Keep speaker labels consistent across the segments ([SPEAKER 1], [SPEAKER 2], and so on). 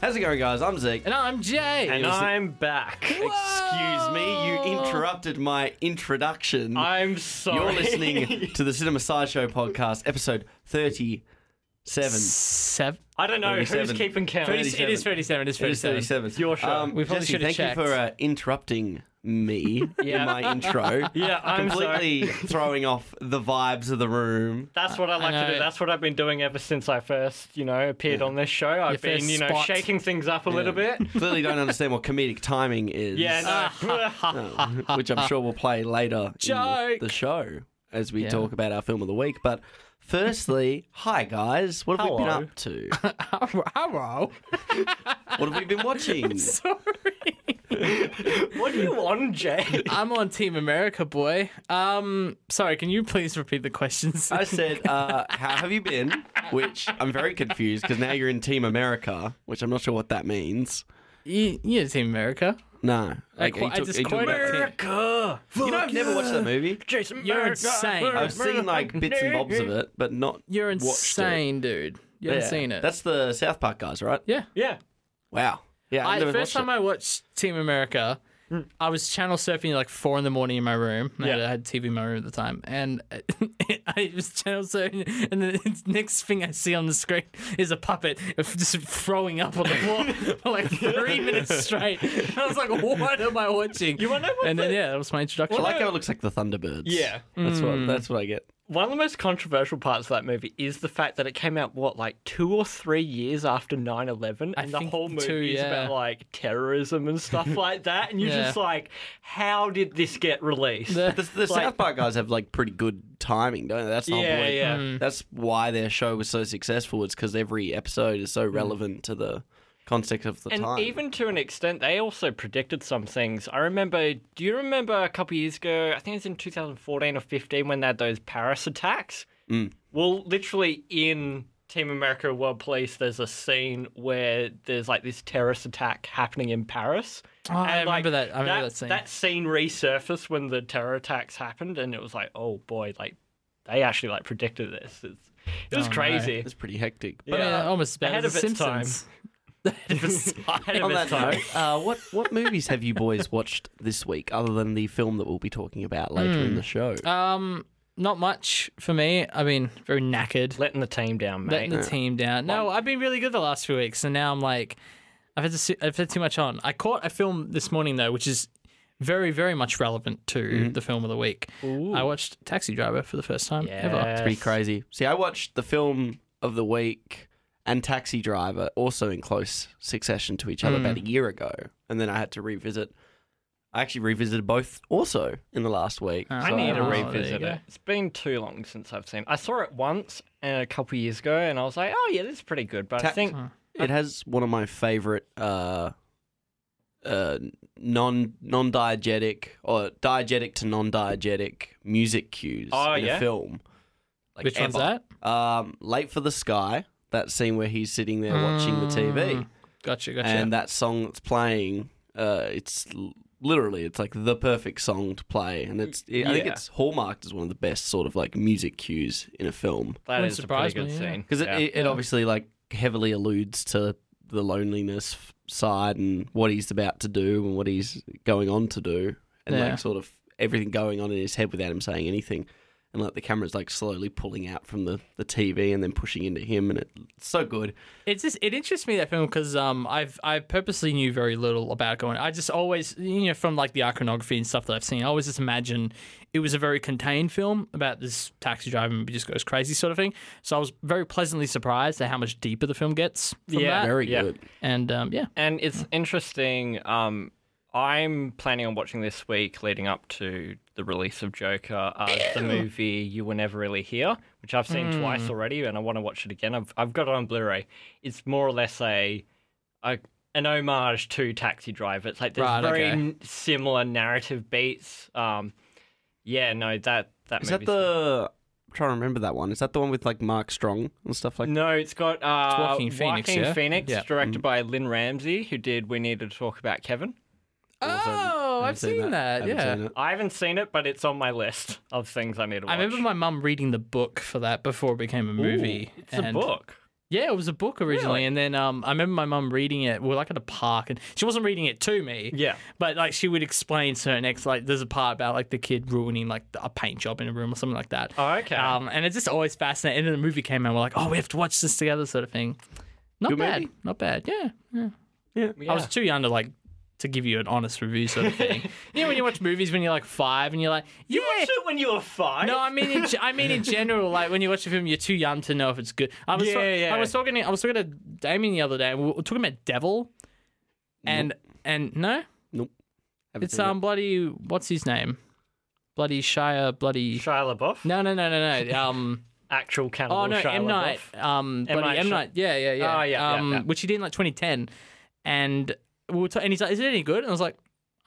[SPEAKER 1] How's it going, guys? I'm Zeke.
[SPEAKER 2] And I'm Jay.
[SPEAKER 1] And
[SPEAKER 2] It was-
[SPEAKER 1] I'm back. Excuse me, you interrupted my introduction.
[SPEAKER 2] I'm sorry.
[SPEAKER 1] You're listening to the Cinema Sideshow podcast, episode 37.
[SPEAKER 2] Seven.
[SPEAKER 3] I don't know who's
[SPEAKER 1] 37.
[SPEAKER 3] keeping count.
[SPEAKER 1] 30
[SPEAKER 2] It is 37. It is
[SPEAKER 1] It is
[SPEAKER 2] 37.
[SPEAKER 1] 37.
[SPEAKER 3] Your show.
[SPEAKER 1] Um,
[SPEAKER 2] We probably
[SPEAKER 1] Jesse,
[SPEAKER 2] should have
[SPEAKER 1] thank you for uh, interrupting me
[SPEAKER 2] Yeah.
[SPEAKER 1] in my intro.
[SPEAKER 3] Yeah, I'm
[SPEAKER 1] completely
[SPEAKER 3] sorry.
[SPEAKER 1] throwing off the vibes of the room.
[SPEAKER 3] That's what I like to
[SPEAKER 2] know.
[SPEAKER 3] do. That's what I've been doing ever since I first, you know, appeared on this show. I've
[SPEAKER 2] first
[SPEAKER 3] been, you know,
[SPEAKER 2] spot.
[SPEAKER 3] shaking things up a little bit.
[SPEAKER 1] Clearly, don't understand what comedic timing is.
[SPEAKER 3] Yeah, no.
[SPEAKER 1] which I'm sure we'll play later in
[SPEAKER 2] Joke.
[SPEAKER 1] the show as we
[SPEAKER 2] Yeah.
[SPEAKER 1] talk about our film of the week. But firstly, hi guys, what have we been
[SPEAKER 3] Hello.
[SPEAKER 1] up to?
[SPEAKER 2] Hello.
[SPEAKER 1] What have we been watching?
[SPEAKER 3] what do you want, Jay?
[SPEAKER 2] I'm on Team America, boy. Um, sorry, can you please repeat the questions?
[SPEAKER 1] I said, uh, how have you been? Which I'm very confused because now you're in Team America, which I'm not sure what that means.
[SPEAKER 2] you, you're Team America.
[SPEAKER 1] No,
[SPEAKER 2] qu- I just quoted
[SPEAKER 1] about-
[SPEAKER 3] America.
[SPEAKER 1] You know, I've never watched that movie.
[SPEAKER 3] Jason,
[SPEAKER 2] You're
[SPEAKER 3] America.
[SPEAKER 2] insane.
[SPEAKER 1] I've seen like bits and bobs of it, but not.
[SPEAKER 2] You're
[SPEAKER 1] watched it.
[SPEAKER 2] insane, dude. You haven't
[SPEAKER 1] Yeah.
[SPEAKER 2] seen it.
[SPEAKER 1] That's the South Park guys, right?
[SPEAKER 2] yeah.
[SPEAKER 3] Yeah.
[SPEAKER 1] Wow. Yeah.
[SPEAKER 2] I,
[SPEAKER 1] I've
[SPEAKER 2] the
[SPEAKER 1] never
[SPEAKER 2] first
[SPEAKER 1] watched
[SPEAKER 2] time I watched Team America, I was channel surfing at like four in the morning in my room. I had-
[SPEAKER 3] Yeah.
[SPEAKER 2] I had TV in my room at the time, and I was channel surfing, and the next thing I see on the screen is a puppet of just throwing up on the floor for like three minutes straight. And I was like, "What am I watching?"
[SPEAKER 3] You wanna know what
[SPEAKER 2] And then
[SPEAKER 3] the-
[SPEAKER 2] yeah, that was my introduction.
[SPEAKER 1] I like how it looks like the Thunderbirds.
[SPEAKER 3] Yeah.
[SPEAKER 1] That's
[SPEAKER 3] Hmm.
[SPEAKER 1] what that's what I get.
[SPEAKER 3] One of the most controversial parts of that movie is the fact that it came out, what, like two or three years after 9 11? And the
[SPEAKER 2] think
[SPEAKER 3] whole movie
[SPEAKER 2] two,
[SPEAKER 3] is
[SPEAKER 2] yeah.
[SPEAKER 3] about like terrorism and stuff like that. And you're
[SPEAKER 2] Yeah.
[SPEAKER 3] just like, how did this get released?
[SPEAKER 2] The-
[SPEAKER 1] The, the
[SPEAKER 3] Like-
[SPEAKER 1] South Park guys have like pretty good timing, don't they? That's the whole
[SPEAKER 3] Yeah,
[SPEAKER 1] point.
[SPEAKER 3] yeah.
[SPEAKER 1] That's why their show was so successful. It's because every episode is so
[SPEAKER 3] Hmm.
[SPEAKER 1] relevant to the context of the
[SPEAKER 3] And
[SPEAKER 1] time.
[SPEAKER 3] even to an extent, they also predicted some things. I remember, do you remember a couple years ago, I think it was in 2014 or 15, when they had those Paris attacks?
[SPEAKER 1] Mm.
[SPEAKER 3] Well, literally in Team America World Police, there's a scene where there's like this terrorist attack happening in Paris.
[SPEAKER 2] Oh, I
[SPEAKER 3] And, like,
[SPEAKER 2] remember that- I remember that scene.
[SPEAKER 3] That scene resurfaced when the terror attacks happened, and it was like, oh boy, like they actually like predicted this. It's, it was
[SPEAKER 2] Oh, no.
[SPEAKER 3] crazy.
[SPEAKER 1] it's pretty hectic.
[SPEAKER 2] But, yeah, almost as bad
[SPEAKER 3] ahead
[SPEAKER 2] as the
[SPEAKER 3] of its time.
[SPEAKER 2] Simpsons. Ahead of its time.
[SPEAKER 3] Ahead of
[SPEAKER 1] on
[SPEAKER 3] its
[SPEAKER 1] that
[SPEAKER 3] time.
[SPEAKER 1] note, uh, what what movies have you boys watched this week, other than the film that we'll be talking about later
[SPEAKER 3] Hmm.
[SPEAKER 1] in the show?
[SPEAKER 2] Um, not much for me. I mean, very knackered.
[SPEAKER 3] Letting the team down, mate.
[SPEAKER 2] letting the team down. No, I've been really good the last few weeks, and now I'm like, I've had, to, si- I've had too much on. I caught a film this morning though, which is very, very much relevant to the film of the week. I watched Taxi Driver for the first time ever.
[SPEAKER 3] Yes.
[SPEAKER 1] pretty crazy. See, I watched the film of the week and Taxi Driver also in close succession to each other about a
[SPEAKER 2] Mm.
[SPEAKER 1] year ago, and then I had to revisit. I actually revisited both also in the last week.
[SPEAKER 2] Ah.
[SPEAKER 3] I
[SPEAKER 2] So-
[SPEAKER 3] need to
[SPEAKER 2] Oh, there you
[SPEAKER 3] revisit
[SPEAKER 2] go.
[SPEAKER 3] it. It's been too long since I've seen. it. I saw it once uh, a couple years ago, and I was like, "Oh yeah, this is pretty good." But I
[SPEAKER 1] Ta-
[SPEAKER 3] think
[SPEAKER 1] It has one of my favorite uh, uh, non non diegetic or diegetic to non diegetic music cues
[SPEAKER 3] Oh,
[SPEAKER 1] in a
[SPEAKER 3] yeah?
[SPEAKER 1] film. Like
[SPEAKER 2] Which one's
[SPEAKER 1] ever.
[SPEAKER 2] that?
[SPEAKER 1] Um, Late for the Sky. That scene where he's sitting
[SPEAKER 2] Mm.
[SPEAKER 1] there watching the TV.
[SPEAKER 2] Gotcha, gotcha.
[SPEAKER 1] and that song that's playing, uh, it's l- literally it's like the perfect song to play, and it's I think
[SPEAKER 3] Yeah.
[SPEAKER 1] it's hallmarked as one of the best sort of like music cues in a film
[SPEAKER 3] that
[SPEAKER 2] Wouldn't
[SPEAKER 3] is a
[SPEAKER 2] surprise
[SPEAKER 3] pretty good
[SPEAKER 2] me, yeah.
[SPEAKER 3] scene
[SPEAKER 1] because it,
[SPEAKER 3] Yeah.
[SPEAKER 1] it, it obviously like heavily alludes to the loneliness f- side and what he's about to do and what he's going on to do, and
[SPEAKER 2] Yeah.
[SPEAKER 1] like sort of everything going on in his head without him saying anything. And like the camera's like slowly pulling out from the, the TV and then pushing into him, and it, it's so good.
[SPEAKER 2] It's just it interests me that film because um I've I purposely knew very little about going. I just always you know from like the iconography and stuff that I've seen, I always just imagine it was a very contained film about this taxi driver who just goes crazy sort of thing. So I was very pleasantly surprised at how much deeper the film gets. From
[SPEAKER 3] Yeah.
[SPEAKER 2] that.
[SPEAKER 1] Very
[SPEAKER 3] Yeah.
[SPEAKER 1] good.
[SPEAKER 2] and um yeah,
[SPEAKER 3] and it's interesting. Um, I'm planning on watching this week, leading up to the release of Joker, uh, the movie You Were Never Really Here, which I've seen
[SPEAKER 2] Mm.
[SPEAKER 3] twice already, and I want to watch it again. I've I've got it on Blu-ray. It's more or less a, a an homage to Taxi Driver. It's like there's
[SPEAKER 2] Right,
[SPEAKER 3] very
[SPEAKER 2] okay.
[SPEAKER 3] n- similar narrative beats. Um, yeah, no, that that
[SPEAKER 1] Is that
[SPEAKER 3] movie's-
[SPEAKER 1] the? I'm trying to remember that one. Is that the one with like Mark Strong and stuff like? that?
[SPEAKER 3] No, it's got uh,
[SPEAKER 2] Joaquin Phoenix,
[SPEAKER 3] Joaquin
[SPEAKER 2] yeah?
[SPEAKER 3] Phoenix,
[SPEAKER 2] Yeah. Mm.
[SPEAKER 3] directed by Lynn Ramsey, who did We Needed to Talk About Kevin.
[SPEAKER 2] oh I've seen, that, yeah.
[SPEAKER 3] I haven't seen it, but it's on my list of things I need to watch.
[SPEAKER 2] I remember my mum reading the book for that before it became a movie.
[SPEAKER 3] It's a book.
[SPEAKER 2] Yeah, it was a book originally, and then um, I remember my mum reading it. We were like at a park, and she wasn't reading it to me.
[SPEAKER 3] Yeah.
[SPEAKER 2] but like she would explain certain ex. Like there's a part about like the kid ruining like a paint job in a room or something like that.
[SPEAKER 3] Oh, okay.
[SPEAKER 2] Um, and it's just always fascinating. And then the movie came out, we're like, oh, we have to watch this together, sort of thing. Not
[SPEAKER 1] Good
[SPEAKER 2] bad,
[SPEAKER 1] movie.
[SPEAKER 2] not bad. Yeah, yeah.
[SPEAKER 3] Yeah.
[SPEAKER 2] I was too young to like to give you an honest review, sort of thing. you know, when you watch movies when you're like five, and you're like, yeah,
[SPEAKER 3] you watched it when you were five.
[SPEAKER 2] no, I mean, in, ge- I mean in general, like when you watch a film, you're too young to know if it's good. I was,
[SPEAKER 3] Yeah,
[SPEAKER 2] ta-
[SPEAKER 3] yeah.
[SPEAKER 2] I was talking, to, I was talking to Damien the other day, and we were talking about Devil, and and no,
[SPEAKER 1] Haven't
[SPEAKER 2] it's
[SPEAKER 1] seen it.
[SPEAKER 2] um bloody what's his name, bloody Shire, bloody
[SPEAKER 3] Shia LaBeouf,
[SPEAKER 2] no no no no no um
[SPEAKER 3] actual cannibal.
[SPEAKER 2] oh no
[SPEAKER 3] Shia
[SPEAKER 2] M Night
[SPEAKER 3] LaBeouf.
[SPEAKER 2] um
[SPEAKER 3] M.
[SPEAKER 2] bloody
[SPEAKER 3] Night
[SPEAKER 2] M
[SPEAKER 3] Shy-
[SPEAKER 2] Night yeah yeah yeah
[SPEAKER 3] Oh, yeah, yeah,
[SPEAKER 2] um
[SPEAKER 3] yeah.
[SPEAKER 2] which he did in like 2010, and we were ta- and he's like, is it any good? And I was like.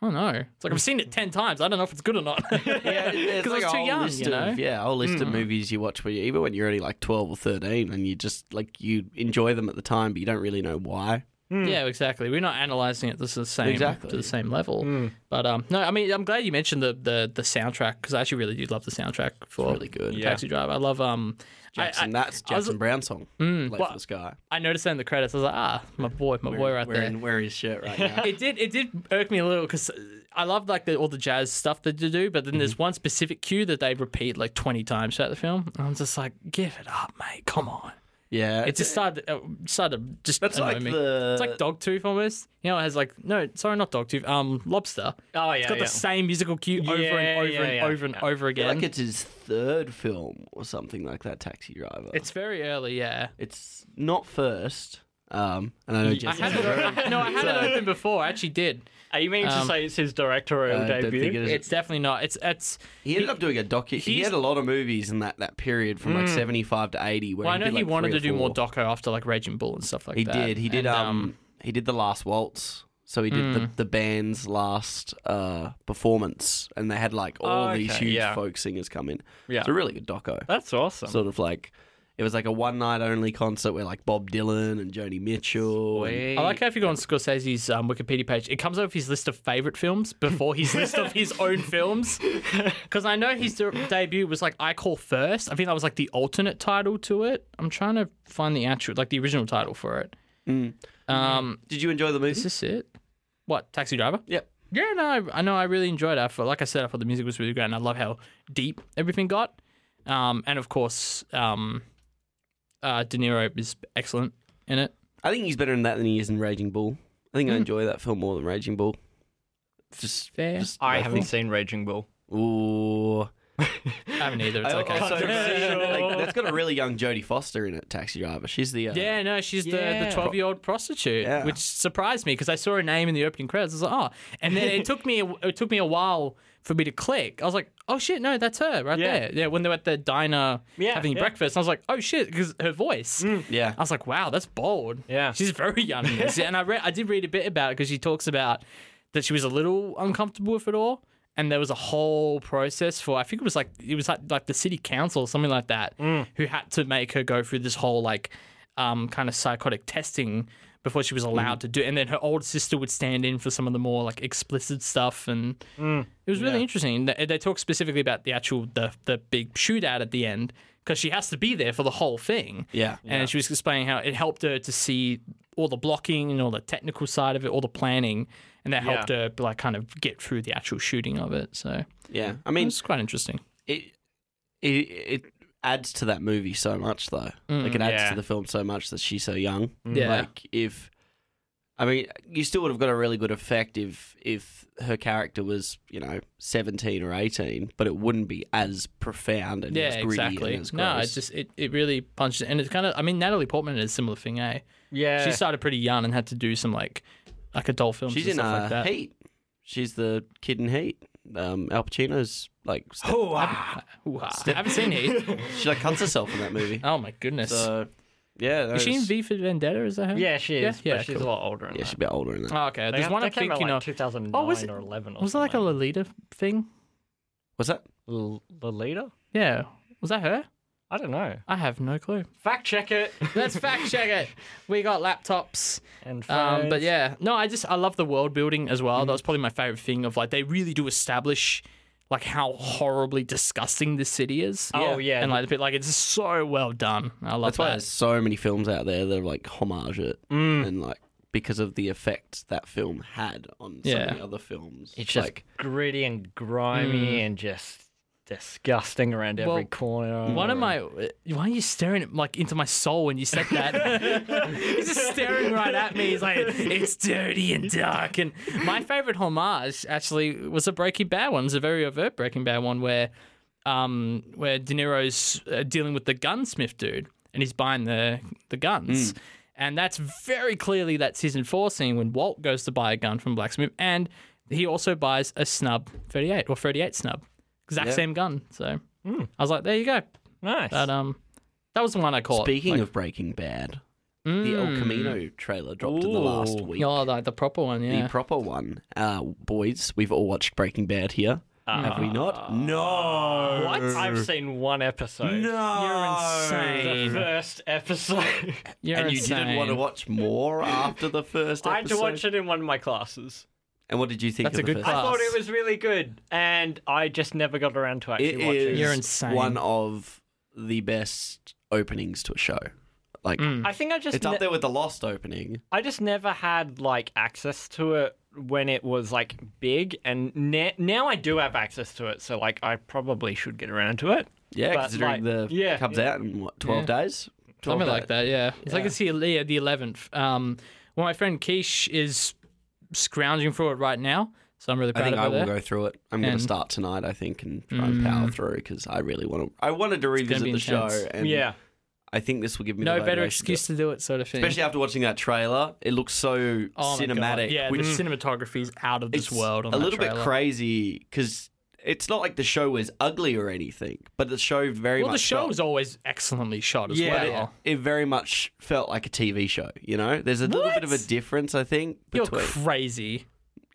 [SPEAKER 2] I don't know. It's like I've seen it ten times. I don't know if it's good or not.
[SPEAKER 1] Yeah,
[SPEAKER 2] because I was too young. You know. Mm-hmm.
[SPEAKER 1] Of, yeah, a whole list of movies you watch where you, even when you're only like 12 or 13 and you just like you enjoy them at the time but you don't really know why.
[SPEAKER 2] Yeah, exactly. We're not analyzing it this is the same
[SPEAKER 1] Hmm. Exactly. Hmm.
[SPEAKER 2] to the same level. But um, no, I mean, I'm glad you mentioned the the, the soundtrack because I actually really do love the soundtrack for
[SPEAKER 1] really good.
[SPEAKER 3] Yeah.
[SPEAKER 2] Taxi Driver. I love um, I-
[SPEAKER 1] Jackson,
[SPEAKER 2] I,
[SPEAKER 1] that's
[SPEAKER 2] I was-
[SPEAKER 1] Jackson Brown song.
[SPEAKER 2] Mm,
[SPEAKER 1] Late
[SPEAKER 2] well,
[SPEAKER 1] for the Sky.
[SPEAKER 2] I noticed that in the credits. I was like, ah, my boy, my boy, right there.
[SPEAKER 1] Wearing, wearing his shirt right now.
[SPEAKER 2] it did it did irk me a little because I love like the, all the jazz stuff that they do, but then
[SPEAKER 3] Mm-hmm.
[SPEAKER 2] there's one specific cue that they repeat like 20 times throughout the film, and I'm just like, give it up, mate. Come on.
[SPEAKER 1] yeah.
[SPEAKER 2] It just started uh, started to just
[SPEAKER 1] that's
[SPEAKER 2] annoy
[SPEAKER 1] like
[SPEAKER 2] me.
[SPEAKER 1] the.
[SPEAKER 3] uh,
[SPEAKER 2] It's like Dogtooth almost. You know, it has like no, sorry, not Dogtooth. Um, Lobster.
[SPEAKER 3] Oh yeah,
[SPEAKER 2] It's got
[SPEAKER 3] yeah.
[SPEAKER 2] the same musical cue over
[SPEAKER 3] Yeah,
[SPEAKER 2] and over
[SPEAKER 3] yeah,
[SPEAKER 2] and
[SPEAKER 3] yeah.
[SPEAKER 2] over and
[SPEAKER 3] Yeah.
[SPEAKER 2] over again.
[SPEAKER 1] like it's his third film or something like that, Taxi Driver.
[SPEAKER 2] it's very early, yeah.
[SPEAKER 1] it's not first. Um, and I know
[SPEAKER 2] I
[SPEAKER 1] Jackson
[SPEAKER 2] had it. o- no, I had it open before. I actually did.
[SPEAKER 3] Are Uh, you meaning
[SPEAKER 2] Um,
[SPEAKER 3] to say it's his directorial
[SPEAKER 1] I uh, don't
[SPEAKER 3] debut?
[SPEAKER 1] think it is.
[SPEAKER 2] It's definitely not. It's it's.
[SPEAKER 1] He ended up doing a docu. He
[SPEAKER 2] he's- Mm.
[SPEAKER 1] had a lot of movies in that, that period from like 75 to 80. Where
[SPEAKER 2] Well, I
[SPEAKER 1] he
[SPEAKER 2] know
[SPEAKER 1] did,
[SPEAKER 2] he
[SPEAKER 1] like,
[SPEAKER 2] wanted
[SPEAKER 1] three
[SPEAKER 2] to
[SPEAKER 1] or
[SPEAKER 2] do more
[SPEAKER 1] four.
[SPEAKER 2] doco after like Raging Bull and stuff like
[SPEAKER 1] He
[SPEAKER 2] that.
[SPEAKER 1] did. He did.
[SPEAKER 2] And, Mm.
[SPEAKER 1] um, he did the last waltz. So he did the, the band's last uh, performance, and they had like all
[SPEAKER 3] Oh,
[SPEAKER 1] these
[SPEAKER 3] okay,
[SPEAKER 1] huge
[SPEAKER 3] yeah.
[SPEAKER 1] folk singers come in.
[SPEAKER 3] Yeah.
[SPEAKER 1] It's a really good doco.
[SPEAKER 3] That's awesome.
[SPEAKER 1] Sort of like it was like a one night only concert where like Bob Dylan and Joni Mitchell. and-
[SPEAKER 2] I like how if you go on Scorsese's um, Wikipedia page, it comes up with his list of favorite films before his list of his own films. Because I know his de- debut was like I Call First. I think that was like the alternate title to it. I'm trying to find the actual, like the original title for it.
[SPEAKER 1] Mm.
[SPEAKER 2] Um,
[SPEAKER 1] did you enjoy the movie?
[SPEAKER 2] is this it? What Taxi Driver?
[SPEAKER 1] Yep.
[SPEAKER 2] Yeah, no, I, I know. I really enjoyed it. I felt, like I said, I thought the music was really great, and I love how deep everything got. Um, and of course, um, uh, De Niro is excellent in it.
[SPEAKER 1] I think he's better in that than he is in Raging Bull. I
[SPEAKER 2] Mm.
[SPEAKER 1] think I enjoy that film more than Raging Bull. Just,
[SPEAKER 2] Fair.
[SPEAKER 1] just my
[SPEAKER 3] I haven't
[SPEAKER 1] thing.
[SPEAKER 3] seen Raging Bull.
[SPEAKER 1] Ooh.
[SPEAKER 2] I haven't either. It's
[SPEAKER 1] I
[SPEAKER 2] okay.
[SPEAKER 1] also-
[SPEAKER 3] Controversial.
[SPEAKER 1] like, that's got a really young Jodie Foster in it, Taxi Driver. She's the uh,
[SPEAKER 2] Yeah, no, she's the
[SPEAKER 3] Yeah.
[SPEAKER 2] the twelve year old prostitute,
[SPEAKER 1] Yeah.
[SPEAKER 2] which surprised me because I saw her name in the opening credits. I was like, oh, and then it took me a, it took me a while for me to click. I was like, oh shit, no, that's her right
[SPEAKER 3] Yeah.
[SPEAKER 2] there. Yeah, when they were at the diner
[SPEAKER 3] Yeah,
[SPEAKER 2] having
[SPEAKER 3] yeah.
[SPEAKER 2] breakfast, I was like, oh shit, because her voice.
[SPEAKER 1] yeah.
[SPEAKER 2] I was like, wow, that's bold.
[SPEAKER 3] Yeah.
[SPEAKER 2] she's very young. in this. and I read, I did read a bit about it because she talks about that she was a little uncomfortable with it all, and there was a whole process for. I think it was like it was like, like the city council or something like that, who had to make her go through this whole like um, kind of psychotic testing before she was allowed to do. it. And then her old sister would stand in for some of the more like explicit stuff, and it was really interesting. And They, they talk specifically about the actual the the big shootout at the end. Because she has to be there for the whole thing,
[SPEAKER 1] Yeah.
[SPEAKER 2] and she was explaining how it helped her to see all the blocking and all the technical side of it, all the planning, and that
[SPEAKER 3] Yeah.
[SPEAKER 2] helped her like kind of get through the actual shooting of it. So
[SPEAKER 1] Yeah. I mean,
[SPEAKER 2] it's quite interesting.
[SPEAKER 1] it it, it adds to that movie so much though.
[SPEAKER 2] Mm,
[SPEAKER 1] like it adds
[SPEAKER 3] Yeah.
[SPEAKER 1] to the film so much that she's so young.
[SPEAKER 2] Yeah.
[SPEAKER 1] Like if I mean, you still would have got a really good effect if if her character was, you know, seventeen or eighteen, but it wouldn't be as profound and as
[SPEAKER 2] Yeah,
[SPEAKER 1] gritty
[SPEAKER 2] exactly.
[SPEAKER 1] and as
[SPEAKER 2] No,
[SPEAKER 1] gross.
[SPEAKER 2] it's just it, it really punches, and it's kind of. I mean, Natalie Portman did a similar thing, eh?
[SPEAKER 3] Yeah.
[SPEAKER 2] She started pretty young and had to do some like like adult films
[SPEAKER 1] she's
[SPEAKER 2] and
[SPEAKER 1] in
[SPEAKER 2] stuff
[SPEAKER 1] uh,
[SPEAKER 2] like that.
[SPEAKER 1] Heat. She's the kid in Heat. Um, Al Pacino's like step-
[SPEAKER 3] oh, wow.
[SPEAKER 2] Ooh-ha. I haven't seen Heat.
[SPEAKER 1] she like cuts herself in that movie.
[SPEAKER 2] oh my goodness.
[SPEAKER 1] So yeah, that
[SPEAKER 2] is she in
[SPEAKER 1] was-
[SPEAKER 2] V for Vendetta? Is that her?
[SPEAKER 3] Yeah, she
[SPEAKER 2] Yeah,
[SPEAKER 3] is.
[SPEAKER 2] yeah,
[SPEAKER 3] but she's
[SPEAKER 2] cool.
[SPEAKER 3] a lot older. Than
[SPEAKER 1] yeah,
[SPEAKER 3] that.
[SPEAKER 1] she's a bit older in that.
[SPEAKER 2] Oh, okay. There's
[SPEAKER 3] They-
[SPEAKER 2] one
[SPEAKER 3] they
[SPEAKER 2] I
[SPEAKER 3] came
[SPEAKER 2] think
[SPEAKER 3] out
[SPEAKER 2] you
[SPEAKER 3] like
[SPEAKER 2] know.
[SPEAKER 3] 2009
[SPEAKER 2] Oh, was it-
[SPEAKER 3] or 11 or
[SPEAKER 2] Was it like a Lolita thing?
[SPEAKER 1] What's that?
[SPEAKER 3] L- Lolita?
[SPEAKER 2] Yeah. Was that her?
[SPEAKER 3] I don't know.
[SPEAKER 2] I have no clue.
[SPEAKER 3] Fact check it.
[SPEAKER 2] Let's fact check it. We got laptops.
[SPEAKER 3] and
[SPEAKER 2] Um,
[SPEAKER 3] phones.
[SPEAKER 2] but yeah, no, I just I love the world building as well. That was probably my favorite thing. Of like, they really do establish like how horribly disgusting this city is.
[SPEAKER 3] Oh, yeah.
[SPEAKER 2] and like the bit like it's so well done. I love
[SPEAKER 1] That's why
[SPEAKER 2] that.
[SPEAKER 1] there's so many films out there that are like homage it
[SPEAKER 3] Mm.
[SPEAKER 1] and like because of the effect that film had on so
[SPEAKER 2] Yeah.
[SPEAKER 1] many other films.
[SPEAKER 3] It's just
[SPEAKER 1] like
[SPEAKER 3] gritty and grimy and just disgusting around
[SPEAKER 2] Mm. Well,
[SPEAKER 3] every corner.
[SPEAKER 2] One of my, why are you staring like into my soul when you said that? He's just staring right at me. He's like, it's dirty and dark. And my favorite homage actually was a Breaking Bad one. It was a very overt Breaking Bad one where, um, where De Niro's uh, dealing with the gunsmith dude and he's buying the the guns. And that's very clearly that season four scene when Walt goes to buy a gun from Blacksmith, and he also buys a snub thirty eight or thirty eight snub, exact
[SPEAKER 1] Yeah.
[SPEAKER 2] same gun. So I was like, there you go.
[SPEAKER 3] nice.
[SPEAKER 2] That um, that was the one I caught.
[SPEAKER 1] speaking
[SPEAKER 2] Like, Mm.
[SPEAKER 1] of Breaking Bad, the El Camino trailer dropped in the last
[SPEAKER 3] Ooh.
[SPEAKER 1] week.
[SPEAKER 2] oh, like the proper one, yeah.
[SPEAKER 1] The proper one. Uh, boys, we've all watched Breaking Bad here.
[SPEAKER 2] uh,
[SPEAKER 1] Have we not? No.
[SPEAKER 3] what? I've seen one episode.
[SPEAKER 2] You're
[SPEAKER 3] The
[SPEAKER 2] insane.
[SPEAKER 3] first episode.
[SPEAKER 2] You're
[SPEAKER 1] And you
[SPEAKER 2] insane.
[SPEAKER 1] didn't want to watch more after the first episode.
[SPEAKER 3] I had to watch it in one of my classes.
[SPEAKER 1] And what did you think
[SPEAKER 2] That's
[SPEAKER 1] of
[SPEAKER 2] a
[SPEAKER 1] the
[SPEAKER 2] good
[SPEAKER 1] first
[SPEAKER 2] class.
[SPEAKER 3] I thought it was really good, and I just never got around
[SPEAKER 1] It
[SPEAKER 3] to actually watching
[SPEAKER 1] is
[SPEAKER 2] You're insane.
[SPEAKER 1] one of the best openings to a show. Like
[SPEAKER 3] I think I just
[SPEAKER 1] it's
[SPEAKER 3] ne-
[SPEAKER 1] up there with the Lost opening.
[SPEAKER 3] I just never had like access to it when it was like big, and na- now I do have access to it. So like I probably should get around to it.
[SPEAKER 1] Yeah,
[SPEAKER 3] But,
[SPEAKER 1] considering the
[SPEAKER 3] like, yeah,
[SPEAKER 1] comes
[SPEAKER 3] yeah.
[SPEAKER 1] out in what twelve days. 12
[SPEAKER 2] Something like
[SPEAKER 1] days.
[SPEAKER 2] that, yeah. It's like it's the yeah, the eleventh. Um, well, my friend Keish is scrounging for it right now, so I'm really
[SPEAKER 1] I
[SPEAKER 2] proud
[SPEAKER 1] think
[SPEAKER 2] of her
[SPEAKER 1] I will
[SPEAKER 2] there.
[SPEAKER 1] go through it. I'm going
[SPEAKER 2] And-
[SPEAKER 1] to
[SPEAKER 2] Mm.
[SPEAKER 1] start tonight, I think, and try and power through because I really want to. I wanted to
[SPEAKER 2] gonna
[SPEAKER 1] revisit
[SPEAKER 2] be
[SPEAKER 1] the show,
[SPEAKER 2] intense.
[SPEAKER 1] and
[SPEAKER 3] yeah,
[SPEAKER 1] I think this will give me the
[SPEAKER 2] No better
[SPEAKER 1] motivation to-
[SPEAKER 2] excuse to do it, sort of thing.
[SPEAKER 1] Especially after watching that trailer, it looks so
[SPEAKER 2] Oh my God.
[SPEAKER 1] cinematic.
[SPEAKER 2] Yeah,
[SPEAKER 1] which
[SPEAKER 2] the cinematography is out of this
[SPEAKER 1] It's
[SPEAKER 2] world. On
[SPEAKER 1] a
[SPEAKER 2] that
[SPEAKER 1] little bit
[SPEAKER 2] trailer.
[SPEAKER 1] crazy because it's not like the show was ugly or anything, but the show very
[SPEAKER 2] Well, the
[SPEAKER 1] much
[SPEAKER 2] show
[SPEAKER 1] felt,
[SPEAKER 2] is always excellently shot as
[SPEAKER 3] Yeah.
[SPEAKER 2] well.
[SPEAKER 1] it very much felt like a TV show. You know, there's a little bit of a
[SPEAKER 2] What?
[SPEAKER 1] difference, I think.
[SPEAKER 2] You're
[SPEAKER 1] Between
[SPEAKER 2] crazy.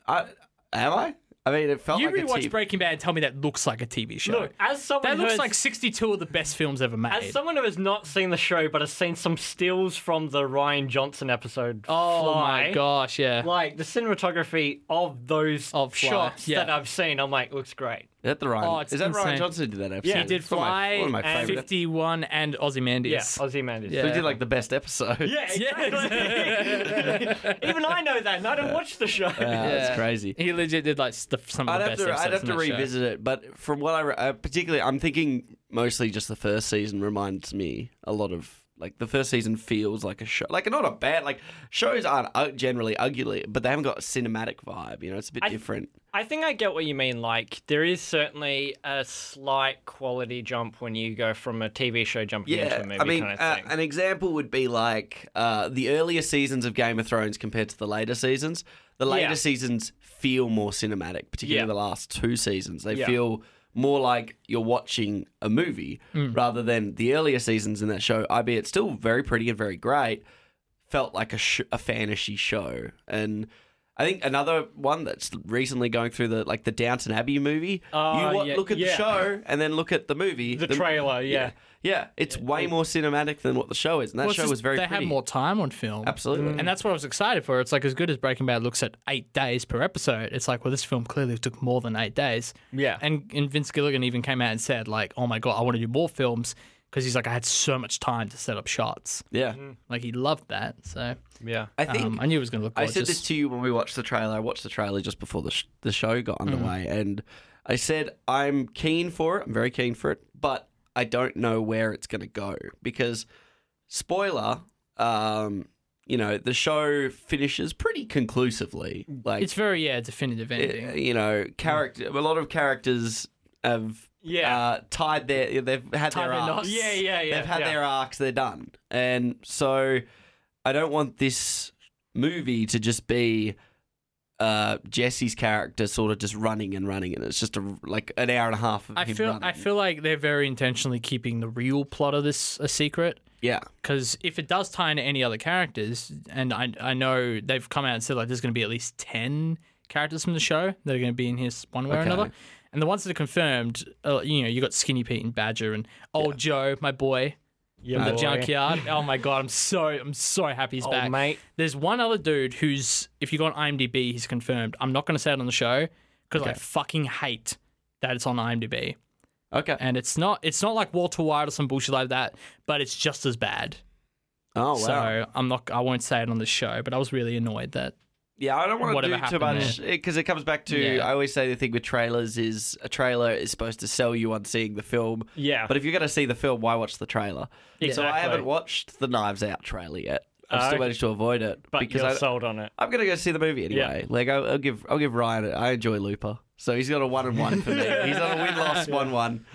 [SPEAKER 1] I, am I? I mean, it felt
[SPEAKER 2] You
[SPEAKER 1] like a
[SPEAKER 2] rewatch
[SPEAKER 1] TV
[SPEAKER 2] Breaking Bad and tell me that looks like a TV show.
[SPEAKER 3] look as someone
[SPEAKER 2] that
[SPEAKER 3] who
[SPEAKER 2] looks
[SPEAKER 3] has-
[SPEAKER 2] like 62 of the best films ever made.
[SPEAKER 3] As someone who has not seen the show but has seen some stills from the Ryan Johnson episode,
[SPEAKER 2] Oh
[SPEAKER 3] Fly,
[SPEAKER 2] my gosh, yeah.
[SPEAKER 3] Like the cinematography of those
[SPEAKER 2] Of Fly,
[SPEAKER 3] shots
[SPEAKER 2] yeah.
[SPEAKER 3] that I've seen, I'm like, looks great.
[SPEAKER 1] Is that the Ryan?
[SPEAKER 2] Oh, it's
[SPEAKER 1] is that Ryan
[SPEAKER 2] insane.
[SPEAKER 1] Johnson who did that episode?
[SPEAKER 3] Yeah, he
[SPEAKER 2] did
[SPEAKER 1] It's one of my-
[SPEAKER 2] Fly
[SPEAKER 1] One of my,
[SPEAKER 2] and
[SPEAKER 1] favorite.
[SPEAKER 2] 51 and
[SPEAKER 3] Yeah,
[SPEAKER 2] Ozymandias.
[SPEAKER 3] Ozymandias.
[SPEAKER 2] Yeah.
[SPEAKER 1] We did like the best episode.
[SPEAKER 3] yeah,
[SPEAKER 2] Yeah,
[SPEAKER 3] exactly. Even I know that, and I don't watch the show.
[SPEAKER 1] Wow,
[SPEAKER 2] Yeah.
[SPEAKER 1] that's Uh, crazy.
[SPEAKER 2] He legit did like stuff, some of
[SPEAKER 1] I'd
[SPEAKER 2] the
[SPEAKER 1] have
[SPEAKER 2] best
[SPEAKER 1] to, I'd
[SPEAKER 2] episodes
[SPEAKER 1] have
[SPEAKER 2] in
[SPEAKER 1] to
[SPEAKER 2] that show.
[SPEAKER 1] revisit it, but from what I re- uh, particularly, I'm thinking mostly just the first season reminds me a lot of like the first season feels like a show, like not a bad like shows aren't uh, generally ugly, but they haven't got a cinematic vibe. You know, it's a bit
[SPEAKER 3] I-
[SPEAKER 1] different.
[SPEAKER 3] I think I get what you mean. Like, there is certainly a slight quality jump when you go from a TV show jumping into
[SPEAKER 1] Yeah,
[SPEAKER 3] a movie
[SPEAKER 1] I mean,
[SPEAKER 3] kind of
[SPEAKER 1] uh,
[SPEAKER 3] thing.
[SPEAKER 1] an example would be like uh, the earlier seasons of Game of Thrones compared to the later seasons. The later
[SPEAKER 3] Yeah.
[SPEAKER 1] seasons feel more cinematic, particularly
[SPEAKER 3] Yeah.
[SPEAKER 1] the last two seasons. They
[SPEAKER 3] Yeah.
[SPEAKER 1] feel more like you're watching a movie
[SPEAKER 3] Mm.
[SPEAKER 1] rather than the earlier seasons in that show. I be it's still very pretty and very great. Felt like a sh- a fantasy show, and I think another one that's recently going through the like the Downton Abbey movie.
[SPEAKER 3] Oh,
[SPEAKER 1] you wa-
[SPEAKER 3] yeah,
[SPEAKER 1] look at
[SPEAKER 3] yeah.
[SPEAKER 1] the show and then look at the movie.
[SPEAKER 3] the trailer, yeah.
[SPEAKER 1] Yeah, it's way more cinematic than what the show is, and that
[SPEAKER 2] Well, it's
[SPEAKER 1] show
[SPEAKER 2] just
[SPEAKER 1] was very
[SPEAKER 2] They
[SPEAKER 1] pretty.
[SPEAKER 2] had more Mm. time on film.
[SPEAKER 1] Absolutely.
[SPEAKER 2] And that's what I was excited for. It's like as good as Breaking Bad looks at eight days per episode. It's like, well, this film clearly took more than eight days.
[SPEAKER 3] Yeah.
[SPEAKER 2] And and Vince Gilligan even came out and said, like, oh my god, I want to do more films because he's like, I had so much time to set up shots.
[SPEAKER 1] Yeah,
[SPEAKER 2] Like he loved that. So
[SPEAKER 3] Yeah.
[SPEAKER 1] I think
[SPEAKER 2] Mm. um, I knew it was going to look.
[SPEAKER 1] I
[SPEAKER 2] Gorgeous.
[SPEAKER 1] said this to you when we watched the trailer. I watched the trailer just before the sh- the show got
[SPEAKER 2] Mm.
[SPEAKER 1] underway, and I said I'm keen for it. I'm very keen for it, but I don't know where it's going to go because spoiler. Um, you know, the show finishes pretty conclusively. Like eh, uh,
[SPEAKER 2] It's very yeah, definitive ending.
[SPEAKER 1] you know, character. A lot of characters have
[SPEAKER 3] Yeah.
[SPEAKER 1] uh, tied their they've had their
[SPEAKER 2] Tied their
[SPEAKER 1] arcs.
[SPEAKER 2] knots.
[SPEAKER 3] Yeah, yeah, yeah.
[SPEAKER 1] they've had
[SPEAKER 3] yeah.
[SPEAKER 1] their arcs. They're done, and so I don't want this movie to just be uh, Jesse's character sort of just running and running, and it's just a, like an hour and a half of
[SPEAKER 2] I
[SPEAKER 1] him
[SPEAKER 2] feel
[SPEAKER 1] running.
[SPEAKER 2] I feel like they're very intentionally keeping the real plot of this a secret.
[SPEAKER 1] yeah,
[SPEAKER 2] Because if it does tie into any other characters, and I I know they've come out and said like there's going to be at least ten characters from the show that are going to be in here s- one way
[SPEAKER 1] Okay.
[SPEAKER 2] or another, and the ones that are confirmed, uh, you know, you got Skinny Pete and Badger and Old Joe, my boy,
[SPEAKER 3] Yeah,
[SPEAKER 2] from the
[SPEAKER 3] boy.
[SPEAKER 2] junkyard. oh my god, I'm so I'm so happy he's
[SPEAKER 3] Oh,
[SPEAKER 2] back.
[SPEAKER 3] mate.
[SPEAKER 2] There's one other dude who's if you go on IMDb, he's confirmed. I'm not going to say it on the show because I fucking hate that it's on IMDb,
[SPEAKER 1] Okay.
[SPEAKER 2] and it's not it's not like Wall to Wall or some bullshit like that, but it's just as bad.
[SPEAKER 1] oh wow.
[SPEAKER 2] So I'm not I won't say it on the show, but I was really annoyed that
[SPEAKER 1] Yeah, I don't want to
[SPEAKER 2] Whatever
[SPEAKER 1] do too
[SPEAKER 2] happened
[SPEAKER 1] much because it comes back to
[SPEAKER 2] Yeah.
[SPEAKER 1] I always say the thing with trailers is a trailer is supposed to sell you on seeing the film.
[SPEAKER 2] Ah.
[SPEAKER 3] Yeah.
[SPEAKER 1] But if you're going to see the film, why watch the trailer? So I
[SPEAKER 3] Exactly.
[SPEAKER 1] haven't watched the Knives Out trailer yet. I've
[SPEAKER 2] Uh,
[SPEAKER 3] Ah,
[SPEAKER 1] still
[SPEAKER 3] okay.
[SPEAKER 1] managed to avoid it
[SPEAKER 3] but
[SPEAKER 1] because
[SPEAKER 3] you're
[SPEAKER 1] I,
[SPEAKER 3] sold on it.
[SPEAKER 1] I'm going to go see the movie anyway. Like I'll, I'll give I'll give Ryan. A, I enjoy Looper, so he's got a one and one for me. he's on a win loss one one.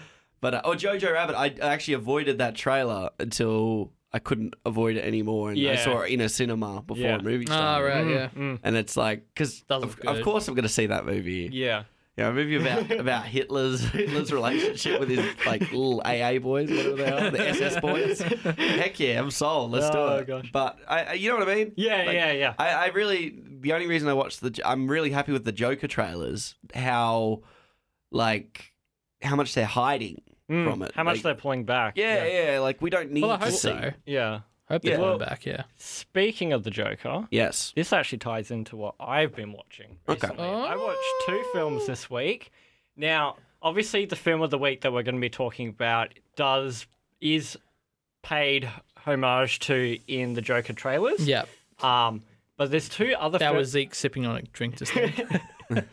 [SPEAKER 1] But uh, or Jojo Rabbit, I I actually avoided that trailer until I couldn't avoid it anymore, and I
[SPEAKER 3] Yeah.
[SPEAKER 1] saw it in a cinema before
[SPEAKER 3] Yeah.
[SPEAKER 1] a movie
[SPEAKER 2] um,
[SPEAKER 1] started.
[SPEAKER 2] yeah.
[SPEAKER 3] Mm.
[SPEAKER 1] And it's like, because
[SPEAKER 2] Doesn't
[SPEAKER 1] of,
[SPEAKER 2] look
[SPEAKER 1] of
[SPEAKER 2] good.
[SPEAKER 1] course I'm going to see that movie. Yeah,
[SPEAKER 3] Yeah.
[SPEAKER 1] a movie about about Hitler's Hitler's relationship with his like little AA boys, whatever they are, the SS boys. Heck yeah, I'm sold. Let's
[SPEAKER 3] Oh,
[SPEAKER 1] do it.
[SPEAKER 3] gosh.
[SPEAKER 1] But I, I- you know what I mean?
[SPEAKER 3] Yeah,
[SPEAKER 1] Like,
[SPEAKER 3] yeah, yeah.
[SPEAKER 1] I, I really the only reason I watched the I'm really happy with the Joker trailers. How like how much they're hiding
[SPEAKER 3] Mm.
[SPEAKER 1] from it.
[SPEAKER 3] How much
[SPEAKER 1] Like,
[SPEAKER 3] they're pulling back.
[SPEAKER 1] yeah, yeah, Like we don't need
[SPEAKER 2] Well, I
[SPEAKER 1] to
[SPEAKER 2] hope
[SPEAKER 1] see.
[SPEAKER 2] so.
[SPEAKER 3] Yeah.
[SPEAKER 2] I hope
[SPEAKER 1] Yeah.
[SPEAKER 2] they're coming
[SPEAKER 3] Well-
[SPEAKER 2] back. Yeah.
[SPEAKER 3] Speaking of the Joker,
[SPEAKER 1] Yes.
[SPEAKER 3] this actually ties into what I've been watching
[SPEAKER 1] Okay.
[SPEAKER 3] recently. I
[SPEAKER 2] Oh.
[SPEAKER 3] watched two films this week. Now, obviously, the film of the week that we're going to be talking about does is paid homage to in the Joker trailers.
[SPEAKER 2] Yeah.
[SPEAKER 3] Um, but there's two other.
[SPEAKER 2] That
[SPEAKER 3] fil-
[SPEAKER 2] was Zeke sipping on a drink just now.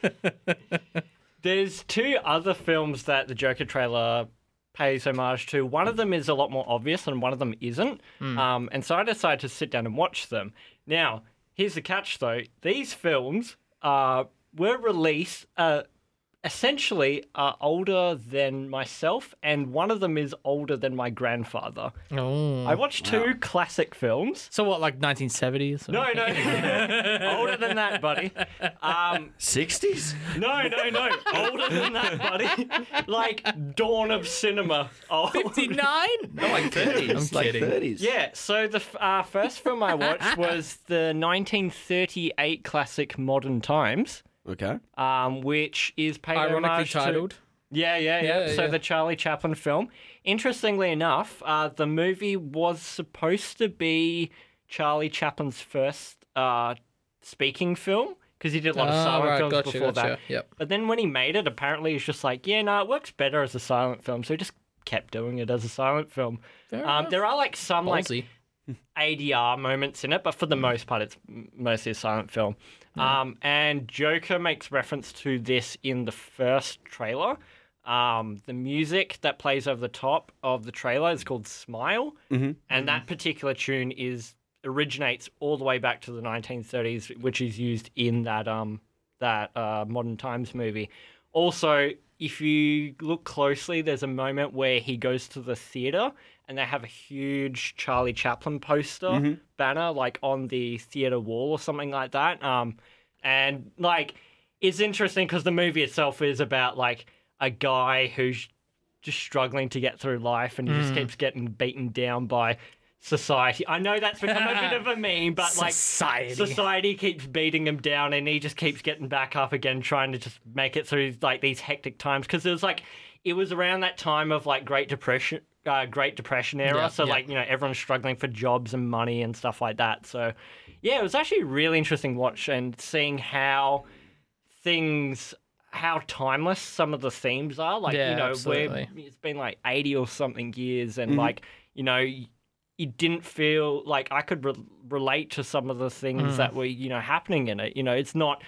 [SPEAKER 3] There's two other films that the Joker trailer pays homage to. One of them is a lot more obvious, and one of them isn't. Um, and so I decided to sit down and watch them. Now, here's the catch, though: these films uh, were released uh, essentially uh, older than myself, and one of them is older than my grandfather.
[SPEAKER 2] oh.
[SPEAKER 3] I watched two classic films.
[SPEAKER 2] So what, like 1970s?
[SPEAKER 3] No, no, older than that, buddy. Um,
[SPEAKER 1] Sixties.
[SPEAKER 3] no, no, no. Older than that, buddy. Like dawn of cinema. Oh.
[SPEAKER 2] 59?
[SPEAKER 1] No, like thirties.
[SPEAKER 2] I'm
[SPEAKER 1] like
[SPEAKER 2] kidding.
[SPEAKER 1] thirties.
[SPEAKER 3] Yeah, so the f- uh, first film I watched was the 1938 classic Modern Times,
[SPEAKER 1] Okay.
[SPEAKER 3] um, which is paid
[SPEAKER 2] Ironically
[SPEAKER 3] homage to-
[SPEAKER 2] titled.
[SPEAKER 3] Yeah, yeah, yeah.
[SPEAKER 2] Yeah,
[SPEAKER 3] so
[SPEAKER 2] yeah.
[SPEAKER 3] the Charlie Chaplin film. Interestingly enough, uh, the movie was supposed to be Charlie Chaplin's first uh, speaking film because he did a lot of
[SPEAKER 2] Ah,
[SPEAKER 3] silent films before that.
[SPEAKER 2] Yep.
[SPEAKER 3] But then when he made it, apparently he's just like, yeah, no, it works better as a silent film. So he just kept doing it as a silent film.
[SPEAKER 2] Fair
[SPEAKER 3] Um, there are like some like
[SPEAKER 2] Ballsy.
[SPEAKER 3] ADR moments in it, but for the most part, it's m- mostly a silent film. Um, and Joker makes reference to this in the first trailer. Um, the music that plays over the top of the trailer is called Smile,
[SPEAKER 1] Mhm.
[SPEAKER 3] and that particular tune is originates all the way back to the 1930s, which is used in that um that uh, Modern Times movie. Also, if you look closely, there's a moment where he goes to the theater and they have a huge Charlie Chaplin poster banner like on the theater wall or something like that. Um, and like it's interesting because the movie itself is about like a guy who's just struggling to get through life and he just keeps getting beaten down by society. I know that's become a bit of a meme, but like
[SPEAKER 2] Society.
[SPEAKER 3] society keeps beating him down and he just keeps getting back up again trying to just make it through like these hectic times because it was like it was around that time of like great depression uh, great depression era
[SPEAKER 2] Yeah,
[SPEAKER 3] so
[SPEAKER 2] yeah.
[SPEAKER 3] like you know everyone's struggling for jobs and money and stuff like that so yeah it was actually a really interesting watch and seeing how things how timeless some of the themes are like
[SPEAKER 2] Yeah,
[SPEAKER 3] you know where
[SPEAKER 2] absolutely. Mm-hmm.
[SPEAKER 3] it's been like 80 or something years and like you know y- it didn't feel like i could re- relate to some of the things that were you know happening in it you know it's not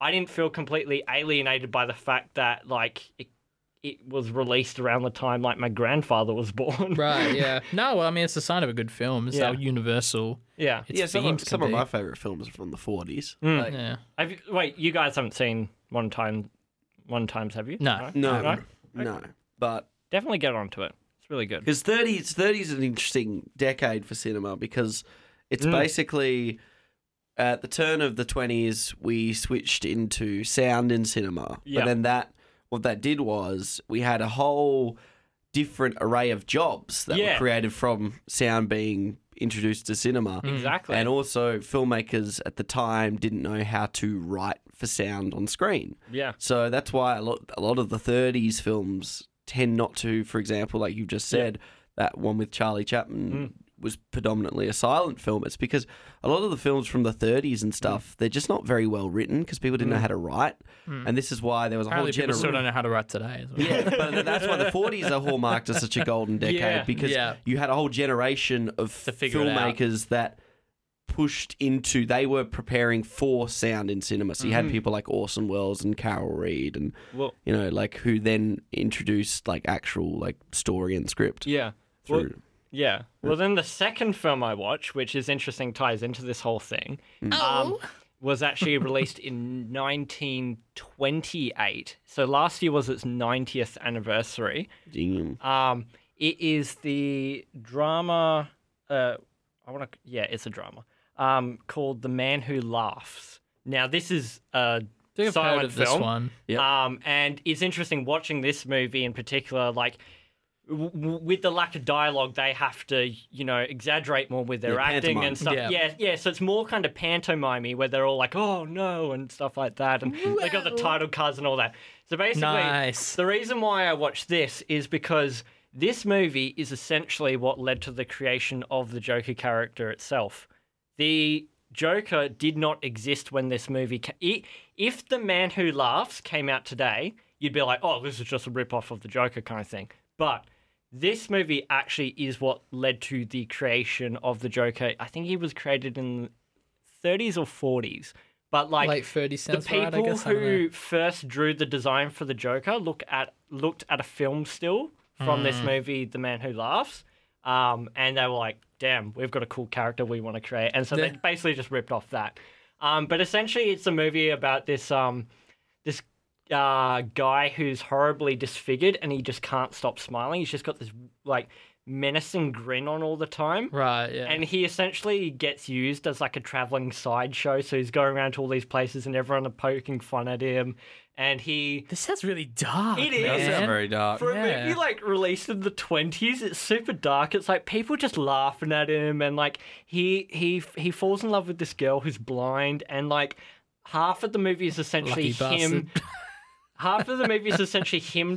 [SPEAKER 3] i didn't feel completely alienated by the fact that like it, it was released around the time like my grandfather was born
[SPEAKER 2] Right, yeah. No, well, I mean, it's a sign of a good film. It's
[SPEAKER 3] Yeah.
[SPEAKER 2] how universal
[SPEAKER 3] yeah
[SPEAKER 2] its
[SPEAKER 1] yeah, some,
[SPEAKER 2] themes
[SPEAKER 1] of,
[SPEAKER 2] can
[SPEAKER 1] some of
[SPEAKER 2] be.
[SPEAKER 1] my favorite films are from the 40s. Like,
[SPEAKER 2] Yeah.
[SPEAKER 3] Have you, wait you guys haven't seen one time one times have you
[SPEAKER 2] No.
[SPEAKER 1] No,
[SPEAKER 3] no
[SPEAKER 1] no, but
[SPEAKER 3] definitely get onto it it's really good
[SPEAKER 1] Because thirties thirties is an interesting decade for cinema because it's
[SPEAKER 3] Mm.
[SPEAKER 1] basically at the turn of the twenties we switched into sound in cinema.
[SPEAKER 3] Yeah.
[SPEAKER 1] But then that what that did was we had a whole different array of jobs that
[SPEAKER 3] Yeah.
[SPEAKER 1] were created from sound being introduced to cinema.
[SPEAKER 3] exactly
[SPEAKER 1] And also filmmakers at the time didn't know how to write for sound on screen.
[SPEAKER 3] yeah
[SPEAKER 1] So that's why a lot a lot of the 30s films tend not to, for example, like you just said, that one with Charlie Chaplin
[SPEAKER 2] Hmm.
[SPEAKER 1] was predominantly a silent film. It's because a lot of the films from the 30s
[SPEAKER 2] Hmm.
[SPEAKER 1] and stuff, they're just not very well written because people didn't know how to write. And this is why there was a
[SPEAKER 2] Hmm. Apparently,
[SPEAKER 1] whole
[SPEAKER 2] people still
[SPEAKER 1] generation.
[SPEAKER 2] don't know how to write today. As well.
[SPEAKER 1] Yeah, but that's why the 40s are hallmarked as such a golden decade
[SPEAKER 3] Yeah,
[SPEAKER 1] because
[SPEAKER 2] yeah.
[SPEAKER 1] you had a whole generation of
[SPEAKER 2] To figure it out.
[SPEAKER 1] filmmakers that pushed into they were preparing for sound in cinema. So you
[SPEAKER 2] Hmm.
[SPEAKER 1] had people like Orson Welles and Carol Reed and
[SPEAKER 3] Well,
[SPEAKER 1] you know like who then introduced like actual like story and script
[SPEAKER 3] yeah. Well,
[SPEAKER 1] through
[SPEAKER 3] yeah.
[SPEAKER 2] Hmm.
[SPEAKER 3] Well, then the second film I watched, which is interesting, ties into this whole thing,
[SPEAKER 2] Hmm.
[SPEAKER 3] um, was actually released in 1928. So last year was its 90th anniversary.
[SPEAKER 1] Damn.
[SPEAKER 3] Um, it is the drama. Uh, I want to. Yeah, it's a drama. Um, called The Man Who Laughs. Now this is
[SPEAKER 2] I
[SPEAKER 3] a
[SPEAKER 2] think I've
[SPEAKER 3] silent
[SPEAKER 2] heard of
[SPEAKER 3] film.
[SPEAKER 2] this one.
[SPEAKER 1] Yep.
[SPEAKER 3] Um, and it's interesting watching this movie in particular. Like w- w- with the lack of dialogue, they have to you know exaggerate more with their
[SPEAKER 1] Yeah,
[SPEAKER 3] acting
[SPEAKER 1] pantomime.
[SPEAKER 3] and stuff.
[SPEAKER 2] Yeah.
[SPEAKER 3] Yeah. yeah, So it's more kind of pantomimey where they're all like, "Oh no," and stuff like that, and they got the title cards and all that. So basically,
[SPEAKER 2] Nice.
[SPEAKER 3] the reason why I watched this is because this movie is essentially what led to the creation of the Joker character itself. The Joker did not exist when this movie ca- i If The Man Who Laughs came out today, you'd be like, oh, this is just a rip-off of the Joker kind of thing. But this movie actually is what led to the creation of the Joker. I think he was created in 30s or 40s. But like
[SPEAKER 2] Late 30s
[SPEAKER 3] the
[SPEAKER 2] sounds
[SPEAKER 3] people
[SPEAKER 2] right, I guess. I don't know.
[SPEAKER 3] who first drew the design for the Joker look at looked at a film still from this
[SPEAKER 2] Hmm.
[SPEAKER 3] movie, The Man Who Laughs, um, and they were like, "Damn, we've got a cool character we want to create," and so
[SPEAKER 2] Yeah.
[SPEAKER 3] they basically just ripped off that. Um, but essentially, it's a movie about this um, this uh, guy who's horribly disfigured and he just can't stop smiling. He's just got this like menacing grin on all the time.
[SPEAKER 2] Right, yeah.
[SPEAKER 3] And he essentially gets used as like a traveling sideshow. So he's going around to all these places and everyone are poking fun at him. And he.
[SPEAKER 2] this sounds really dark.
[SPEAKER 3] It is.
[SPEAKER 4] That
[SPEAKER 2] man.
[SPEAKER 4] sounds very dark.
[SPEAKER 3] For
[SPEAKER 2] Oh, Yeah.
[SPEAKER 3] a movie like released in the twenties, it's super dark. It's like people just laughing at him, and like he he he falls in love with this girl who's blind, and like half of the movie is essentially
[SPEAKER 2] Lucky
[SPEAKER 3] him. half of the movie is essentially him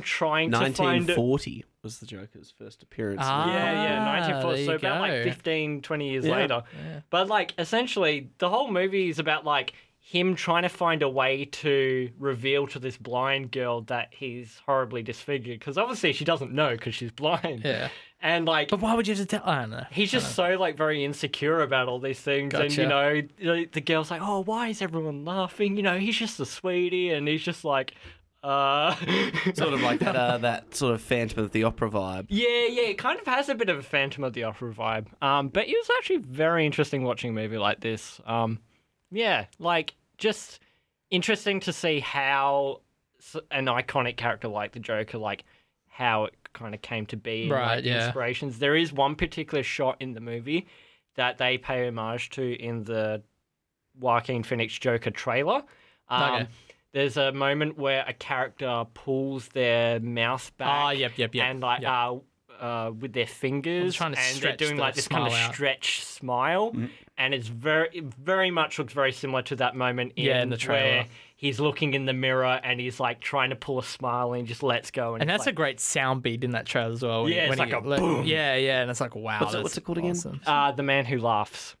[SPEAKER 3] trying to find
[SPEAKER 1] 1940 was the Joker's first appearance.
[SPEAKER 2] Ah.
[SPEAKER 3] Yeah, yeah,
[SPEAKER 2] Ah,
[SPEAKER 3] 1940. So
[SPEAKER 2] there you
[SPEAKER 3] about like
[SPEAKER 2] go.
[SPEAKER 3] 15, 20 years
[SPEAKER 1] Yeah.
[SPEAKER 3] later. But like essentially, the whole movie is about like him trying to find a way to reveal to this blind girl that he's horribly disfigured because obviously she doesn't know because she's blind.
[SPEAKER 2] Yeah. Oh,
[SPEAKER 3] And like
[SPEAKER 2] But why would you just tell? I don't know.
[SPEAKER 3] he's just so like very insecure about all these things and you
[SPEAKER 2] Gotcha.
[SPEAKER 3] know the, the girl's like oh why is everyone laughing you know he's just a sweetie and he's just like uh
[SPEAKER 1] Sort of like that, uh, that sort of Phantom of the Opera vibe.
[SPEAKER 3] Yeah, yeah, it kind of has a bit of a Phantom of the Opera vibe. Um, but it was actually very interesting watching a movie like this. Um, yeah, like just interesting to see how s- an iconic character like the Joker, like how it kind of came to be, and,
[SPEAKER 2] Right,
[SPEAKER 3] like, the
[SPEAKER 2] yeah.
[SPEAKER 3] inspirations. There is one particular shot in the movie that they pay homage to in the Joaquin Phoenix Joker trailer. Um,
[SPEAKER 2] Okay.
[SPEAKER 3] There's a moment where a character pulls their mouth back
[SPEAKER 2] Ah, yep, yep, yep.
[SPEAKER 3] and like
[SPEAKER 2] yep.
[SPEAKER 3] uh, uh, with their fingers,
[SPEAKER 2] trying to
[SPEAKER 3] and they're
[SPEAKER 2] stretch
[SPEAKER 3] doing
[SPEAKER 2] the
[SPEAKER 3] like this kind of
[SPEAKER 2] smile out.
[SPEAKER 3] stretch smile, and it's very, it very much looks very similar to that moment in,
[SPEAKER 2] Yeah, in the trailer.
[SPEAKER 3] where he's looking in the mirror and he's like trying to pull a smile and he just lets go, and,
[SPEAKER 2] and
[SPEAKER 3] it's
[SPEAKER 2] that's a great sound beat in that trailer as well. when-
[SPEAKER 3] Yeah, it's
[SPEAKER 2] when
[SPEAKER 3] like
[SPEAKER 2] he-
[SPEAKER 3] a boom.
[SPEAKER 2] Yeah, yeah, and it's like wow.
[SPEAKER 1] What's it-
[SPEAKER 2] that's
[SPEAKER 1] what's it called again?
[SPEAKER 2] awesome.
[SPEAKER 3] like uh, the man who laughs.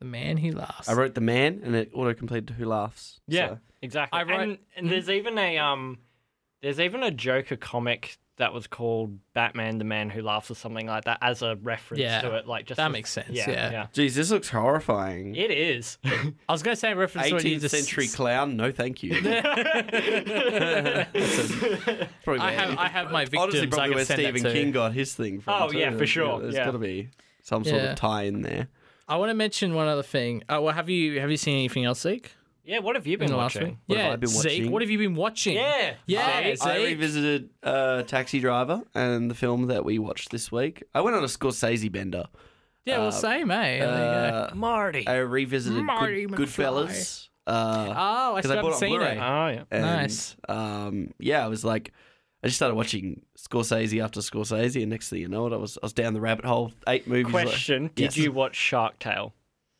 [SPEAKER 2] The man who laughs.
[SPEAKER 1] I wrote The Man and it auto completed to Who Laughs.
[SPEAKER 3] Yeah,
[SPEAKER 1] so-
[SPEAKER 3] exactly.
[SPEAKER 2] I write-
[SPEAKER 3] and, and there's even a um, there's even a Joker comic that was called Batman: The Man Who Laughs or something like that as a reference
[SPEAKER 2] Yeah,
[SPEAKER 3] to it. Like just
[SPEAKER 2] that
[SPEAKER 3] as-
[SPEAKER 2] makes sense, yeah.
[SPEAKER 3] yeah.
[SPEAKER 1] Geez, this looks horrifying.
[SPEAKER 3] It is.
[SPEAKER 2] I was going to say in reference to what you
[SPEAKER 1] 18th
[SPEAKER 2] just-
[SPEAKER 1] century clown? No, thank you. That's a- probably
[SPEAKER 2] I have,
[SPEAKER 1] where-
[SPEAKER 2] I have my victims.
[SPEAKER 1] honestly
[SPEAKER 2] I
[SPEAKER 1] probably
[SPEAKER 2] can
[SPEAKER 1] where
[SPEAKER 2] send that
[SPEAKER 1] Stephen
[SPEAKER 2] to.
[SPEAKER 1] King got his thing from.
[SPEAKER 3] Oh,
[SPEAKER 1] too.
[SPEAKER 3] yeah, for sure,
[SPEAKER 1] There's
[SPEAKER 3] yeah.
[SPEAKER 1] got to be some sort
[SPEAKER 2] Yeah.
[SPEAKER 1] of tie in there.
[SPEAKER 2] I want to mention one other thing. Uh, well, have you have you seen anything else, Zeke?
[SPEAKER 3] yeah. What have you
[SPEAKER 2] In
[SPEAKER 3] been
[SPEAKER 2] the last
[SPEAKER 3] watching?
[SPEAKER 2] week?
[SPEAKER 1] What
[SPEAKER 2] yeah,
[SPEAKER 1] have I been
[SPEAKER 2] Zeke.
[SPEAKER 1] watching?
[SPEAKER 2] What have you been watching?
[SPEAKER 3] Yeah.
[SPEAKER 2] yeah,
[SPEAKER 3] Zeke.
[SPEAKER 2] Zeke.
[SPEAKER 1] I revisited uh, Taxi Driver and the film that we watched this week. I went on a Scorsese bender.
[SPEAKER 2] yeah. Well,
[SPEAKER 1] uh,
[SPEAKER 2] same, eh? There you go.
[SPEAKER 1] Uh,
[SPEAKER 3] Marty.
[SPEAKER 1] I revisited
[SPEAKER 2] Marty
[SPEAKER 1] Good, Goodfellas. Uh,
[SPEAKER 2] Oh, I
[SPEAKER 1] 'cause
[SPEAKER 2] still
[SPEAKER 1] I
[SPEAKER 2] haven't
[SPEAKER 1] bought it on
[SPEAKER 2] seen
[SPEAKER 1] Blu-ray.
[SPEAKER 2] it.
[SPEAKER 3] Oh yeah.
[SPEAKER 1] And,
[SPEAKER 2] Nice.
[SPEAKER 1] Um, yeah, I was like, I just started watching Scorsese after Scorsese, and next thing you know, it, I was I was down the rabbit hole. Eight movies.
[SPEAKER 3] Question: Did
[SPEAKER 1] Yes.
[SPEAKER 3] you watch Shark Tale?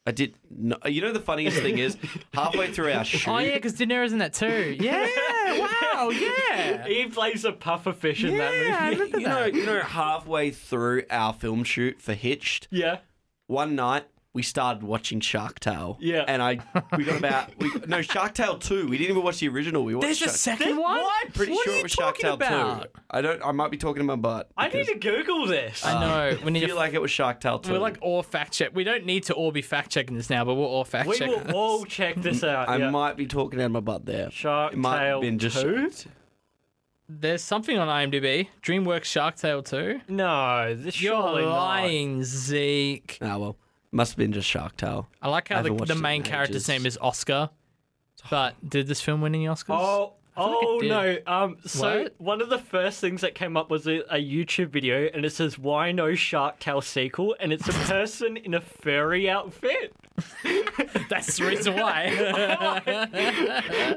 [SPEAKER 1] I did. No, you know the funniest thing is halfway through our shoot.
[SPEAKER 2] Oh yeah, because De Niro's in that too. Yeah. wow. Yeah.
[SPEAKER 3] He plays a puffer fish in
[SPEAKER 2] Yeah, I
[SPEAKER 3] that movie.
[SPEAKER 2] remember
[SPEAKER 1] You know,
[SPEAKER 2] that.
[SPEAKER 1] you know, halfway through our film shoot for Hitched,
[SPEAKER 3] Yeah.
[SPEAKER 1] one night we started watching Shark Tale.
[SPEAKER 3] Yeah.
[SPEAKER 1] and I we got about we, no Shark Tale two. We didn't even watch the original. We watched
[SPEAKER 2] There's a
[SPEAKER 1] Shark-
[SPEAKER 2] second one.
[SPEAKER 3] what?
[SPEAKER 1] Pretty
[SPEAKER 2] What
[SPEAKER 1] sure
[SPEAKER 2] are
[SPEAKER 1] it
[SPEAKER 2] you
[SPEAKER 1] was Shark
[SPEAKER 2] talking
[SPEAKER 1] Tale
[SPEAKER 2] about?
[SPEAKER 1] two. I don't. I might be talking about butt.
[SPEAKER 3] I need to Google this.
[SPEAKER 2] I know. We
[SPEAKER 1] I
[SPEAKER 2] need to
[SPEAKER 1] Uh, feel like it was Shark Tale two.
[SPEAKER 2] We're like all fact check. We don't need to all be fact checking this now, but we'll all fact
[SPEAKER 3] we
[SPEAKER 2] check.
[SPEAKER 3] will all check this out.
[SPEAKER 1] I
[SPEAKER 3] yeah.
[SPEAKER 1] might be talking out my butt there.
[SPEAKER 3] Shark
[SPEAKER 1] It might have
[SPEAKER 3] Tale
[SPEAKER 1] been just
[SPEAKER 3] 2?
[SPEAKER 2] There's something on IMDb. DreamWorks Shark Tale 2.
[SPEAKER 3] No, this
[SPEAKER 2] You're
[SPEAKER 3] surely not.
[SPEAKER 2] lying, Zeke.
[SPEAKER 1] Ah well, must have been just Shark Tale.
[SPEAKER 2] I like how
[SPEAKER 1] I haven't
[SPEAKER 2] the, the
[SPEAKER 1] watched it in
[SPEAKER 2] main character's
[SPEAKER 1] ages.
[SPEAKER 2] name is Oscar. But did this film win any Oscars?
[SPEAKER 3] Oh,
[SPEAKER 2] like it
[SPEAKER 3] oh
[SPEAKER 2] did.
[SPEAKER 3] no. Um, so
[SPEAKER 2] What?
[SPEAKER 3] one of the first things that came up was a, a YouTube video, and it says "Why no Shark Tale sequel?" and it's a person in a furry outfit.
[SPEAKER 2] That's the reason why.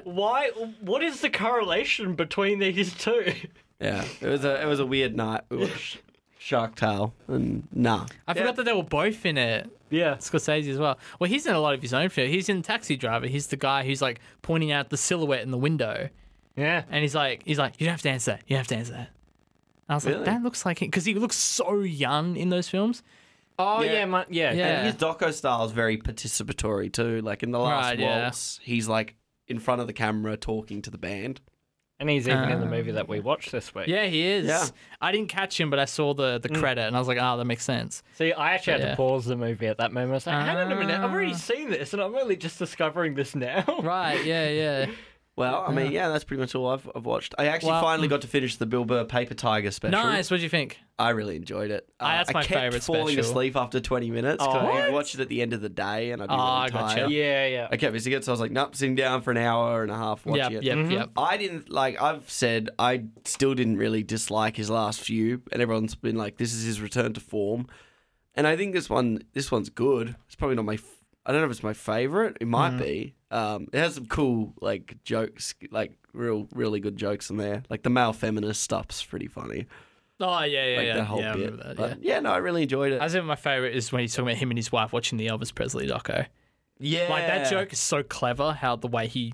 [SPEAKER 3] Why? What is the correlation between these two?
[SPEAKER 1] Yeah, it was a it was a weird night. We watched Shark Tale and nah.
[SPEAKER 2] I forgot that they were both in it.
[SPEAKER 3] Yeah.
[SPEAKER 2] Scorsese as well. Well, he's in a lot of his own film. He's in Taxi Driver. He's the guy who's like pointing out the silhouette in the window.
[SPEAKER 3] Yeah.
[SPEAKER 2] And he's like, he's like, you don't have to answer that. You don't have to answer that. And I was
[SPEAKER 1] Really?
[SPEAKER 2] like, that looks like him because he looks so young in those films.
[SPEAKER 3] Oh
[SPEAKER 1] Yeah.
[SPEAKER 3] yeah. Yeah. My, yeah.
[SPEAKER 2] Yeah.
[SPEAKER 1] And his doco style is very participatory too. Like in the last
[SPEAKER 2] Right, yeah.
[SPEAKER 1] waltz, he's like in front of the camera talking to the band.
[SPEAKER 3] And he's even in the movie that we watched this week.
[SPEAKER 2] Uh, Yeah, he is.
[SPEAKER 1] Yeah.
[SPEAKER 2] I didn't catch him, but I saw the the credit and I was like, ah, that makes sense.
[SPEAKER 3] See, I actually had
[SPEAKER 2] Yeah.
[SPEAKER 3] to pause the movie at that moment. I was like, hang on a minute, I've already
[SPEAKER 2] Ah.
[SPEAKER 3] seen this, and I'm only just discovering this now.
[SPEAKER 2] Right? Yeah, yeah.
[SPEAKER 1] Well, I mean, yeah, that's pretty much all I've, I've watched. I actually
[SPEAKER 2] Well- mm.
[SPEAKER 1] finally got to finish the Bill Burr Paper Tiger special.
[SPEAKER 2] nice. What do you think?
[SPEAKER 1] I really enjoyed it.
[SPEAKER 2] Ah, that's my
[SPEAKER 1] I kept
[SPEAKER 2] favourite
[SPEAKER 1] falling
[SPEAKER 2] special.
[SPEAKER 1] asleep after 20 minutes. 'cause
[SPEAKER 3] Oh.
[SPEAKER 1] I
[SPEAKER 3] What?
[SPEAKER 1] watched it at the end of the day and I'd be
[SPEAKER 2] Ah, I
[SPEAKER 1] really
[SPEAKER 2] gotcha.
[SPEAKER 1] tired.
[SPEAKER 3] Yeah, yeah.
[SPEAKER 1] I kept missing it, so I was like, nope, sitting down for an hour and a half watching it.
[SPEAKER 2] Yep, yep, yep.
[SPEAKER 1] I didn't like. I've said I still didn't really dislike his last few, and everyone's been like, "This is his return to form." And I think this one, this one's good. It's probably not my. F- I don't know if it's my favorite. It might be. Um, it has some cool like jokes, like real, really good jokes in there. Like the male feminist stuff's pretty funny.
[SPEAKER 2] Oh yeah, yeah,
[SPEAKER 1] Like
[SPEAKER 2] yeah.
[SPEAKER 1] that whole
[SPEAKER 2] yeah, I
[SPEAKER 1] bit.
[SPEAKER 2] remember that. yeah.
[SPEAKER 1] But, yeah, no, I really enjoyed it.
[SPEAKER 2] I think my favorite is when he's talking about him and his wife watching the Elvis Presley doco.
[SPEAKER 1] yeah,
[SPEAKER 2] Like that joke is so clever. How the way he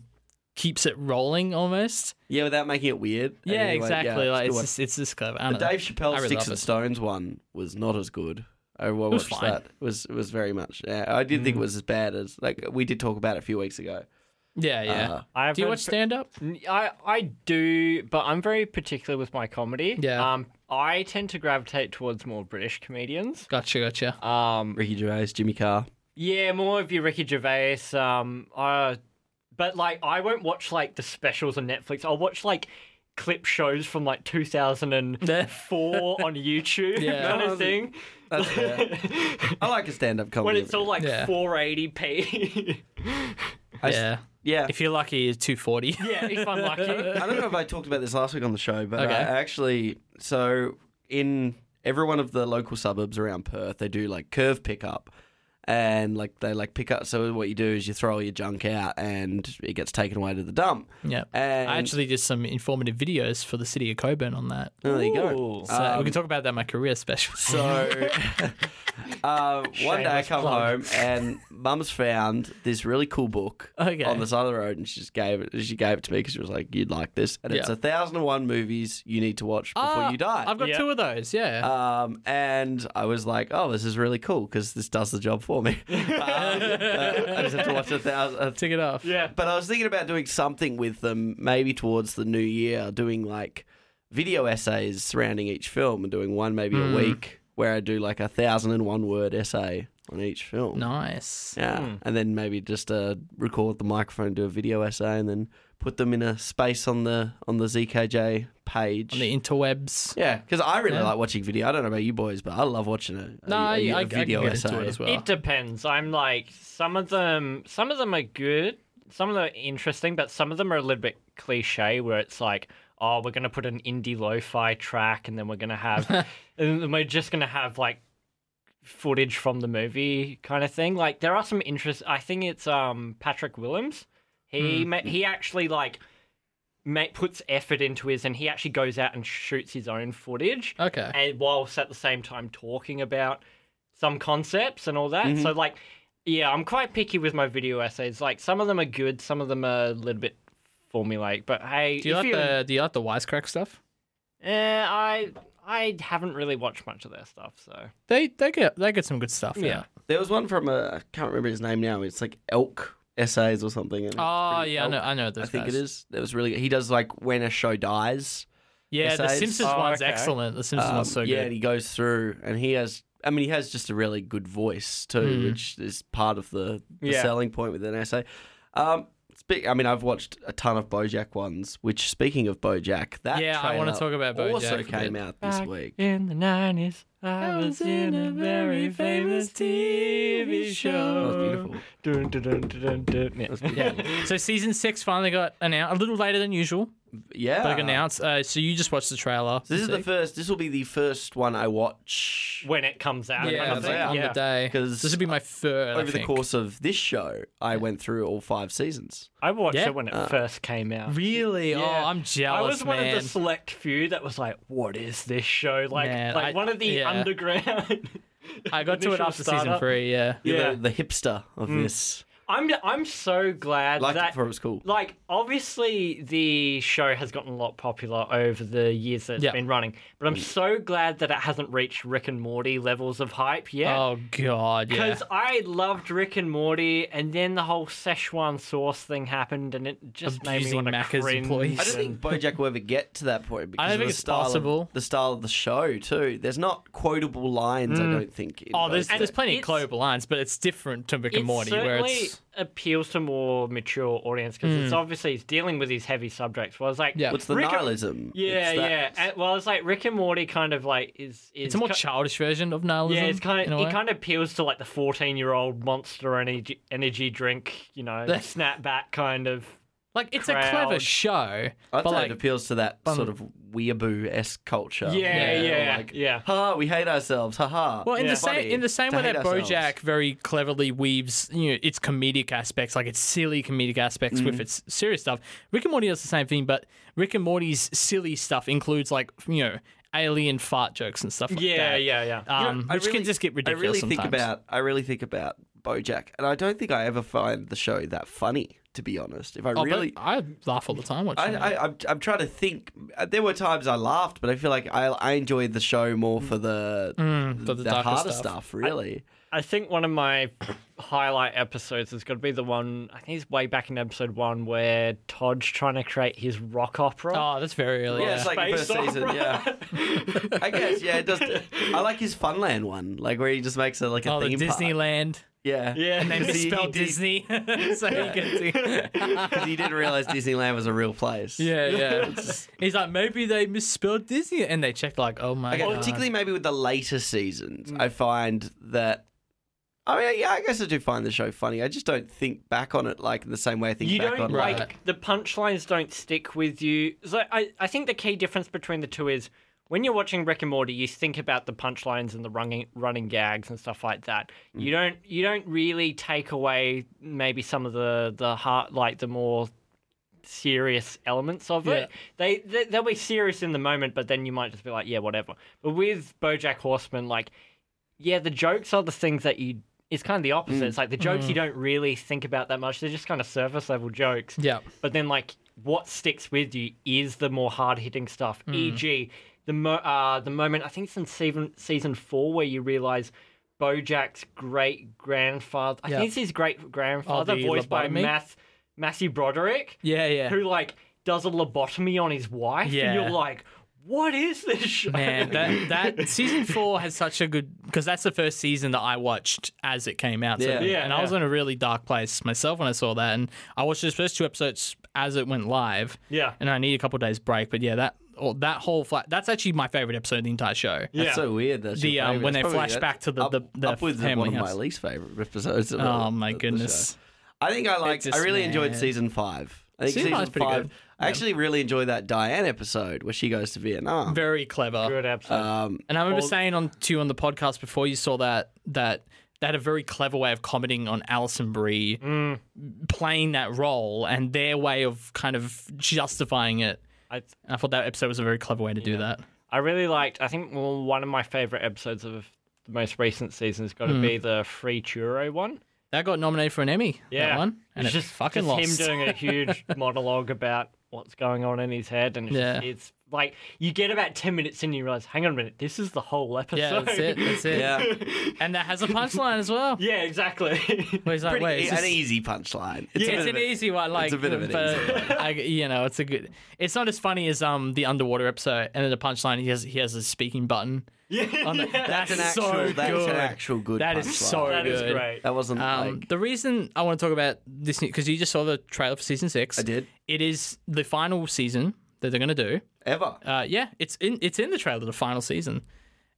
[SPEAKER 2] keeps it rolling almost.
[SPEAKER 1] Yeah, without making it weird. And
[SPEAKER 2] Yeah,
[SPEAKER 1] anyway,
[SPEAKER 2] exactly.
[SPEAKER 1] it's a
[SPEAKER 2] like
[SPEAKER 1] good
[SPEAKER 2] it's
[SPEAKER 1] one.
[SPEAKER 2] just, it's just clever. I
[SPEAKER 1] The
[SPEAKER 2] don't know.
[SPEAKER 1] Dave Chappelle
[SPEAKER 2] I really
[SPEAKER 1] Sticks
[SPEAKER 2] love
[SPEAKER 1] and
[SPEAKER 2] it.
[SPEAKER 1] Stones one was not as good. I wa-
[SPEAKER 2] was
[SPEAKER 1] watched
[SPEAKER 2] fine. Mm.
[SPEAKER 1] that. It was it was very much. Yeah, I didn't think it was as bad as like we did talk about it a few weeks ago.
[SPEAKER 2] Yeah, yeah.
[SPEAKER 1] Uh,
[SPEAKER 3] I've
[SPEAKER 2] do you
[SPEAKER 3] heard
[SPEAKER 2] watch
[SPEAKER 3] p-
[SPEAKER 2] stand up?
[SPEAKER 3] N- I I do, but I'm very particular with my comedy.
[SPEAKER 2] Yeah.
[SPEAKER 3] Um, I tend to gravitate towards more British comedians.
[SPEAKER 2] Gotcha, gotcha.
[SPEAKER 3] Um,
[SPEAKER 1] Ricky Gervais, Jimmy Carr.
[SPEAKER 3] yeah, more of your Ricky Gervais. Um, uh, but like I won't watch like the specials on Netflix. I'll watch like clip shows from like 2004 on YouTube
[SPEAKER 2] Yeah.
[SPEAKER 3] kind of thing.
[SPEAKER 1] That's fair. I like a stand-up
[SPEAKER 3] when
[SPEAKER 1] comedy.
[SPEAKER 3] it's all like
[SPEAKER 2] Yeah.
[SPEAKER 3] 480p.
[SPEAKER 2] yeah.
[SPEAKER 1] yeah.
[SPEAKER 2] If you're lucky, it's 240.
[SPEAKER 3] yeah, if I'm lucky.
[SPEAKER 1] I don't know if I talked about this last week on the show, but
[SPEAKER 2] Okay.
[SPEAKER 1] I actually, so in every one of the local suburbs around Perth, they do like curve pickup, and like they like pick up. So what you do is you throw all your junk out, and it gets taken away to the dump.
[SPEAKER 2] Yeah.
[SPEAKER 1] And
[SPEAKER 2] I actually did some informative videos for the city of Coburn on that.
[SPEAKER 1] Oh, there you go.
[SPEAKER 3] Ooh.
[SPEAKER 2] So
[SPEAKER 1] Um,
[SPEAKER 2] we can talk about that in my career special.
[SPEAKER 1] So uh, one day I
[SPEAKER 3] Shameless
[SPEAKER 1] come home
[SPEAKER 3] plug.
[SPEAKER 1] and Mum's found this really cool book
[SPEAKER 2] Okay.
[SPEAKER 1] on the side of the road, and she just gave it. She gave it to me because she was like, "You'd like this," and it's
[SPEAKER 2] Yeah.
[SPEAKER 1] a thousand and one movies you need to watch before
[SPEAKER 2] Ah,
[SPEAKER 1] you die.
[SPEAKER 2] I've got
[SPEAKER 3] Yeah.
[SPEAKER 2] two of those, yeah.
[SPEAKER 1] um, and I was like, "Oh, this is really cool because this does the job for me." Um, uh, I just have to watch a thousand. a
[SPEAKER 2] Tick it off.
[SPEAKER 3] Yeah.
[SPEAKER 1] but I was thinking about doing something with them, maybe towards the new year, doing like video essays surrounding each film and doing one maybe
[SPEAKER 2] Hmm.
[SPEAKER 1] a week where I do like a thousand and one word essay on each film.
[SPEAKER 2] Nice. Hmm.
[SPEAKER 1] Yeah. And then maybe just uh, record the microphone, do a video essay, and then put them in a space on the on the ZKJ page.
[SPEAKER 2] On the interwebs.
[SPEAKER 1] yeah, because I really
[SPEAKER 2] Yeah.
[SPEAKER 1] like watching video. I don't know about you boys, but I love watching a, a-
[SPEAKER 2] No, I,
[SPEAKER 1] a- a
[SPEAKER 2] I, I can
[SPEAKER 1] video
[SPEAKER 2] get
[SPEAKER 1] essay.
[SPEAKER 2] into it as well.
[SPEAKER 3] It depends. I'm like some of them. Some of them are good. Some of them are interesting, but some of them are a little bit cliche. Where it's like, oh, we're gonna put an indie lo-fi track, and then we're gonna have, and then we're just gonna have like footage from the movie kind of thing. Like there are some interest. I think it's um Patrick Willems. He ma- he actually like. Ma- puts effort into his, and he actually goes out and shoots his own footage
[SPEAKER 2] okay.
[SPEAKER 3] Mm-hmm. and whilst at the same time talking about some concepts and all that. So like Yeah, I'm quite picky with my video essays. Like some of them are good, some of them are a little bit formulaic. But hey,
[SPEAKER 2] Do you
[SPEAKER 3] if
[SPEAKER 2] like the Do you like the wisecrack stuff?
[SPEAKER 3] Eh, I I haven't really watched much of their stuff, so
[SPEAKER 2] They they get they get some good stuff. Yeah.
[SPEAKER 1] There was one from a I can't remember his name now. It's like Elk Essays or something. and it's
[SPEAKER 2] Oh
[SPEAKER 1] pretty-
[SPEAKER 2] yeah, I
[SPEAKER 1] Elk,
[SPEAKER 2] know I know those
[SPEAKER 1] I think
[SPEAKER 2] guys.
[SPEAKER 1] it is. It was really. He does like when a show dies.
[SPEAKER 2] Yeah, the
[SPEAKER 1] Essays.
[SPEAKER 2] Simpsons
[SPEAKER 3] Oh,
[SPEAKER 2] one's
[SPEAKER 3] okay.
[SPEAKER 2] excellent. The Simpsons
[SPEAKER 1] Um,
[SPEAKER 2] one's so
[SPEAKER 1] yeah, and
[SPEAKER 2] good.
[SPEAKER 1] he goes through, and he has. I mean, he has just a really good voice too,
[SPEAKER 2] Mm.
[SPEAKER 1] which is part of the, the
[SPEAKER 3] Yeah.
[SPEAKER 1] selling point with an essay. Um, speak. I mean, I've watched a ton of BoJack ones. Which, speaking of BoJack, that
[SPEAKER 2] Yeah, I wanna
[SPEAKER 1] trailer
[SPEAKER 2] talk about BoJack
[SPEAKER 1] Also
[SPEAKER 2] a
[SPEAKER 1] came
[SPEAKER 2] bit.
[SPEAKER 1] out this week.
[SPEAKER 3] in the nineties, I was in a very famous TV
[SPEAKER 1] That was
[SPEAKER 3] show.
[SPEAKER 1] beautiful.
[SPEAKER 3] Dun, dun, dun, dun, dun. Yeah.
[SPEAKER 2] Yeah. so season six finally got announced a little later than usual,
[SPEAKER 1] Yeah.
[SPEAKER 2] but
[SPEAKER 3] Ah.
[SPEAKER 2] it got announced. Uh, so you just watched the trailer.
[SPEAKER 1] So this is the
[SPEAKER 2] See?
[SPEAKER 1] first. This will be the first one I watch
[SPEAKER 3] When it comes out,
[SPEAKER 2] yeah,
[SPEAKER 1] it
[SPEAKER 3] kind of
[SPEAKER 1] comes
[SPEAKER 3] thing.
[SPEAKER 1] out.
[SPEAKER 2] on
[SPEAKER 3] Yeah.
[SPEAKER 2] the day
[SPEAKER 1] 'Cause
[SPEAKER 2] because this would be my third I
[SPEAKER 1] over the
[SPEAKER 2] think.
[SPEAKER 1] course of this show. I went through all five seasons.
[SPEAKER 3] I watched
[SPEAKER 2] Yeah.
[SPEAKER 3] it when it first came out.
[SPEAKER 2] Really?
[SPEAKER 3] Yeah.
[SPEAKER 2] Oh, I'm
[SPEAKER 3] I
[SPEAKER 2] jealous,
[SPEAKER 3] was one
[SPEAKER 2] man.
[SPEAKER 3] of the select few that was like, "What is this show?" Like,
[SPEAKER 2] Man,
[SPEAKER 3] like
[SPEAKER 2] I-
[SPEAKER 3] one of the
[SPEAKER 2] yeah.
[SPEAKER 3] underground.
[SPEAKER 2] I got to it
[SPEAKER 3] initial
[SPEAKER 2] after season
[SPEAKER 3] startup.
[SPEAKER 2] three. Yeah. Hmm.
[SPEAKER 1] You're
[SPEAKER 3] Yeah.
[SPEAKER 1] the, the hipster of this.
[SPEAKER 3] I'm I'm so glad
[SPEAKER 1] Like
[SPEAKER 3] that
[SPEAKER 1] it was cool.
[SPEAKER 3] like obviously the show has gotten a lot popular over the years that it's
[SPEAKER 2] Yeah.
[SPEAKER 3] been running, but I'm so glad that it hasn't reached Rick and Morty levels of hype yet.
[SPEAKER 2] Oh God. Yeah.
[SPEAKER 3] Because I loved Rick and Morty, and then the whole Szechuan sauce thing happened, and it just
[SPEAKER 2] Abusing
[SPEAKER 3] made me want to
[SPEAKER 2] Macca's
[SPEAKER 3] cringe.
[SPEAKER 2] employees.
[SPEAKER 1] I don't think BoJack will ever get to that point because
[SPEAKER 2] don't
[SPEAKER 1] of
[SPEAKER 2] think
[SPEAKER 1] the
[SPEAKER 2] it's
[SPEAKER 1] style of-
[SPEAKER 2] possible.
[SPEAKER 1] the style of the show too. There's not quotable lines. I don't think. in
[SPEAKER 2] Oh, there's
[SPEAKER 1] BoJack.
[SPEAKER 2] there's plenty of
[SPEAKER 3] it's-
[SPEAKER 2] clothes lines, but it's different to Rick
[SPEAKER 3] it
[SPEAKER 2] and Morty, where
[SPEAKER 3] certainly
[SPEAKER 2] it's Hmm.
[SPEAKER 3] appeals to more mature audience because it's obviously it's dealing with these heavy subjects. Well, it's like
[SPEAKER 2] Yeah.
[SPEAKER 1] what's the
[SPEAKER 3] Rick and-
[SPEAKER 1] nihilism?
[SPEAKER 3] Yeah,
[SPEAKER 1] It's that-
[SPEAKER 3] yeah. And- well, it's like Rick and Morty kind of like is is
[SPEAKER 2] it's a more
[SPEAKER 3] ki-
[SPEAKER 2] childish version of nihilism.
[SPEAKER 3] yeah, it's kind
[SPEAKER 2] in a
[SPEAKER 3] of
[SPEAKER 2] way.
[SPEAKER 3] it kind of appeals to like the fourteen year old monster energy energy drink, you know, snapback kind of.
[SPEAKER 2] like it's a
[SPEAKER 3] crowd.
[SPEAKER 2] clever show,
[SPEAKER 1] I'd
[SPEAKER 2] but
[SPEAKER 1] say
[SPEAKER 2] like
[SPEAKER 1] it
[SPEAKER 2] um,
[SPEAKER 1] appeals to that sort of weeaboo esque culture.
[SPEAKER 2] Oh,
[SPEAKER 3] Yeah,
[SPEAKER 1] You know,
[SPEAKER 3] yeah,
[SPEAKER 1] like,
[SPEAKER 3] yeah.
[SPEAKER 1] Ha! We hate ourselves. Ha ha.
[SPEAKER 2] Well, in
[SPEAKER 3] Yeah.
[SPEAKER 2] the same
[SPEAKER 1] Funny
[SPEAKER 2] in the same
[SPEAKER 1] to
[SPEAKER 2] way
[SPEAKER 1] hate
[SPEAKER 2] that
[SPEAKER 1] ourselves.
[SPEAKER 2] BoJack very cleverly weaves you know its comedic aspects, like its silly comedic aspects with
[SPEAKER 1] Mm-hmm.
[SPEAKER 2] its serious stuff. Rick and Morty does the same thing, but Rick and Morty's silly stuff includes like you know alien fart jokes and stuff like
[SPEAKER 3] Yeah,
[SPEAKER 2] that.
[SPEAKER 3] yeah, yeah.
[SPEAKER 2] Um,
[SPEAKER 1] I
[SPEAKER 2] which
[SPEAKER 1] really-
[SPEAKER 2] can just get
[SPEAKER 1] I
[SPEAKER 2] ridiculous.
[SPEAKER 1] really think
[SPEAKER 2] sometimes.
[SPEAKER 1] about I really think about BoJack, and I don't think I ever find the show that funny. To be honest, if I
[SPEAKER 2] Oh, but
[SPEAKER 1] really,
[SPEAKER 2] I laugh all the time watching
[SPEAKER 1] I,
[SPEAKER 2] it.
[SPEAKER 1] I, I'm, I'm trying to think. There were times I laughed, but I feel like I, I enjoyed the show more for the
[SPEAKER 2] for the
[SPEAKER 1] the,
[SPEAKER 2] darker
[SPEAKER 1] harder
[SPEAKER 2] stuff.
[SPEAKER 1] stuff. really,
[SPEAKER 3] I think one of my highlight episodes has got to be the one. I think it's way back in episode one where Todd's trying to create his rock opera.
[SPEAKER 2] Oh, that's very early.
[SPEAKER 1] yeah, it's like the
[SPEAKER 3] Space
[SPEAKER 1] first season. Yeah, I guess. Yeah, it does. I like his Funland one, like where he just makes it like a
[SPEAKER 2] oh, the
[SPEAKER 1] theme park.
[SPEAKER 2] Disneyland.
[SPEAKER 1] Yeah,
[SPEAKER 3] Yeah. And
[SPEAKER 2] They
[SPEAKER 3] they
[SPEAKER 1] Because he- he
[SPEAKER 2] misspelled
[SPEAKER 1] did-
[SPEAKER 2] Disney, so he can do.
[SPEAKER 1] because he didn't realize Disneyland was a real place.
[SPEAKER 2] Yeah, yeah. He's like, maybe they misspelled Disney, and they checked like, oh my
[SPEAKER 1] Okay,
[SPEAKER 2] god.
[SPEAKER 1] particularly maybe with the later seasons, I find that. I mean, yeah, I guess I do find the show funny. I just don't think back on it like the same way I think
[SPEAKER 3] you
[SPEAKER 1] back
[SPEAKER 3] don't
[SPEAKER 1] on
[SPEAKER 3] like
[SPEAKER 1] like.
[SPEAKER 3] the punchlines don't stick with you so I, I think the key difference between the two is when you're watching rick and morty you think about the punchlines and the running, running gags and stuff like that
[SPEAKER 1] Mm.
[SPEAKER 3] you don't you don't really take away maybe some of the the heart like the more serious elements of it they, they they'll be serious in the moment but then you might just be like yeah whatever but with bojack horseman like yeah, the jokes are the things that you. It's kind of the opposite.
[SPEAKER 1] Mm.
[SPEAKER 3] It's like the jokes you don't really think about that much. They're just kind of surface level jokes.
[SPEAKER 2] Mm. Yeah.
[SPEAKER 3] But then, like, what sticks with you is the more hard hitting stuff.
[SPEAKER 2] Mm.
[SPEAKER 3] E.g., the mo- uh, the moment I think it's in season season four where you realize BoJack's great grandfather. I
[SPEAKER 2] Yeah.
[SPEAKER 3] think it's his great grandfather,
[SPEAKER 2] the
[SPEAKER 3] voiced by
[SPEAKER 2] lobotomy?
[SPEAKER 3] Math Matthew Broderick,
[SPEAKER 2] Yeah, yeah.
[SPEAKER 3] who like does a lobotomy on his wife.
[SPEAKER 2] Yeah.
[SPEAKER 3] And you're like, what is this show?
[SPEAKER 2] Man, that, that season four has such a good because that's the first season that I watched as it came out. So,
[SPEAKER 1] Yeah.
[SPEAKER 3] Yeah,
[SPEAKER 2] and I was
[SPEAKER 3] yeah.
[SPEAKER 2] in a really dark place myself when I saw that, and I watched those first two episodes as it went live.
[SPEAKER 3] Yeah.
[SPEAKER 2] and I need a couple days break, but yeah, that or that whole flat that's actually my favorite episode of the entire show.
[SPEAKER 1] That's
[SPEAKER 3] Yeah.
[SPEAKER 1] so weird. That's
[SPEAKER 2] The,
[SPEAKER 1] your
[SPEAKER 2] um,
[SPEAKER 1] favourite.
[SPEAKER 2] when they
[SPEAKER 1] It's probably
[SPEAKER 2] flash
[SPEAKER 1] that-
[SPEAKER 2] back to the-
[SPEAKER 1] up,
[SPEAKER 2] the- the
[SPEAKER 1] up with
[SPEAKER 2] family
[SPEAKER 1] one of my
[SPEAKER 2] house.
[SPEAKER 1] least favorite episodes. Of
[SPEAKER 2] Oh
[SPEAKER 1] all
[SPEAKER 2] my
[SPEAKER 1] the- the
[SPEAKER 2] goodness.
[SPEAKER 1] show. I think I liked. I
[SPEAKER 2] just-
[SPEAKER 1] really enjoyed
[SPEAKER 2] man.
[SPEAKER 1] season five. I think
[SPEAKER 2] Season
[SPEAKER 1] season,
[SPEAKER 2] five's pretty
[SPEAKER 1] five.
[SPEAKER 2] good.
[SPEAKER 1] I actually really enjoy that Diane episode where she goes to Vietnam.
[SPEAKER 2] Very clever.
[SPEAKER 3] Good episode.
[SPEAKER 1] Um,
[SPEAKER 2] And I remember saying on to you on the podcast before you saw that that they had a very clever way of commenting on Alison Brie
[SPEAKER 3] Mm.
[SPEAKER 2] playing that role and their way of kind of justifying it.
[SPEAKER 3] I,
[SPEAKER 2] I thought that episode was a very clever way to do that.
[SPEAKER 3] I really liked. I think
[SPEAKER 2] Hmm.
[SPEAKER 3] well, one of my favorite episodes of the most recent season has got to be the free churro one.
[SPEAKER 2] That got nominated for an Emmy.
[SPEAKER 3] Yeah.
[SPEAKER 2] that one, and
[SPEAKER 3] it's
[SPEAKER 2] it
[SPEAKER 3] just
[SPEAKER 2] fucking
[SPEAKER 3] just
[SPEAKER 2] lost.
[SPEAKER 3] him doing a huge monologue about what's going on in his head, and it's, just-
[SPEAKER 2] Yeah.
[SPEAKER 3] it's like you get about ten minutes in, and you realize, hang on a minute, this is the whole episode.
[SPEAKER 2] yeah, that's it. That's it.
[SPEAKER 1] Yeah.
[SPEAKER 2] And that has a punchline as well.
[SPEAKER 3] Yeah, e- exactly.
[SPEAKER 2] Where he's like,
[SPEAKER 1] Pretty, e,
[SPEAKER 2] wait, is
[SPEAKER 1] an
[SPEAKER 2] this-
[SPEAKER 1] easy punchline. a
[SPEAKER 2] Yeah,
[SPEAKER 1] bit
[SPEAKER 2] it's
[SPEAKER 1] of
[SPEAKER 2] an
[SPEAKER 1] a-
[SPEAKER 2] easy one. Like,
[SPEAKER 1] a bit of an
[SPEAKER 2] but
[SPEAKER 1] easy
[SPEAKER 2] I, you know, it's a good. It's not as funny as um the underwater episode, and then the punchline. He has he has a speaking button.
[SPEAKER 3] yeah,
[SPEAKER 2] On the,
[SPEAKER 3] yeah.
[SPEAKER 2] that's
[SPEAKER 1] That's an actual,
[SPEAKER 2] so
[SPEAKER 1] that's
[SPEAKER 2] good.
[SPEAKER 1] an actual good
[SPEAKER 2] That is
[SPEAKER 1] punchline.
[SPEAKER 2] so
[SPEAKER 3] that is
[SPEAKER 2] good.
[SPEAKER 3] great.
[SPEAKER 1] That wasn't
[SPEAKER 2] Um,
[SPEAKER 1] like.
[SPEAKER 2] the reason I want to talk about this because you just saw the trailer for season six.
[SPEAKER 1] I did.
[SPEAKER 2] It is the final season that they're gonna do.
[SPEAKER 1] Ever.
[SPEAKER 2] Uh, yeah, it's in it's in the trailer, the final season.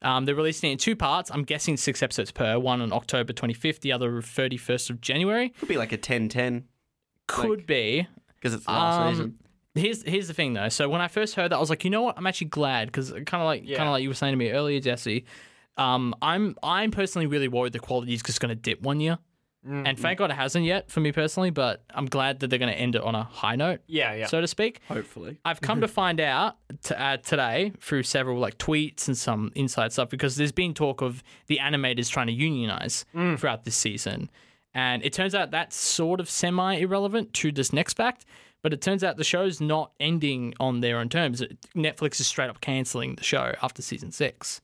[SPEAKER 2] Um, they're releasing it in two parts. I'm guessing six episodes per. One on October 25th, the other 31st of January.
[SPEAKER 1] Could be like a 10 10
[SPEAKER 2] Could be.
[SPEAKER 1] because it's the last
[SPEAKER 2] Um,
[SPEAKER 1] season.
[SPEAKER 2] Here's here's the thing though. So when I first heard that, I was like, you know what? I'm actually glad because kind of like
[SPEAKER 3] Yeah.
[SPEAKER 2] kind of like you were saying to me earlier, Jesse. Um, I'm I'm personally really worried the quality is just going to dip one year,
[SPEAKER 3] Mm-hmm.
[SPEAKER 2] and thank God it hasn't yet for me personally. But I'm glad that they're going to end it on a high note,
[SPEAKER 3] yeah, yeah.
[SPEAKER 2] so to speak.
[SPEAKER 1] Hopefully.
[SPEAKER 2] I've come to find out to, uh, today through several like tweets and some inside stuff because there's been talk of the animators trying to unionize throughout this season, and it turns out that's sort of semi irrelevant to this next fact. But it turns out the show's not ending on their own terms. Netflix is straight up canceling the show after season six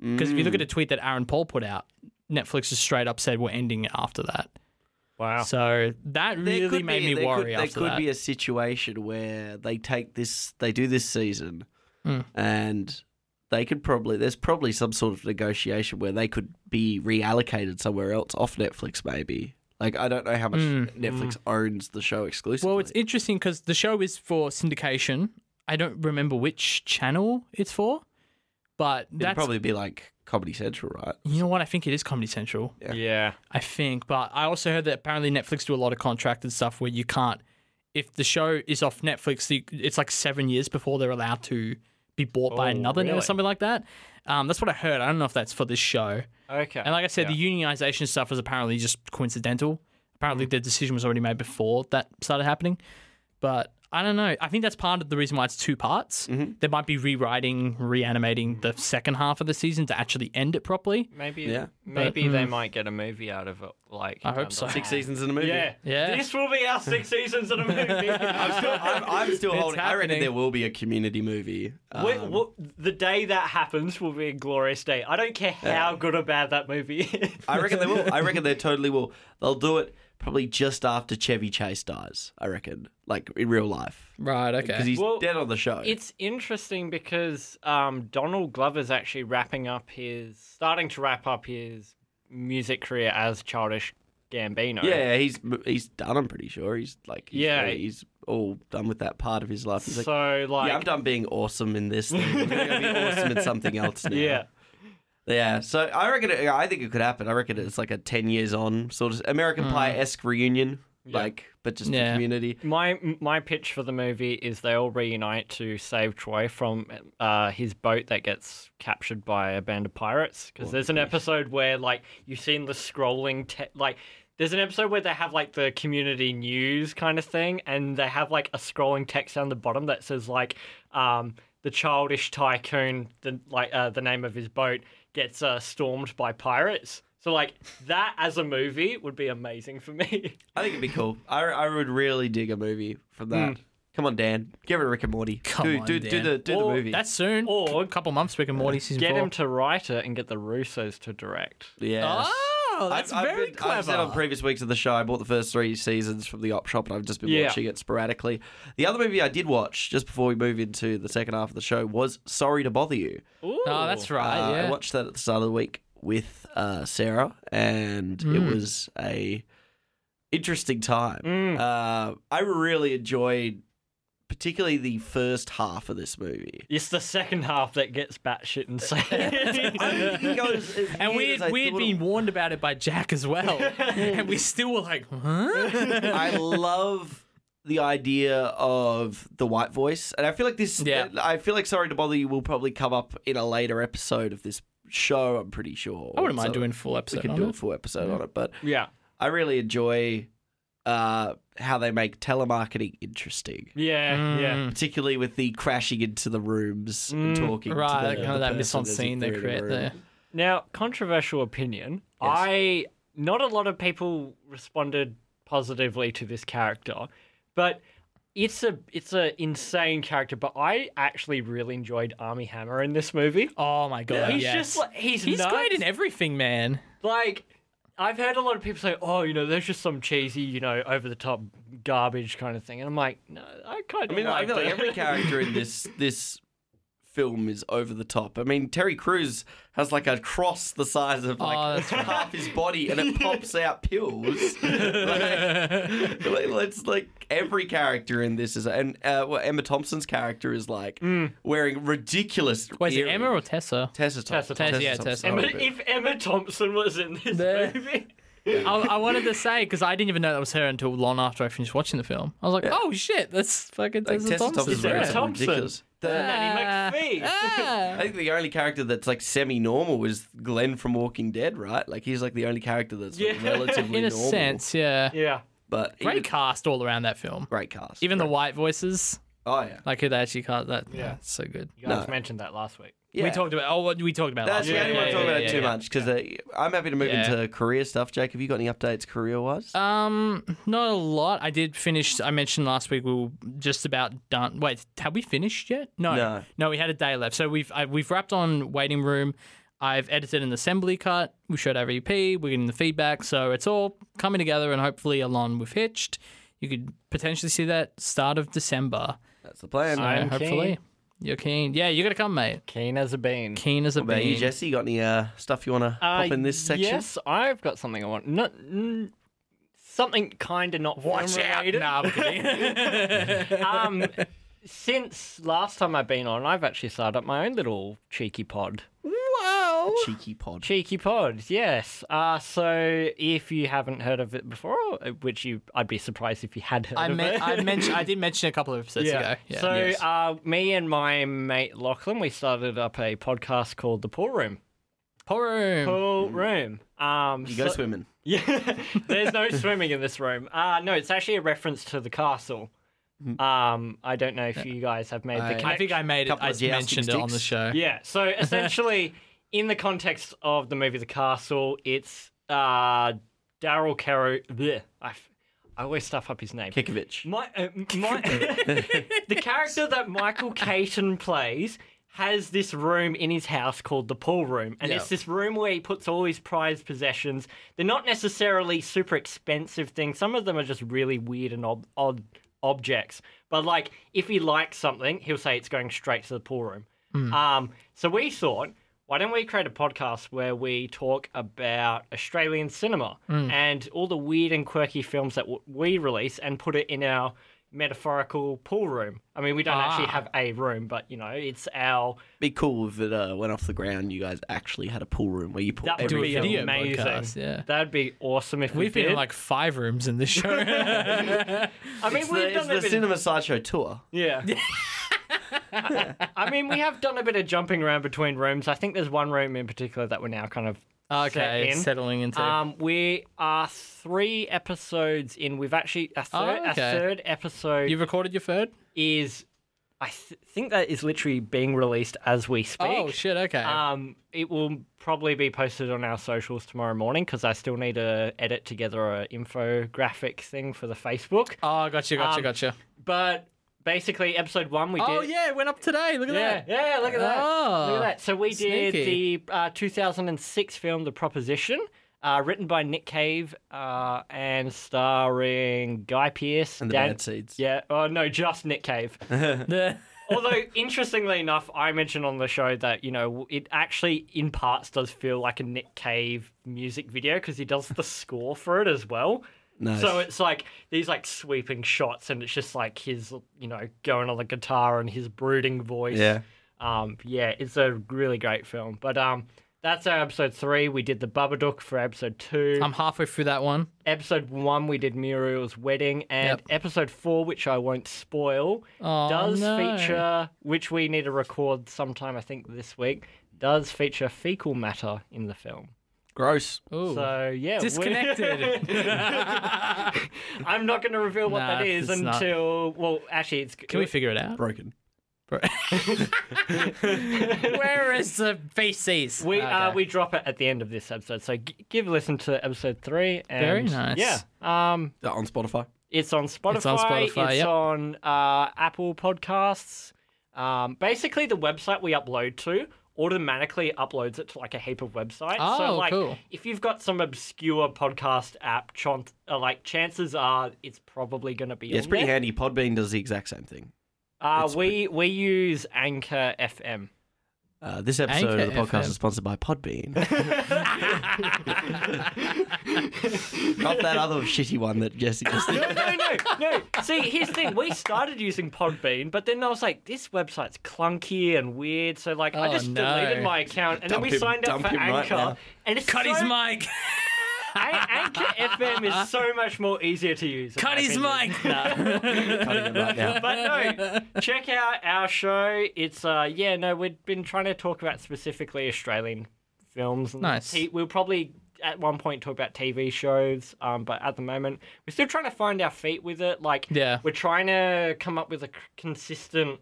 [SPEAKER 2] because if you look at a tweet that Aaron Paul put out, Netflix has straight up said we're ending it after that.
[SPEAKER 3] wow.
[SPEAKER 2] So that
[SPEAKER 1] There
[SPEAKER 2] really
[SPEAKER 1] could
[SPEAKER 2] made
[SPEAKER 1] be-
[SPEAKER 2] me
[SPEAKER 1] there Could,
[SPEAKER 2] worry after
[SPEAKER 1] there could
[SPEAKER 2] that.
[SPEAKER 1] be a situation where they take this, they do this season,
[SPEAKER 2] Mm.
[SPEAKER 1] and they could probably there's probably some sort of negotiation where they could be reallocated somewhere else off Netflix, maybe. Like I don't know how much
[SPEAKER 2] Mm.
[SPEAKER 1] Netflix owns the show exclusively.
[SPEAKER 2] Well, it's interesting because the show is for syndication. I don't remember which channel it's for, but
[SPEAKER 1] It'd
[SPEAKER 2] that's
[SPEAKER 1] probably be like Comedy Central, right?
[SPEAKER 2] you know what I think it is Comedy Central.
[SPEAKER 1] Yeah.
[SPEAKER 3] Yeah.
[SPEAKER 2] I think, but I also heard that apparently Netflix do a lot of contracted stuff where you can't. If the show is off Netflix, you- it's like seven years before they're allowed to be bought by
[SPEAKER 3] Oh,
[SPEAKER 2] another net or
[SPEAKER 3] really?
[SPEAKER 2] something like that. Um, that's what I heard. I don't know if that's for this show.
[SPEAKER 3] Okay.
[SPEAKER 2] And like I said,
[SPEAKER 3] yeah.
[SPEAKER 2] the unionization stuff was apparently just coincidental.
[SPEAKER 1] Mm.
[SPEAKER 2] Apparently, the decision was already made before that started happening. But I don't know. I think that's part of the reason why it's two parts.
[SPEAKER 1] Mm-hmm.
[SPEAKER 2] They might be rewriting, reanimating the second half of the season to actually end it properly.
[SPEAKER 3] maybe
[SPEAKER 1] Yeah.
[SPEAKER 3] maybe they might get a movie out of it. Like
[SPEAKER 2] Hmm. I hope
[SPEAKER 3] down
[SPEAKER 2] so.
[SPEAKER 3] the
[SPEAKER 1] Six
[SPEAKER 3] line.
[SPEAKER 1] seasons in a movie.
[SPEAKER 3] Yeah.
[SPEAKER 2] Yeah.
[SPEAKER 3] This will be our six seasons in a movie.
[SPEAKER 1] I'm still, I'm, I'm still
[SPEAKER 2] It's
[SPEAKER 1] holding. I reckon
[SPEAKER 2] happening.
[SPEAKER 1] there will be a community movie.
[SPEAKER 3] Wh-
[SPEAKER 1] Um,
[SPEAKER 3] wh- the day that happens will be a glorious day. I don't care how good or bad that movie is.
[SPEAKER 1] I reckon they will. I reckon they totally will. They'll do it probably just after Chevy Chase dies. I reckon, like in real life,
[SPEAKER 2] Right.
[SPEAKER 1] because he's
[SPEAKER 3] Well,
[SPEAKER 1] dead on the show.
[SPEAKER 3] It's interesting because um, Donald Glover's actually wrapping up his, starting to wrap up his music career as Childish Gambino.
[SPEAKER 1] yeah, he's he's done. I'm pretty sure he's like he's,
[SPEAKER 3] Yeah.
[SPEAKER 1] he's all done with that part of his life. He's like,
[SPEAKER 3] So like,
[SPEAKER 1] yeah, I'm done being awesome in this. Thing. I'm gonna go be awesome in something else now.
[SPEAKER 3] yeah,
[SPEAKER 1] yeah. So I reckon. It, I think it could happen. I reckon it's like a ten years on sort of
[SPEAKER 3] Hmm.
[SPEAKER 1] American Pie esque reunion, like but just
[SPEAKER 2] Yeah.
[SPEAKER 1] for community.
[SPEAKER 3] My my pitch for the movie is they all reunite to save Troy from uh, his boat that gets captured by a band of pirates. Because there's an episode where like you've seen the scrolling te- like. There's an episode where they have like the community news kind of thing, and they have like a scrolling text down the bottom that says like, um, "The childish tycoon," the like uh, the name of his boat gets uh, stormed by pirates. So like that as a movie would be amazing for me.
[SPEAKER 1] I think it'd be cool. I, I would really dig a movie from that. Come on, Dan. Give it a Rick and Morty.
[SPEAKER 2] Hmm. Come
[SPEAKER 1] do,
[SPEAKER 2] on,
[SPEAKER 1] do, do
[SPEAKER 2] Dan.
[SPEAKER 1] the do
[SPEAKER 3] Or
[SPEAKER 1] the movie.
[SPEAKER 2] That's soon.
[SPEAKER 3] Or-
[SPEAKER 2] a couple months, Rick and Morty season
[SPEAKER 3] Get
[SPEAKER 2] four.
[SPEAKER 3] him to write it and get the Russos to direct.
[SPEAKER 1] yeah.
[SPEAKER 2] Oh, that's very clever.
[SPEAKER 1] I've said on previous weeks of the show, I bought the first three seasons from the op shop, and I've just been
[SPEAKER 3] Yeah.
[SPEAKER 1] watching it sporadically. The other movie I did watch just before we move into the second half of the show was "Sorry to Bother You."
[SPEAKER 3] Ooh.
[SPEAKER 2] oh, that's
[SPEAKER 1] Uh,
[SPEAKER 2] right. yeah.
[SPEAKER 1] I watched that at the start of the week with uh, Sarah, and
[SPEAKER 2] Hmm.
[SPEAKER 1] it was a interesting time.
[SPEAKER 2] Hmm.
[SPEAKER 3] Mm.
[SPEAKER 1] Uh, I really enjoyed, particularly the first half of this movie.
[SPEAKER 3] It's the second half that gets batshit insane.
[SPEAKER 2] and we had, we had been warned about it by Jack as well, and we still were like, huh?
[SPEAKER 1] I love the idea of the white voice, and I feel like this. uh,
[SPEAKER 2] Yeah.
[SPEAKER 1] I feel like sorry to bother you will probably come up in a later episode of this show. I'm pretty sure.
[SPEAKER 2] I wouldn't mind
[SPEAKER 1] So
[SPEAKER 2] doing a full
[SPEAKER 1] We
[SPEAKER 2] episode.
[SPEAKER 1] can
[SPEAKER 2] on
[SPEAKER 1] do
[SPEAKER 2] it.
[SPEAKER 1] a full episode on it, but
[SPEAKER 3] yeah,
[SPEAKER 1] I really enjoy uh, how they make telemarketing interesting.
[SPEAKER 3] yeah,
[SPEAKER 1] Mm.
[SPEAKER 3] yeah.
[SPEAKER 1] Particularly with the crashing into the rooms and talking,
[SPEAKER 2] Mm, right,
[SPEAKER 1] to the,
[SPEAKER 2] that kind of
[SPEAKER 1] the
[SPEAKER 2] that
[SPEAKER 1] person as if
[SPEAKER 2] mise-en-scene they
[SPEAKER 1] they're in a
[SPEAKER 2] create
[SPEAKER 1] room.
[SPEAKER 2] there.
[SPEAKER 3] Now, controversial opinion. I not a lot of people responded positively to this character, but it's a it's a insane character. But I actually really enjoyed Army Hammer in this movie.
[SPEAKER 2] Oh my god,
[SPEAKER 3] He's
[SPEAKER 2] yes.
[SPEAKER 3] just like he's,
[SPEAKER 2] he's
[SPEAKER 3] nuts.
[SPEAKER 2] great in everything, man.
[SPEAKER 3] like I've heard a lot of people say, "Oh, you know, there's just some cheesy, you know, over the top garbage kind of thing," and I'm like, "No, I kind
[SPEAKER 1] I
[SPEAKER 3] of."
[SPEAKER 1] mean, I
[SPEAKER 3] liked
[SPEAKER 1] feel like
[SPEAKER 3] it."
[SPEAKER 1] every character in this this film is over the top. I mean, Terry Crews has like a cross the size of like
[SPEAKER 2] Oh, that's right.
[SPEAKER 1] half his body, and it pops out pills. like, like, it's like every character in this is, and uh, well, Emma Thompson's character is like wearing ridiculous.
[SPEAKER 2] Mm. Wait, is it
[SPEAKER 1] earrings.
[SPEAKER 2] Emma or Tessa?
[SPEAKER 1] Tessa Thompson?
[SPEAKER 3] Tessa Thompson.
[SPEAKER 2] Yeah,
[SPEAKER 1] Thompson.
[SPEAKER 2] Tessa.
[SPEAKER 3] Emma,
[SPEAKER 1] Sorry, but-
[SPEAKER 3] if Emma Thompson was in this
[SPEAKER 2] There.
[SPEAKER 3] movie,
[SPEAKER 2] I, I wanted to say because I didn't even know that was her until long after I finished watching the film. I was like, "Oh shit, that's fucking
[SPEAKER 1] Like,
[SPEAKER 2] Tessa,
[SPEAKER 1] Tessa Thompson's
[SPEAKER 2] Thompson."
[SPEAKER 3] Emma
[SPEAKER 1] wearing
[SPEAKER 2] yeah.
[SPEAKER 1] something
[SPEAKER 3] Thompson.
[SPEAKER 1] ridiculous. The-
[SPEAKER 2] Ah,
[SPEAKER 3] Nanny McPhee.
[SPEAKER 2] ah.
[SPEAKER 1] I think the only character that's like semi-normal is Glenn from Walking Dead, right? Like he's like the only character that's like,
[SPEAKER 3] Yeah.
[SPEAKER 1] relatively
[SPEAKER 2] in a
[SPEAKER 1] normal.
[SPEAKER 2] sense, yeah.
[SPEAKER 3] yeah,
[SPEAKER 1] but
[SPEAKER 2] Great
[SPEAKER 1] even-
[SPEAKER 2] cast all around that film.
[SPEAKER 1] great cast.
[SPEAKER 2] Even the white voices,
[SPEAKER 1] oh yeah,
[SPEAKER 2] like who they actually cast. That yeah,
[SPEAKER 3] Yeah.
[SPEAKER 2] it's so good.
[SPEAKER 3] you guys
[SPEAKER 1] No.
[SPEAKER 3] mentioned that last week.
[SPEAKER 1] yeah.
[SPEAKER 2] We talked about oh, what we talked about
[SPEAKER 1] That's
[SPEAKER 2] last
[SPEAKER 1] the
[SPEAKER 3] Yeah,
[SPEAKER 1] only
[SPEAKER 2] week.
[SPEAKER 1] one
[SPEAKER 3] yeah,
[SPEAKER 1] talking
[SPEAKER 3] yeah,
[SPEAKER 1] about it
[SPEAKER 3] yeah,
[SPEAKER 1] too
[SPEAKER 3] yeah.
[SPEAKER 1] much because I'm happy to move
[SPEAKER 2] Yeah.
[SPEAKER 1] into career stuff. Jake, have you got any updates career wise?
[SPEAKER 2] Um, not a lot. I did finish. I mentioned last week we were just about done. Wait, have we finished yet? No,
[SPEAKER 1] No.
[SPEAKER 2] we had a day left. So we've I, we've wrapped on waiting room. I've edited an assembly cut. We showed our EP. We're getting the feedback, so it's all coming together. And hopefully, along with Hitched, you could potentially see that start of December.
[SPEAKER 1] That's the plan.
[SPEAKER 2] So
[SPEAKER 3] I'm
[SPEAKER 2] hopefully,
[SPEAKER 3] keen.
[SPEAKER 2] you're keen. Yeah, you gotta come, mate.
[SPEAKER 3] Keen as a bean.
[SPEAKER 2] Keen as a
[SPEAKER 1] What about you,
[SPEAKER 2] bee.
[SPEAKER 1] Jesse? You got any uh, stuff you want to
[SPEAKER 3] Uh,
[SPEAKER 1] pop in this section?
[SPEAKER 3] Yes, I've got something I want. Not mm, something kind of not
[SPEAKER 2] Watch
[SPEAKER 3] film
[SPEAKER 2] out!
[SPEAKER 3] related.
[SPEAKER 2] Nah, I'm kidding.
[SPEAKER 3] um, since last time I've been on, I've actually started up my own little cheeky pod.
[SPEAKER 2] Whoa!
[SPEAKER 1] Cheeky pod.
[SPEAKER 3] Cheeky pod, yes. Uh, so if you haven't heard of it before, uh, which you, I'd be surprised if you had heard
[SPEAKER 2] I,
[SPEAKER 3] of
[SPEAKER 2] men-
[SPEAKER 3] it.
[SPEAKER 2] I mentioned I did mention a couple of episodes ago. Yeah.
[SPEAKER 3] So
[SPEAKER 1] Yes.
[SPEAKER 3] uh, me and my mate Lachlan, we started up a podcast called The Pool Room.
[SPEAKER 2] Mm. Poor room.
[SPEAKER 3] Pool Room. Um,
[SPEAKER 1] You go
[SPEAKER 3] so-
[SPEAKER 1] swimming.
[SPEAKER 3] Yeah, there's no swimming in this room. Uh, no, it's actually a reference to the castle. Um, I don't know if you guys have made the connection.
[SPEAKER 2] Mm. I think I made it.
[SPEAKER 1] Couple
[SPEAKER 2] I
[SPEAKER 1] of jousting
[SPEAKER 2] mentioned it on the
[SPEAKER 1] sticks.
[SPEAKER 2] show.
[SPEAKER 3] Yeah, so essentially, in the context of the movie The Castle, it's uh, Daryl Caro. bleh, I, f- I always stuff up his name.
[SPEAKER 1] Kikovic.
[SPEAKER 3] My, uh, my, the character that Michael Caton plays has this room in his house called the pool room, and it's
[SPEAKER 1] Yeah.
[SPEAKER 3] this room where he puts all his prized possessions. They're not necessarily super expensive things. Some of them are just really weird and ob- odd objects. But like, if he likes something, he'll say it's going straight to the pool room. Um, so we thought, why don't we create a podcast where we talk about Australian cinema
[SPEAKER 2] Hmm.
[SPEAKER 3] and all the weird and quirky films that w- we release and put it in our metaphorical pool room? I mean, we don't actually
[SPEAKER 2] Ah.
[SPEAKER 3] have a room, but you know, it's our
[SPEAKER 1] Be cool if it uh, went off the ground. You guys actually had a pool room where you put
[SPEAKER 3] that would
[SPEAKER 1] every
[SPEAKER 2] Do a
[SPEAKER 3] be
[SPEAKER 1] film.
[SPEAKER 2] video
[SPEAKER 3] amazing.
[SPEAKER 2] podcast, yeah.
[SPEAKER 3] That'd be awesome if we
[SPEAKER 2] We've been
[SPEAKER 3] did.
[SPEAKER 2] in like five rooms in this show.
[SPEAKER 3] I mean,
[SPEAKER 1] It's
[SPEAKER 3] we've
[SPEAKER 1] the, it's
[SPEAKER 3] done
[SPEAKER 1] the
[SPEAKER 3] a bit. of-
[SPEAKER 1] cinema sideshow tour.
[SPEAKER 3] Yeah. I mean, we have done a bit of jumping around between rooms. I think there's one room in particular that we're now kind of
[SPEAKER 2] okay,
[SPEAKER 3] set in.
[SPEAKER 2] settling into.
[SPEAKER 3] Um, we are three episodes in. We've actually a third,
[SPEAKER 2] Oh, okay.
[SPEAKER 3] a third episode
[SPEAKER 2] you recorded your third?
[SPEAKER 3] is, I th- think that is literally being released as we speak.
[SPEAKER 2] Oh shit! Okay.
[SPEAKER 3] Um, it will probably be posted on our socials tomorrow morning because I still need to edit together a infographic thing for the Facebook.
[SPEAKER 2] oh, gotcha, gotcha,
[SPEAKER 3] um,
[SPEAKER 2] gotcha.
[SPEAKER 3] But basically, episode one we
[SPEAKER 2] Oh
[SPEAKER 3] did.
[SPEAKER 2] yeah, it went up today. Look at
[SPEAKER 3] Yeah,
[SPEAKER 2] that.
[SPEAKER 3] yeah, look at that. Look
[SPEAKER 2] Oh.
[SPEAKER 3] at that. So we
[SPEAKER 2] sneaky.
[SPEAKER 3] did the uh, 2006 film The Proposition, uh, written by Nick Cave uh, and starring Guy Pearce.
[SPEAKER 1] And the
[SPEAKER 3] Dan-
[SPEAKER 1] bad seeds.
[SPEAKER 3] Yeah, oh no, just Nick Cave.
[SPEAKER 2] The-
[SPEAKER 3] Although, interestingly enough, I mentioned on the show that, you know, it actually in parts does feel like a Nick Cave music video because he does the score for it as well.
[SPEAKER 1] Nice.
[SPEAKER 3] So it's like these like sweeping shots, and it's just like his, you know, going on the guitar and his brooding voice.
[SPEAKER 1] Yeah.
[SPEAKER 3] Um, yeah, it's a really great film. But um, that's our episode three. We did the Babadook for episode two.
[SPEAKER 2] I'm halfway through that one.
[SPEAKER 3] episode one, we did Muriel's wedding, and
[SPEAKER 2] Yep.
[SPEAKER 3] episode four, which I won't spoil,
[SPEAKER 2] Oh,
[SPEAKER 3] does
[SPEAKER 2] no.
[SPEAKER 3] feature, which we need to record sometime, I think, this week. Does feature fecal matter in the film.
[SPEAKER 1] Gross.
[SPEAKER 2] Ooh.
[SPEAKER 3] So yeah, we-
[SPEAKER 2] Disconnected.
[SPEAKER 3] I'm not going to reveal what
[SPEAKER 2] Nah,
[SPEAKER 3] that is
[SPEAKER 2] it's not.
[SPEAKER 3] until well, actually, it's
[SPEAKER 2] Can we figure it out?
[SPEAKER 1] Broken.
[SPEAKER 2] Where is the VCs?
[SPEAKER 3] We uh,
[SPEAKER 2] Okay.
[SPEAKER 3] we drop it at the end of this episode, so g- give a listen to episode three. And
[SPEAKER 2] Very nice.
[SPEAKER 3] Yeah, um,
[SPEAKER 1] Uh, on Spotify.
[SPEAKER 3] it's on Spotify. It's on,
[SPEAKER 2] Spotify, yep.
[SPEAKER 3] uh, Apple Podcasts. Um, basically, the website we upload to automatically uploads it to like a heap of websites.
[SPEAKER 2] Oh,
[SPEAKER 3] so, like,
[SPEAKER 2] cool.
[SPEAKER 3] if you've got some obscure podcast app, chant, uh, like chances are it's probably going to be.
[SPEAKER 1] Yeah, it's
[SPEAKER 3] on
[SPEAKER 1] pretty
[SPEAKER 3] there.
[SPEAKER 1] handy. Podbean does the exact same thing.
[SPEAKER 3] Uh,
[SPEAKER 1] It's
[SPEAKER 3] we we use Anchor FM.
[SPEAKER 1] Uh, this episode
[SPEAKER 2] Anchor
[SPEAKER 1] of the podcast
[SPEAKER 2] FM.
[SPEAKER 1] is sponsored by Podbean. Not that other shitty one that Jesse just did.
[SPEAKER 3] No, no, no, no. See, here's the thing. We started using Podbean, but then I was like, this website's clunky and weird. So, like, I
[SPEAKER 2] Oh,
[SPEAKER 3] just
[SPEAKER 2] no.
[SPEAKER 3] deleted my account and
[SPEAKER 1] Dump
[SPEAKER 3] then we
[SPEAKER 1] him-
[SPEAKER 3] signed up
[SPEAKER 1] dump
[SPEAKER 3] for
[SPEAKER 1] him right
[SPEAKER 3] Anchor.
[SPEAKER 1] now.
[SPEAKER 3] and it's
[SPEAKER 2] Cut
[SPEAKER 3] so,
[SPEAKER 2] his mic.
[SPEAKER 3] An- Anchor FM is so much more easier to use. in
[SPEAKER 2] Cut
[SPEAKER 3] my
[SPEAKER 2] his
[SPEAKER 3] opinion.
[SPEAKER 2] mic. No.
[SPEAKER 1] Cutting it right now.
[SPEAKER 3] But no, check out our show. It's, uh, yeah, no, we've been trying to talk about specifically Australian films. And
[SPEAKER 2] Nice.
[SPEAKER 3] T- we'll probably. At one point, talk about TV shows, um, but at the moment, we're still trying to find our feet with it. Like,
[SPEAKER 2] yeah.
[SPEAKER 3] we're trying to come up with a c- consistent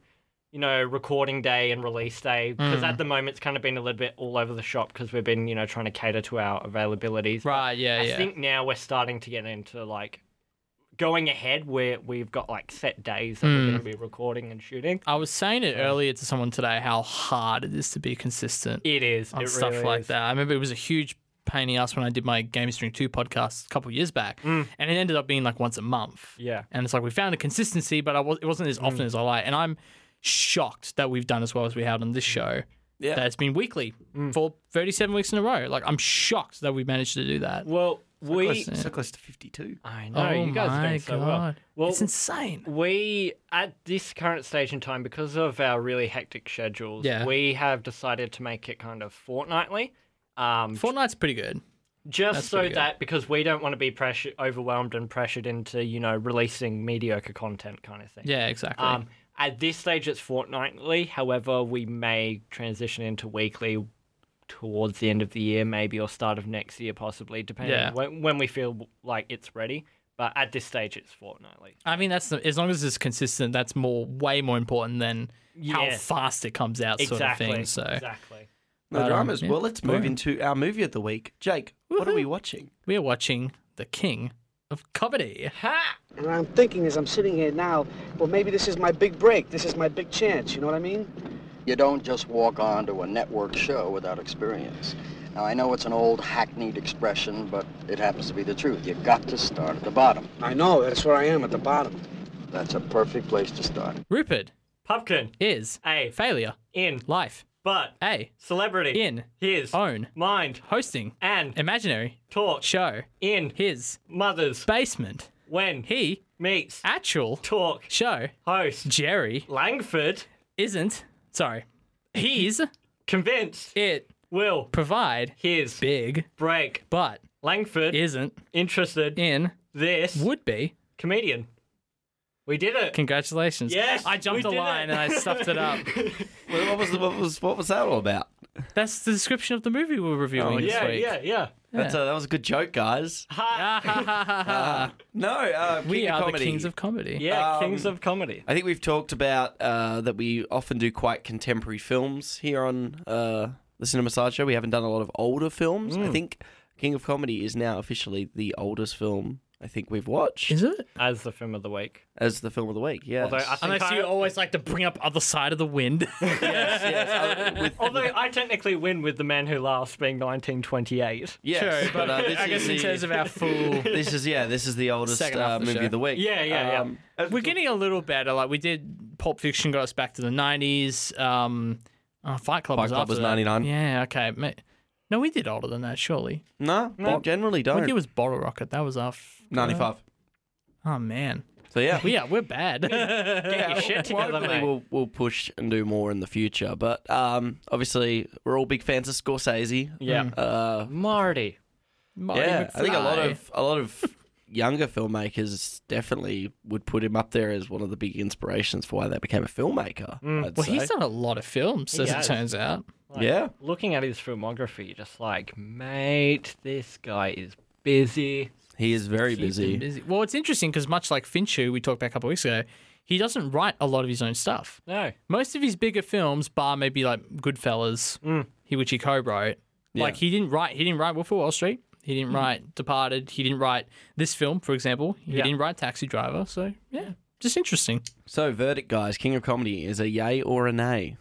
[SPEAKER 3] you know recording day and release day because
[SPEAKER 2] Mm.
[SPEAKER 3] at the moment it's kind of been a little bit all over the shop because we've been you know trying to cater to our availabilities But
[SPEAKER 2] Right. Yeah.
[SPEAKER 3] i
[SPEAKER 2] yeah.
[SPEAKER 3] think now we're starting to get into like going ahead where we've got like set days that
[SPEAKER 2] Hmm.
[SPEAKER 3] we're going to be recording and shooting
[SPEAKER 2] I was saying it earlier to someone today how hard it is to be consistent
[SPEAKER 3] it is
[SPEAKER 2] on
[SPEAKER 3] it
[SPEAKER 2] stuff
[SPEAKER 3] really
[SPEAKER 2] like
[SPEAKER 3] is.
[SPEAKER 2] that. I remember it was a huge pain in the ass when I did my Game String 2 podcast a couple of years back, and it ended up being like once a month.
[SPEAKER 3] Mm. yeah Mm.
[SPEAKER 2] And it's like we found a consistency, but I was, it wasn't as often as I like. And I'm shocked that we've done as well as we have on
[SPEAKER 3] Mm.
[SPEAKER 2] this show.
[SPEAKER 1] Yeah.
[SPEAKER 2] That's been weekly for 37 weeks in a row. Like, I'm shocked that we managed to do that.
[SPEAKER 3] well we
[SPEAKER 2] close to-
[SPEAKER 1] So close to 52.
[SPEAKER 3] i know you guys are
[SPEAKER 2] my
[SPEAKER 3] doing so well well
[SPEAKER 2] it's insane.
[SPEAKER 3] We at this current stage in time, because of our really hectic schedules,
[SPEAKER 2] Yeah.
[SPEAKER 3] we have decided to make it kind of fortnightly. Um,
[SPEAKER 2] Fortnite's pretty good.
[SPEAKER 3] just
[SPEAKER 2] that's
[SPEAKER 3] so
[SPEAKER 2] pretty good.
[SPEAKER 3] that because we don't want to be pressure overwhelmed and pressured into you know releasing mediocre content kind of thing.
[SPEAKER 2] Yeah, exactly.
[SPEAKER 3] Um, at this stage, it's fortnightly. However, we may transition into weekly towards the end of the year, maybe or start of next year, possibly, depending
[SPEAKER 2] Yeah.
[SPEAKER 3] on when, when we feel like it's ready. But at this stage, it's fortnightly.
[SPEAKER 2] I mean, that's the, as long as it's consistent. That's more way more important than how
[SPEAKER 3] Yeah.
[SPEAKER 2] fast it comes out, sort
[SPEAKER 3] exactly.
[SPEAKER 2] of thing. So
[SPEAKER 3] exactly.
[SPEAKER 1] No
[SPEAKER 2] Right
[SPEAKER 1] dramas.
[SPEAKER 2] on, yeah.
[SPEAKER 1] Well, let's move
[SPEAKER 2] Right.
[SPEAKER 1] into our movie of the week. Jake, what are we watching?
[SPEAKER 2] we are watching The King of Comedy.
[SPEAKER 3] Ha!
[SPEAKER 4] And what I'm thinking as I'm sitting here now, well, maybe this is my big break. This is my big chance. You know what I mean?
[SPEAKER 5] You don't just walk on to a network show without experience. Now, I know it's an old hackneyed expression, but it happens to be the truth. You've got to start at the bottom.
[SPEAKER 4] I know. That's where I am at the bottom.
[SPEAKER 5] That's a perfect place to start.
[SPEAKER 2] Rupert
[SPEAKER 3] Pumpkin.
[SPEAKER 2] is
[SPEAKER 3] A.
[SPEAKER 2] failure,
[SPEAKER 3] In.
[SPEAKER 2] life,
[SPEAKER 3] But.
[SPEAKER 2] a
[SPEAKER 3] Celebrity.
[SPEAKER 2] in oh.
[SPEAKER 3] His.
[SPEAKER 2] own
[SPEAKER 3] Mind.
[SPEAKER 2] hosting,
[SPEAKER 3] And.
[SPEAKER 2] imaginary
[SPEAKER 3] Talk.
[SPEAKER 2] show,
[SPEAKER 3] In.
[SPEAKER 2] his
[SPEAKER 3] Mothers.
[SPEAKER 2] basement,
[SPEAKER 3] When.
[SPEAKER 2] he
[SPEAKER 3] Meets.
[SPEAKER 2] actual
[SPEAKER 3] Talk.
[SPEAKER 2] show.
[SPEAKER 3] Host.
[SPEAKER 2] Jerry
[SPEAKER 3] Langford.
[SPEAKER 2] isn't sorry. He's
[SPEAKER 3] Convinced.
[SPEAKER 2] it
[SPEAKER 3] Will.
[SPEAKER 2] provide
[SPEAKER 3] His.
[SPEAKER 2] big,
[SPEAKER 3] Break.
[SPEAKER 2] but
[SPEAKER 3] Langford.
[SPEAKER 2] isn't
[SPEAKER 3] Interested.
[SPEAKER 2] in
[SPEAKER 3] This.
[SPEAKER 2] would be
[SPEAKER 3] Comedian. We did it.
[SPEAKER 2] Congratulations.
[SPEAKER 3] Yes,
[SPEAKER 2] I jumped
[SPEAKER 3] we
[SPEAKER 2] a
[SPEAKER 3] did
[SPEAKER 2] line
[SPEAKER 3] it.
[SPEAKER 2] and I stuffed it up.
[SPEAKER 1] Well, What was, the, what, was, what was that all about?
[SPEAKER 2] That's the description of the movie we we're reviewing
[SPEAKER 1] Oh,
[SPEAKER 2] this
[SPEAKER 3] yeah,
[SPEAKER 2] week.
[SPEAKER 3] yeah, yeah.
[SPEAKER 1] That's a, that was a good joke, guys.
[SPEAKER 3] Ha!
[SPEAKER 2] Ah, ha, ha, ha, ha.
[SPEAKER 1] No, uh,
[SPEAKER 2] we
[SPEAKER 1] King of
[SPEAKER 2] are
[SPEAKER 1] Comedy.
[SPEAKER 2] the kings of comedy.
[SPEAKER 3] Yeah,
[SPEAKER 1] Um,
[SPEAKER 3] Kings of Comedy.
[SPEAKER 1] I think we've talked about uh, that we often do quite contemporary films here on uh, the Cinema Sideshow. We haven't done a lot of older films.
[SPEAKER 2] Hmm.
[SPEAKER 1] I think King of Comedy is now officially the oldest film I think we've watched
[SPEAKER 2] Is it?
[SPEAKER 3] As the film of the week.
[SPEAKER 1] as the film of the week. Yes.
[SPEAKER 3] Although I think
[SPEAKER 2] Unless
[SPEAKER 3] I,
[SPEAKER 2] you always like to bring up other side of the wind.
[SPEAKER 1] yes, yes, uh, with-
[SPEAKER 3] although I technically win with The Man Who Laughs being 1928.
[SPEAKER 1] yes,
[SPEAKER 2] Sure, but
[SPEAKER 1] uh, this
[SPEAKER 2] I guess
[SPEAKER 1] is
[SPEAKER 2] in
[SPEAKER 1] the-
[SPEAKER 2] terms of our full
[SPEAKER 1] this is yeah, this is the oldest
[SPEAKER 2] Second half
[SPEAKER 1] uh,
[SPEAKER 2] of the
[SPEAKER 1] movie
[SPEAKER 2] show.
[SPEAKER 1] of the week.
[SPEAKER 3] Yeah, yeah,
[SPEAKER 1] Um,
[SPEAKER 2] We're getting a little better. Like we did Pulp Fiction got us back to the nineties. Um oh, Fight Club
[SPEAKER 1] Fight
[SPEAKER 2] was
[SPEAKER 1] Club
[SPEAKER 2] after
[SPEAKER 1] was
[SPEAKER 2] that.
[SPEAKER 1] 99.
[SPEAKER 2] Yeah, okay. ma- No, we did older than that, surely.
[SPEAKER 1] no, well, generally
[SPEAKER 2] What
[SPEAKER 1] don't.
[SPEAKER 2] year was Bottle Rocket? That was after
[SPEAKER 1] Ninety-five.
[SPEAKER 2] Oh man.
[SPEAKER 1] So yeah,
[SPEAKER 2] Well, yeah, we're bad.
[SPEAKER 3] Get your shit together,
[SPEAKER 1] Hopefully
[SPEAKER 3] mate.
[SPEAKER 1] we'll we'll push and do more in the future. But um, obviously we're all big fans of Scorsese.
[SPEAKER 3] Yeah.
[SPEAKER 1] Uh,
[SPEAKER 3] Marty.
[SPEAKER 2] Marty
[SPEAKER 1] yeah, I think a lot
[SPEAKER 2] McFly.
[SPEAKER 1] of a lot of younger filmmakers definitely would put him up there as one of the big inspirations for why they became a filmmaker. I'd
[SPEAKER 2] Well,
[SPEAKER 1] say.
[SPEAKER 2] he's done a lot of films, as
[SPEAKER 3] has.
[SPEAKER 2] it turns out.
[SPEAKER 1] yeah.
[SPEAKER 3] Looking at his filmography, you're just like, mate, this guy is busy.
[SPEAKER 1] He is very
[SPEAKER 2] He's been
[SPEAKER 1] busy.
[SPEAKER 2] Well, it's interesting because much like Fincher, we talked about a couple of weeks ago, he doesn't write a lot of his own stuff.
[SPEAKER 3] No.
[SPEAKER 2] Most of his bigger films, bar maybe like Goodfellas, he which he co-wrote, like he didn't write. He didn't write Wolf of Wall Street. He didn't write Departed. He didn't write this film, for example. He
[SPEAKER 3] Yeah.
[SPEAKER 2] didn't write Taxi Driver. So yeah, just interesting.
[SPEAKER 1] So, verdict, guys. King of Comedy is a yay or a nay?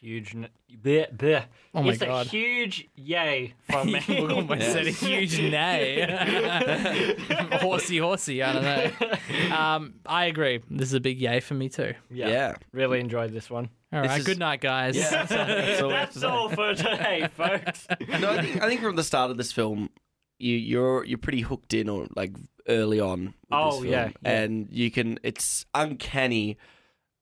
[SPEAKER 3] Huge. N- bleh, bleh.
[SPEAKER 2] Oh my
[SPEAKER 3] it's
[SPEAKER 2] God.
[SPEAKER 3] a huge yay from me.
[SPEAKER 2] Look, almost said a huge nay. horsey, horsey. I don't know. Um, I agree. This is a big yay for me too.
[SPEAKER 3] yeah.
[SPEAKER 1] Yeah.
[SPEAKER 3] Really enjoyed this one.
[SPEAKER 2] All
[SPEAKER 1] This
[SPEAKER 2] right.
[SPEAKER 1] is-
[SPEAKER 2] Good night, guys.
[SPEAKER 1] all we have to
[SPEAKER 3] That's all for today, folks.
[SPEAKER 1] No, I think, I think from the start of this film, you, you're you're pretty hooked in or like early on. With
[SPEAKER 3] Oh,
[SPEAKER 1] this film,
[SPEAKER 3] yeah, yeah.
[SPEAKER 1] and you can. It's uncanny.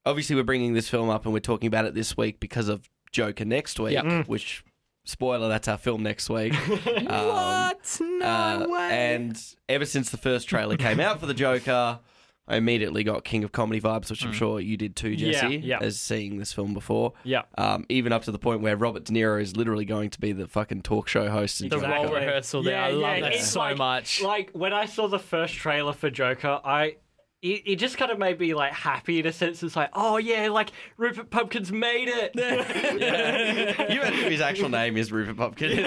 [SPEAKER 1] Obviously, we're bringing this film up and we're talking about it this week because of Joker next week,
[SPEAKER 2] Yep.
[SPEAKER 3] Mm.
[SPEAKER 1] which spoiler that's our film next week. Um,
[SPEAKER 2] What? No
[SPEAKER 1] uh,
[SPEAKER 2] way.
[SPEAKER 1] And ever since the first trailer came out for the Joker, I immediately got King of Comedy vibes,
[SPEAKER 2] Mm.
[SPEAKER 1] which I'm sure you did too,
[SPEAKER 3] Yeah,
[SPEAKER 1] Jesse,
[SPEAKER 3] yeah.
[SPEAKER 1] as seeing this film before.
[SPEAKER 3] yeah.
[SPEAKER 1] Um, even up to the point where Robert De Niro is literally going to be the fucking talk show host. in
[SPEAKER 2] the
[SPEAKER 1] Joker.
[SPEAKER 3] Exactly.
[SPEAKER 2] role rehearsal there.
[SPEAKER 3] Yeah,
[SPEAKER 2] I love
[SPEAKER 3] yeah,
[SPEAKER 2] that
[SPEAKER 3] it's
[SPEAKER 2] so
[SPEAKER 3] like-
[SPEAKER 2] much.
[SPEAKER 3] Like when I saw the first trailer for Joker, I it, it just kind of made me like happy in a sense. It's like, oh yeah, like Rupert Pumpkin's made it.
[SPEAKER 1] You imagine if his actual name is Rupert Pupkin.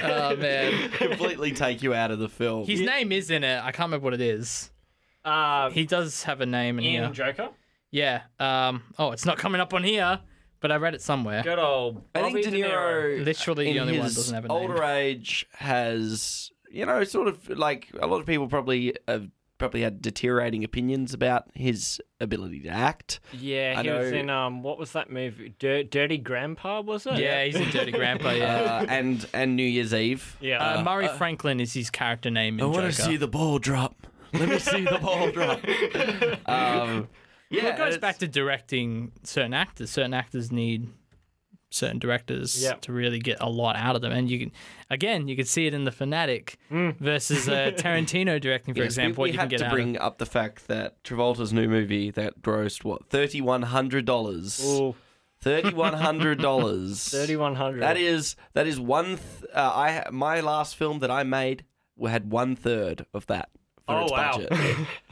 [SPEAKER 2] oh man.
[SPEAKER 1] Completely take you out of the film.
[SPEAKER 2] His name is in it. I can't remember what it is.
[SPEAKER 3] Um,
[SPEAKER 2] He does have a name in,
[SPEAKER 3] in
[SPEAKER 2] here.
[SPEAKER 3] Joker,
[SPEAKER 2] yeah. Um. Oh, it's not coming up on here, but I read it somewhere.
[SPEAKER 3] good old
[SPEAKER 1] I think
[SPEAKER 3] Bobby
[SPEAKER 1] De Niro,
[SPEAKER 2] Literally, the
[SPEAKER 1] in
[SPEAKER 2] only one that
[SPEAKER 1] his
[SPEAKER 2] doesn't have a name.
[SPEAKER 1] older age has, you know, sort of like a lot of people probably have probably had deteriorating opinions about his ability to act.
[SPEAKER 3] Yeah,
[SPEAKER 1] I
[SPEAKER 3] he was
[SPEAKER 1] know-
[SPEAKER 3] in um, what was that movie? Dir- Dirty Grandpa, was it?
[SPEAKER 2] Yeah, he's a dirty grandpa. Yeah.
[SPEAKER 1] Uh, and and New Year's Eve.
[SPEAKER 3] yeah.
[SPEAKER 2] Uh, Murray Franklin is his character name in
[SPEAKER 1] I
[SPEAKER 2] Joker.
[SPEAKER 1] want to see the ball drop. Let me see the ball drop. Um, yeah,
[SPEAKER 2] Well, it goes
[SPEAKER 1] it's-
[SPEAKER 2] back to directing certain actors. Certain actors need certain directors
[SPEAKER 3] Yep.
[SPEAKER 2] to really get a lot out of them, and you can, again, you can see it in the Fanatic
[SPEAKER 1] Mm.
[SPEAKER 2] versus uh, Tarantino directing, for
[SPEAKER 1] Yes,
[SPEAKER 2] example.
[SPEAKER 1] we, we
[SPEAKER 2] what you can
[SPEAKER 1] had
[SPEAKER 2] get
[SPEAKER 1] to
[SPEAKER 2] out of.
[SPEAKER 1] bring up the fact that Travolta's new movie that grossed what thirty one hundred dollars.
[SPEAKER 3] Ooh,
[SPEAKER 1] Thirty one hundred dollars.
[SPEAKER 3] thirty-one hundred.
[SPEAKER 1] That is that is one. Th- uh, I my last film that I made had one third of that for
[SPEAKER 3] Oh,
[SPEAKER 1] its
[SPEAKER 3] wow.
[SPEAKER 1] budget.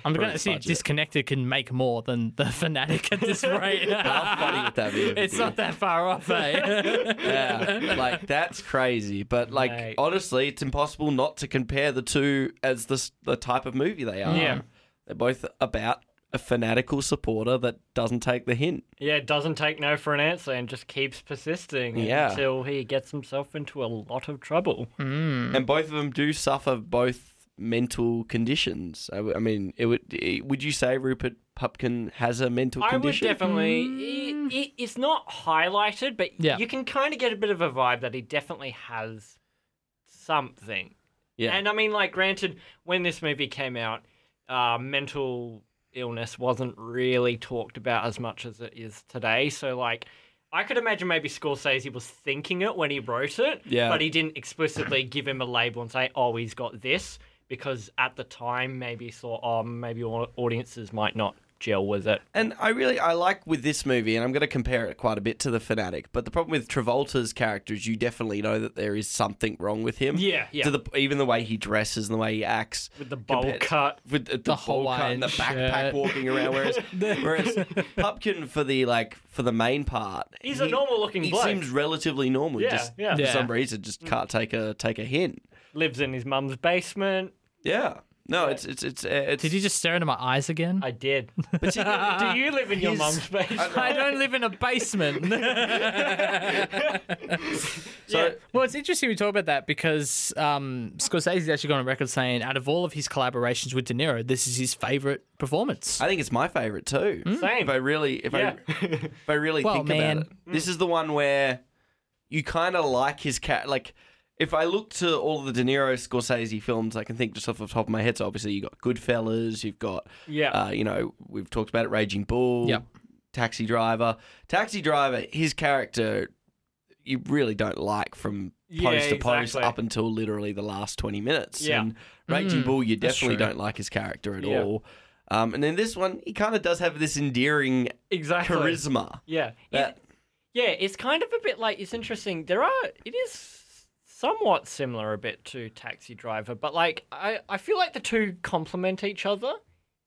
[SPEAKER 2] I'm
[SPEAKER 1] for
[SPEAKER 2] going to
[SPEAKER 1] its
[SPEAKER 2] see if
[SPEAKER 1] budget.
[SPEAKER 2] Disconnected can make more than the Fanatic at this rate.
[SPEAKER 1] How funny would that be? if it
[SPEAKER 2] it's not
[SPEAKER 1] did?
[SPEAKER 2] that far off, eh?
[SPEAKER 1] Yeah, like that's crazy. But like
[SPEAKER 3] Mate.
[SPEAKER 1] honestly, it's impossible not to compare the two as the s- the type of movie they are.
[SPEAKER 3] Yeah.
[SPEAKER 1] they're both about a fanatical supporter that doesn't take the hint.
[SPEAKER 3] Yeah, doesn't take no for an answer and just keeps persisting
[SPEAKER 1] Yeah.
[SPEAKER 3] until he gets himself into a lot of trouble.
[SPEAKER 2] Hmm.
[SPEAKER 3] Mm.
[SPEAKER 1] and both of them do suffer both mental conditions. I, w- I mean, it would. It, would you say Rupert Pupkin has a mental
[SPEAKER 3] I would
[SPEAKER 1] condition?
[SPEAKER 3] definitely. i i it's not highlighted, but
[SPEAKER 2] Yeah.
[SPEAKER 3] you can kind of get a bit of a vibe that he definitely has something.
[SPEAKER 1] Yeah.
[SPEAKER 3] And I mean, like, granted, when this movie came out, uh, mental illness wasn't really talked about as much as it is today. So, like, I could imagine maybe Scorsese was thinking it when he wrote it,
[SPEAKER 1] Yeah.
[SPEAKER 3] but he didn't explicitly give him a label and say, oh, he's got this, because at the time, maybe he thought, oh, maybe au- audiences might not gel with it.
[SPEAKER 1] And I really I like with this movie, and I'm going to compare it quite a bit to the fanatic. But the problem with Travolta's character is you definitely know that there is something wrong with him.
[SPEAKER 3] Yeah, yeah.
[SPEAKER 1] To the, even the way he dresses and the way he acts
[SPEAKER 3] With the bowl
[SPEAKER 1] compared-
[SPEAKER 3] cut.
[SPEAKER 1] with the, the,
[SPEAKER 2] The
[SPEAKER 1] bowl cut and the
[SPEAKER 2] Hawaiian
[SPEAKER 1] backpack
[SPEAKER 2] shirt.
[SPEAKER 1] walking around. Whereas, whereas Pupkin for the like for the main part,
[SPEAKER 3] He's a normal-looking
[SPEAKER 1] He
[SPEAKER 3] bloke.
[SPEAKER 1] seems relatively normal.
[SPEAKER 3] Yeah,
[SPEAKER 1] just
[SPEAKER 3] yeah. Mm.
[SPEAKER 1] for
[SPEAKER 2] Yeah.
[SPEAKER 1] some reason just can't take a take a hint.
[SPEAKER 3] Lives in his mum's basement.
[SPEAKER 1] Yeah. No, it's it's it's uh, it's.
[SPEAKER 2] Did you just stare into my eyes again?
[SPEAKER 3] I did.
[SPEAKER 1] But you-
[SPEAKER 3] Do you live in your
[SPEAKER 1] He's-
[SPEAKER 3] mum's basement?
[SPEAKER 2] I don't live in a basement.
[SPEAKER 1] so
[SPEAKER 2] Well, it's interesting we talk about that because um, Scorsese's actually gone on record saying, out of all of his collaborations with De Niro, this is his favorite performance.
[SPEAKER 1] I think it's my favorite too.
[SPEAKER 2] Mm.
[SPEAKER 3] Same.
[SPEAKER 1] If I really, if
[SPEAKER 3] Yeah.
[SPEAKER 1] I, if I really
[SPEAKER 2] Well,
[SPEAKER 1] think
[SPEAKER 2] man.
[SPEAKER 1] about it,
[SPEAKER 3] mm.
[SPEAKER 1] this is the one where you kind of like his cat. Like, if I look to all the De Niro Scorsese films, I can think just off the top of my head. So obviously you got Goodfellas, you've got,
[SPEAKER 3] Yeah.
[SPEAKER 1] uh, you know, we've talked about it, Raging Bull,
[SPEAKER 2] Yep.
[SPEAKER 1] Taxi Driver, Taxi Driver. His character, you really don't like from.
[SPEAKER 3] Yeah,
[SPEAKER 1] Post to post,
[SPEAKER 3] exactly.
[SPEAKER 1] up until literally the last twenty minutes.
[SPEAKER 3] Yeah. Mm,
[SPEAKER 1] And Raging Bull, you definitely
[SPEAKER 2] true.
[SPEAKER 1] don't like his character at
[SPEAKER 3] Yeah.
[SPEAKER 1] all. Um, and then this one, he kind of does have this endearing
[SPEAKER 3] exactly.
[SPEAKER 1] charisma.
[SPEAKER 3] Yeah.
[SPEAKER 1] That-
[SPEAKER 3] It, yeah, it's kind of a bit like it's interesting. There are it is somewhat similar a bit to Taxi Driver, but like I, I feel like the two complement each other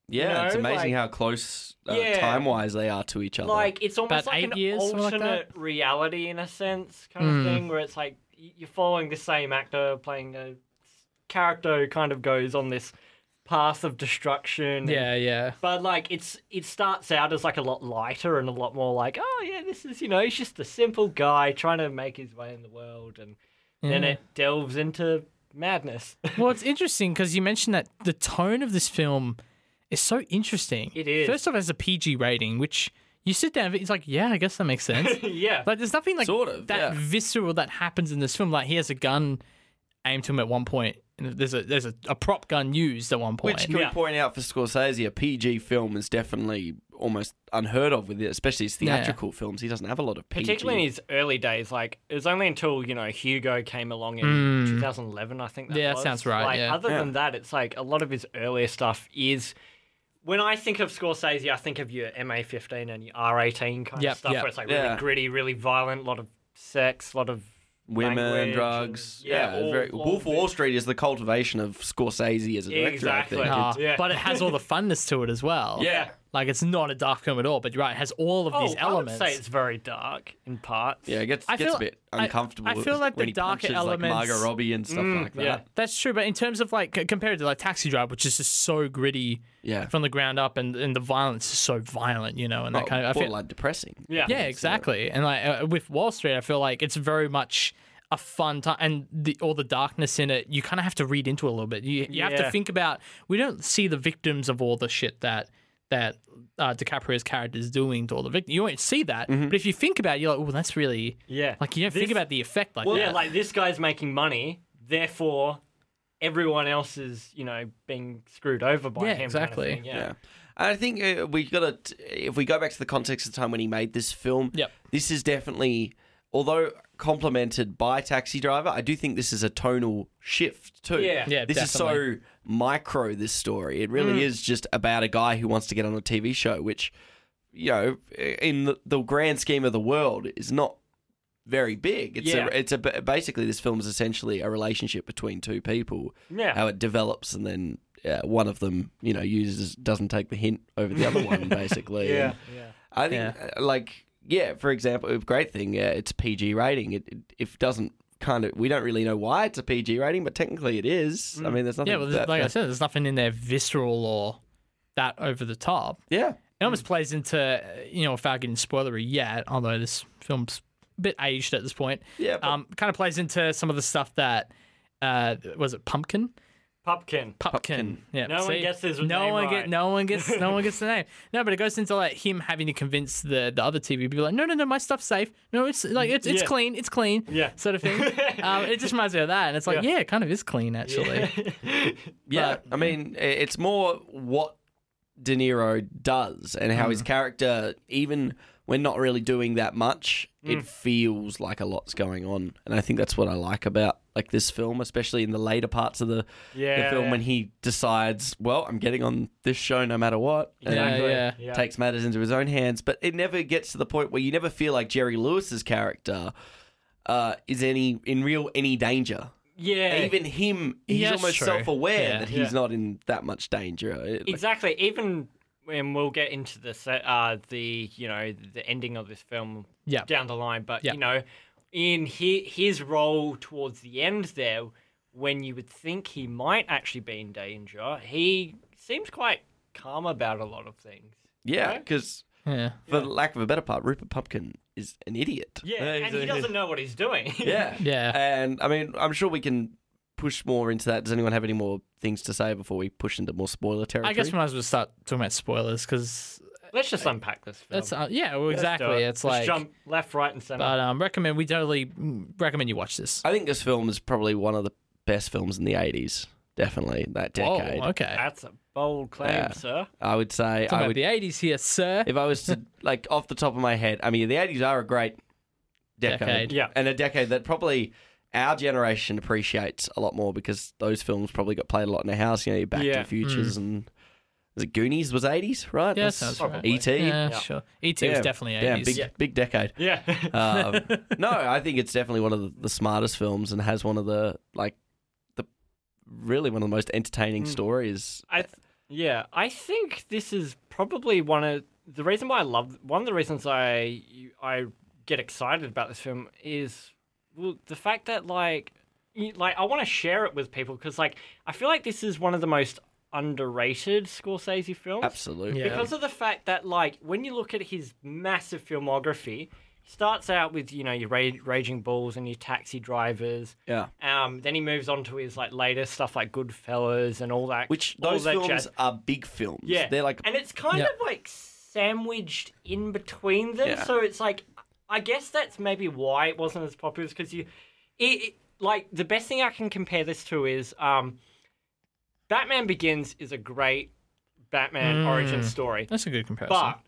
[SPEAKER 1] Yeah,
[SPEAKER 3] You
[SPEAKER 1] it's
[SPEAKER 3] know,
[SPEAKER 1] amazing
[SPEAKER 3] like-
[SPEAKER 1] how close uh,
[SPEAKER 3] Yeah,
[SPEAKER 1] time wise they are to each other.
[SPEAKER 3] Like it's almost
[SPEAKER 2] About
[SPEAKER 3] like
[SPEAKER 2] eight
[SPEAKER 3] an
[SPEAKER 2] years, something like that?
[SPEAKER 3] alternate reality in a sense, kind
[SPEAKER 2] Hmm.
[SPEAKER 3] of thing, where it's like y- you're following the same actor playing a s- character who kind of goes on this path of destruction. and-
[SPEAKER 2] Yeah, yeah.
[SPEAKER 3] But like it's it starts out as like a lot lighter and a lot more like oh yeah this is you know he's just a simple guy trying to make his way in the world and then
[SPEAKER 2] Yeah.
[SPEAKER 3] it delves into madness.
[SPEAKER 2] Well, it's interesting because you mentioned that the tone of this film is so interesting.
[SPEAKER 3] It is.
[SPEAKER 2] First off, it has a PG rating, which you sit down, it's like, yeah, I guess that makes sense.
[SPEAKER 3] yeah.
[SPEAKER 2] like, there's nothing like
[SPEAKER 1] Sort of,
[SPEAKER 2] that
[SPEAKER 1] yeah.
[SPEAKER 2] visceral that happens in this film. Like, he has a gun aimed to him at one point, and there's a there's a, a prop gun used at one point.
[SPEAKER 1] Which can
[SPEAKER 3] Yeah.
[SPEAKER 1] we point out for Scorsese, a PG film is definitely almost unheard of with it, especially his
[SPEAKER 2] Yeah.
[SPEAKER 1] theatrical films. He doesn't have a lot of PG.
[SPEAKER 3] Particularly in his early days, like it was only until you know Hugo came along in
[SPEAKER 2] Mm.
[SPEAKER 3] 2011, I think. That
[SPEAKER 2] Yeah, that
[SPEAKER 3] was.
[SPEAKER 2] sounds right,
[SPEAKER 3] Like,
[SPEAKER 2] yeah.
[SPEAKER 3] Other
[SPEAKER 1] Yeah.
[SPEAKER 3] than that, it's like a lot of his earlier stuff is. When I think of Scorsese, I think of your MA15 and your R18 kind
[SPEAKER 2] Yep,
[SPEAKER 3] of stuff,
[SPEAKER 2] yep.
[SPEAKER 3] where it's like
[SPEAKER 1] Yeah.
[SPEAKER 3] really gritty, really violent, a lot of sex, a lot of
[SPEAKER 1] women,
[SPEAKER 3] language,
[SPEAKER 1] drugs.
[SPEAKER 3] and-
[SPEAKER 1] yeah,
[SPEAKER 3] all-
[SPEAKER 1] very,
[SPEAKER 3] all
[SPEAKER 1] Wolf of
[SPEAKER 3] of
[SPEAKER 1] Wall
[SPEAKER 3] it.
[SPEAKER 1] Street is the cultivation of Scorsese as a director.
[SPEAKER 3] Exactly.
[SPEAKER 1] I think.
[SPEAKER 2] Ah,
[SPEAKER 3] It's- yeah.
[SPEAKER 2] But it has all the funness to it as well.
[SPEAKER 3] Yeah.
[SPEAKER 2] Like, it's not a dark film at all, but you're right, it has all of
[SPEAKER 3] Oh,
[SPEAKER 2] these elements.
[SPEAKER 3] I would say it's very dark in parts.
[SPEAKER 1] Yeah, it gets,
[SPEAKER 2] I
[SPEAKER 1] gets
[SPEAKER 2] feel-
[SPEAKER 1] a bit
[SPEAKER 2] I- I
[SPEAKER 1] uncomfortable.
[SPEAKER 2] feel like the
[SPEAKER 1] when he
[SPEAKER 2] darker
[SPEAKER 1] punches,
[SPEAKER 2] elements-
[SPEAKER 1] like Margot Robbie and stuff
[SPEAKER 3] Mm,
[SPEAKER 1] like
[SPEAKER 3] yeah.
[SPEAKER 1] that.
[SPEAKER 2] That's true, but in terms of like c- compared to like Taxi Drive, which is just so gritty
[SPEAKER 1] Yeah,
[SPEAKER 2] from the ground up, and, and the violence is so violent, you know, and that
[SPEAKER 3] Oh,
[SPEAKER 2] kind of. I feel,
[SPEAKER 1] borderline depressing.
[SPEAKER 3] Yeah.
[SPEAKER 2] yeah, exactly. And like uh, with Wall Street, I feel like it's very much a fun time, and the, all the darkness in it, you kind of have to read into a little bit. You, you have to
[SPEAKER 3] Yeah.
[SPEAKER 2] think about. We don't see the victims of all the shit that that uh, DiCaprio's character is doing to all the victims. You won't see that, but if you think about, it, you're like, well, that's really
[SPEAKER 3] Mm-hmm. Yeah.
[SPEAKER 2] like you don't think
[SPEAKER 3] This-
[SPEAKER 2] about the effect like
[SPEAKER 3] Well,
[SPEAKER 2] that.
[SPEAKER 3] yeah, like this guy's making money, therefore everyone else is, you know, being screwed over by
[SPEAKER 2] Yeah,
[SPEAKER 3] him.
[SPEAKER 2] exactly.
[SPEAKER 3] Kind of thing. Yeah,
[SPEAKER 1] Yeah. And I think uh, we got to, if we go back to the context of the time when he made this film,
[SPEAKER 2] Yep.
[SPEAKER 1] this is definitely, although complemented by Taxi Driver, I do think this is a tonal shift too.
[SPEAKER 3] Yeah. Mm.
[SPEAKER 2] Yeah,
[SPEAKER 1] This is
[SPEAKER 2] definitely.
[SPEAKER 1] so micro, this story. It really is just about a guy who wants to get on a TV show, which, you know, in the, the grand scheme of the world is not very big. It's
[SPEAKER 3] Yeah.
[SPEAKER 1] a, it's a, basically this film is essentially a relationship between two people
[SPEAKER 3] Yeah.
[SPEAKER 1] how it develops, and then uh, one of them, you know, uses doesn't take the hint over the other one, basically.
[SPEAKER 3] Yeah.
[SPEAKER 1] And I think uh, like yeah, for example, a great thing. Yeah, it's PG rating. It, it if doesn't kind of we don't really know why it's a PG rating, but technically it is. I mean, there's nothing.
[SPEAKER 2] Mm. Yeah, well, there's-
[SPEAKER 1] that-
[SPEAKER 2] like I said, there's nothing in there visceral or that over the top.
[SPEAKER 1] yeah,
[SPEAKER 2] It
[SPEAKER 3] Mm.
[SPEAKER 2] almost plays into, uh, you know, without getting spoilery yet, although this film's a bit aged at this point.
[SPEAKER 1] Yeah, but-
[SPEAKER 2] Um, kind of plays into some of the stuff that, uh, was it Pumpkin?
[SPEAKER 3] Pupkin.
[SPEAKER 2] Pupkin. Yeah.
[SPEAKER 3] No one guesses the
[SPEAKER 2] No
[SPEAKER 3] name
[SPEAKER 2] one get.
[SPEAKER 3] right.
[SPEAKER 2] No one gets. No one gets the name. No, but it goes into like him having to convince the the other TV people like, no, no, no, my stuff's safe. No, it's like it's it's
[SPEAKER 3] Yeah.
[SPEAKER 2] clean. It's clean.
[SPEAKER 3] Yeah.
[SPEAKER 2] Sort of thing. um, it just reminds me of that, and it's like, yeah, it kind of is clean actually.
[SPEAKER 1] yeah. I mean, i- it's more what De Niro does and how
[SPEAKER 3] Mm.
[SPEAKER 1] his character, even when not really doing that much,
[SPEAKER 3] Mm.
[SPEAKER 1] it feels like a lot's going on, and I think that's what I like about like this film, especially in the later parts of the the
[SPEAKER 3] Yeah,
[SPEAKER 1] film
[SPEAKER 3] yeah.
[SPEAKER 1] when he decides, well, I'm getting on this show no matter what. and
[SPEAKER 2] Exactly. Yeah,
[SPEAKER 3] yeah.
[SPEAKER 1] Takes matters into his own hands, but it never gets to the point where you never feel like Jerry Lewis's character uh, is any in real any danger.
[SPEAKER 3] Yeah.
[SPEAKER 1] Even him, he's
[SPEAKER 2] Yeah, that's
[SPEAKER 1] almost
[SPEAKER 2] true.
[SPEAKER 1] self-aware
[SPEAKER 2] Yeah.
[SPEAKER 1] that he's
[SPEAKER 3] Yeah.
[SPEAKER 1] not in that much danger. It- like-
[SPEAKER 3] exactly. Even when we'll get into the se- uh the you know the ending of this film
[SPEAKER 2] Yeah.
[SPEAKER 3] down the line, but
[SPEAKER 2] Yeah.
[SPEAKER 3] you know in hi his role towards the end there, when you would think he might actually be in danger, he seems quite calm about a lot of things.
[SPEAKER 1] yeah,
[SPEAKER 3] Right?
[SPEAKER 1] because
[SPEAKER 2] yeah.
[SPEAKER 1] for lack of a better part, Rupert Pumpkin is an idiot. Uh,
[SPEAKER 3] Yeah, and he doesn't know what he's doing.
[SPEAKER 1] Yeah.
[SPEAKER 2] Yeah.
[SPEAKER 1] And I mean, I'm sure we can push more into that. Does anyone have any more things to say before we push into more spoiler territory?
[SPEAKER 2] I guess we might as well start talking about spoilers because
[SPEAKER 3] Let's just unpack this film.
[SPEAKER 2] that's uh, yeah, well,
[SPEAKER 3] Um, Let's do
[SPEAKER 2] exactly.
[SPEAKER 3] it.
[SPEAKER 2] It's like,
[SPEAKER 3] Let's jump left, right, and center.
[SPEAKER 2] but um, recommend we totally mm, recommend you watch this.
[SPEAKER 1] I think this film is probably one of the best films in the 80s. Definitely that
[SPEAKER 2] Whoa,
[SPEAKER 1] decade.
[SPEAKER 2] okay.
[SPEAKER 3] That's a bold claim,
[SPEAKER 1] Yeah.
[SPEAKER 3] sir.
[SPEAKER 1] I would say
[SPEAKER 2] Talking
[SPEAKER 1] I
[SPEAKER 2] about
[SPEAKER 1] would
[SPEAKER 2] the '80s here, sir.
[SPEAKER 1] if I was to like off the top of my head. I mean, the 80s are a great decade.
[SPEAKER 2] Decade.
[SPEAKER 3] Yeah.
[SPEAKER 1] And a decade that probably our generation appreciates a lot more because those films probably got played a lot in the house, you know, your Back to
[SPEAKER 3] Yeah.
[SPEAKER 1] the Futures and is it Goonies was 80s, right?
[SPEAKER 2] Hmm. Yeah,
[SPEAKER 1] That's-
[SPEAKER 2] sounds right.
[SPEAKER 1] E.T.
[SPEAKER 2] Yeah,
[SPEAKER 3] Yeah.
[SPEAKER 2] sure. ET was definitely
[SPEAKER 1] Yeah,
[SPEAKER 2] 80s.
[SPEAKER 1] big, big decade.
[SPEAKER 3] Yeah.
[SPEAKER 1] Um, no, I think it's definitely one of the, the smartest films and has one of the like the really one of the most entertaining stories.
[SPEAKER 3] Hmm. I th- Yeah, I think this is probably one of the reason why I love one of the reasons I I get excited about this film is well the fact that like you- like I want to share it with people because like I feel like this is one of the most underrated Scorsese films
[SPEAKER 1] Absolutely.
[SPEAKER 2] Yeah.
[SPEAKER 3] because of the fact that like when you look at his massive filmography, he starts out with you know your ra- Raging Bulls and your Taxi Drivers.
[SPEAKER 1] Yeah.
[SPEAKER 3] Um, then he moves on to his like later stuff like Goodfellas and all that.
[SPEAKER 1] Which
[SPEAKER 3] all
[SPEAKER 1] those
[SPEAKER 3] that
[SPEAKER 1] films
[SPEAKER 3] jazz.
[SPEAKER 1] are big films.
[SPEAKER 3] Yeah.
[SPEAKER 1] They're like
[SPEAKER 3] And it's kind
[SPEAKER 2] Yeah.
[SPEAKER 3] of like sandwiched in between them.
[SPEAKER 1] Yeah.
[SPEAKER 3] So it's like, I guess that's maybe why it wasn't as popular, because you, it, it, like, the best thing I can compare this to is um, Batman Begins is a great Batman origin story.
[SPEAKER 2] That's a good comparison.
[SPEAKER 3] But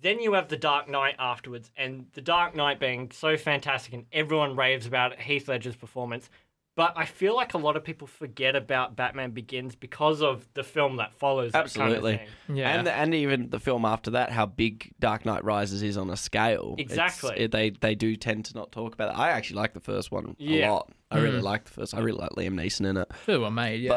[SPEAKER 3] then you have The Dark Knight afterwards, and The Dark Knight being so fantastic, and everyone raves about it, Heath Ledger's performance. But I feel like a lot of people forget about Batman Begins because of the film that follows. that kind of
[SPEAKER 1] Absolutely.
[SPEAKER 3] thing.
[SPEAKER 2] Yeah.
[SPEAKER 1] And the, and even the film after that, how big Dark Knight Rises is on a scale. It's-
[SPEAKER 3] Exactly.
[SPEAKER 1] it- they they do tend to not talk about it. I actually like the first one
[SPEAKER 3] Yeah.
[SPEAKER 1] a lot. I really like the first. I really like Liam Neeson in it.
[SPEAKER 2] They were made, yeah.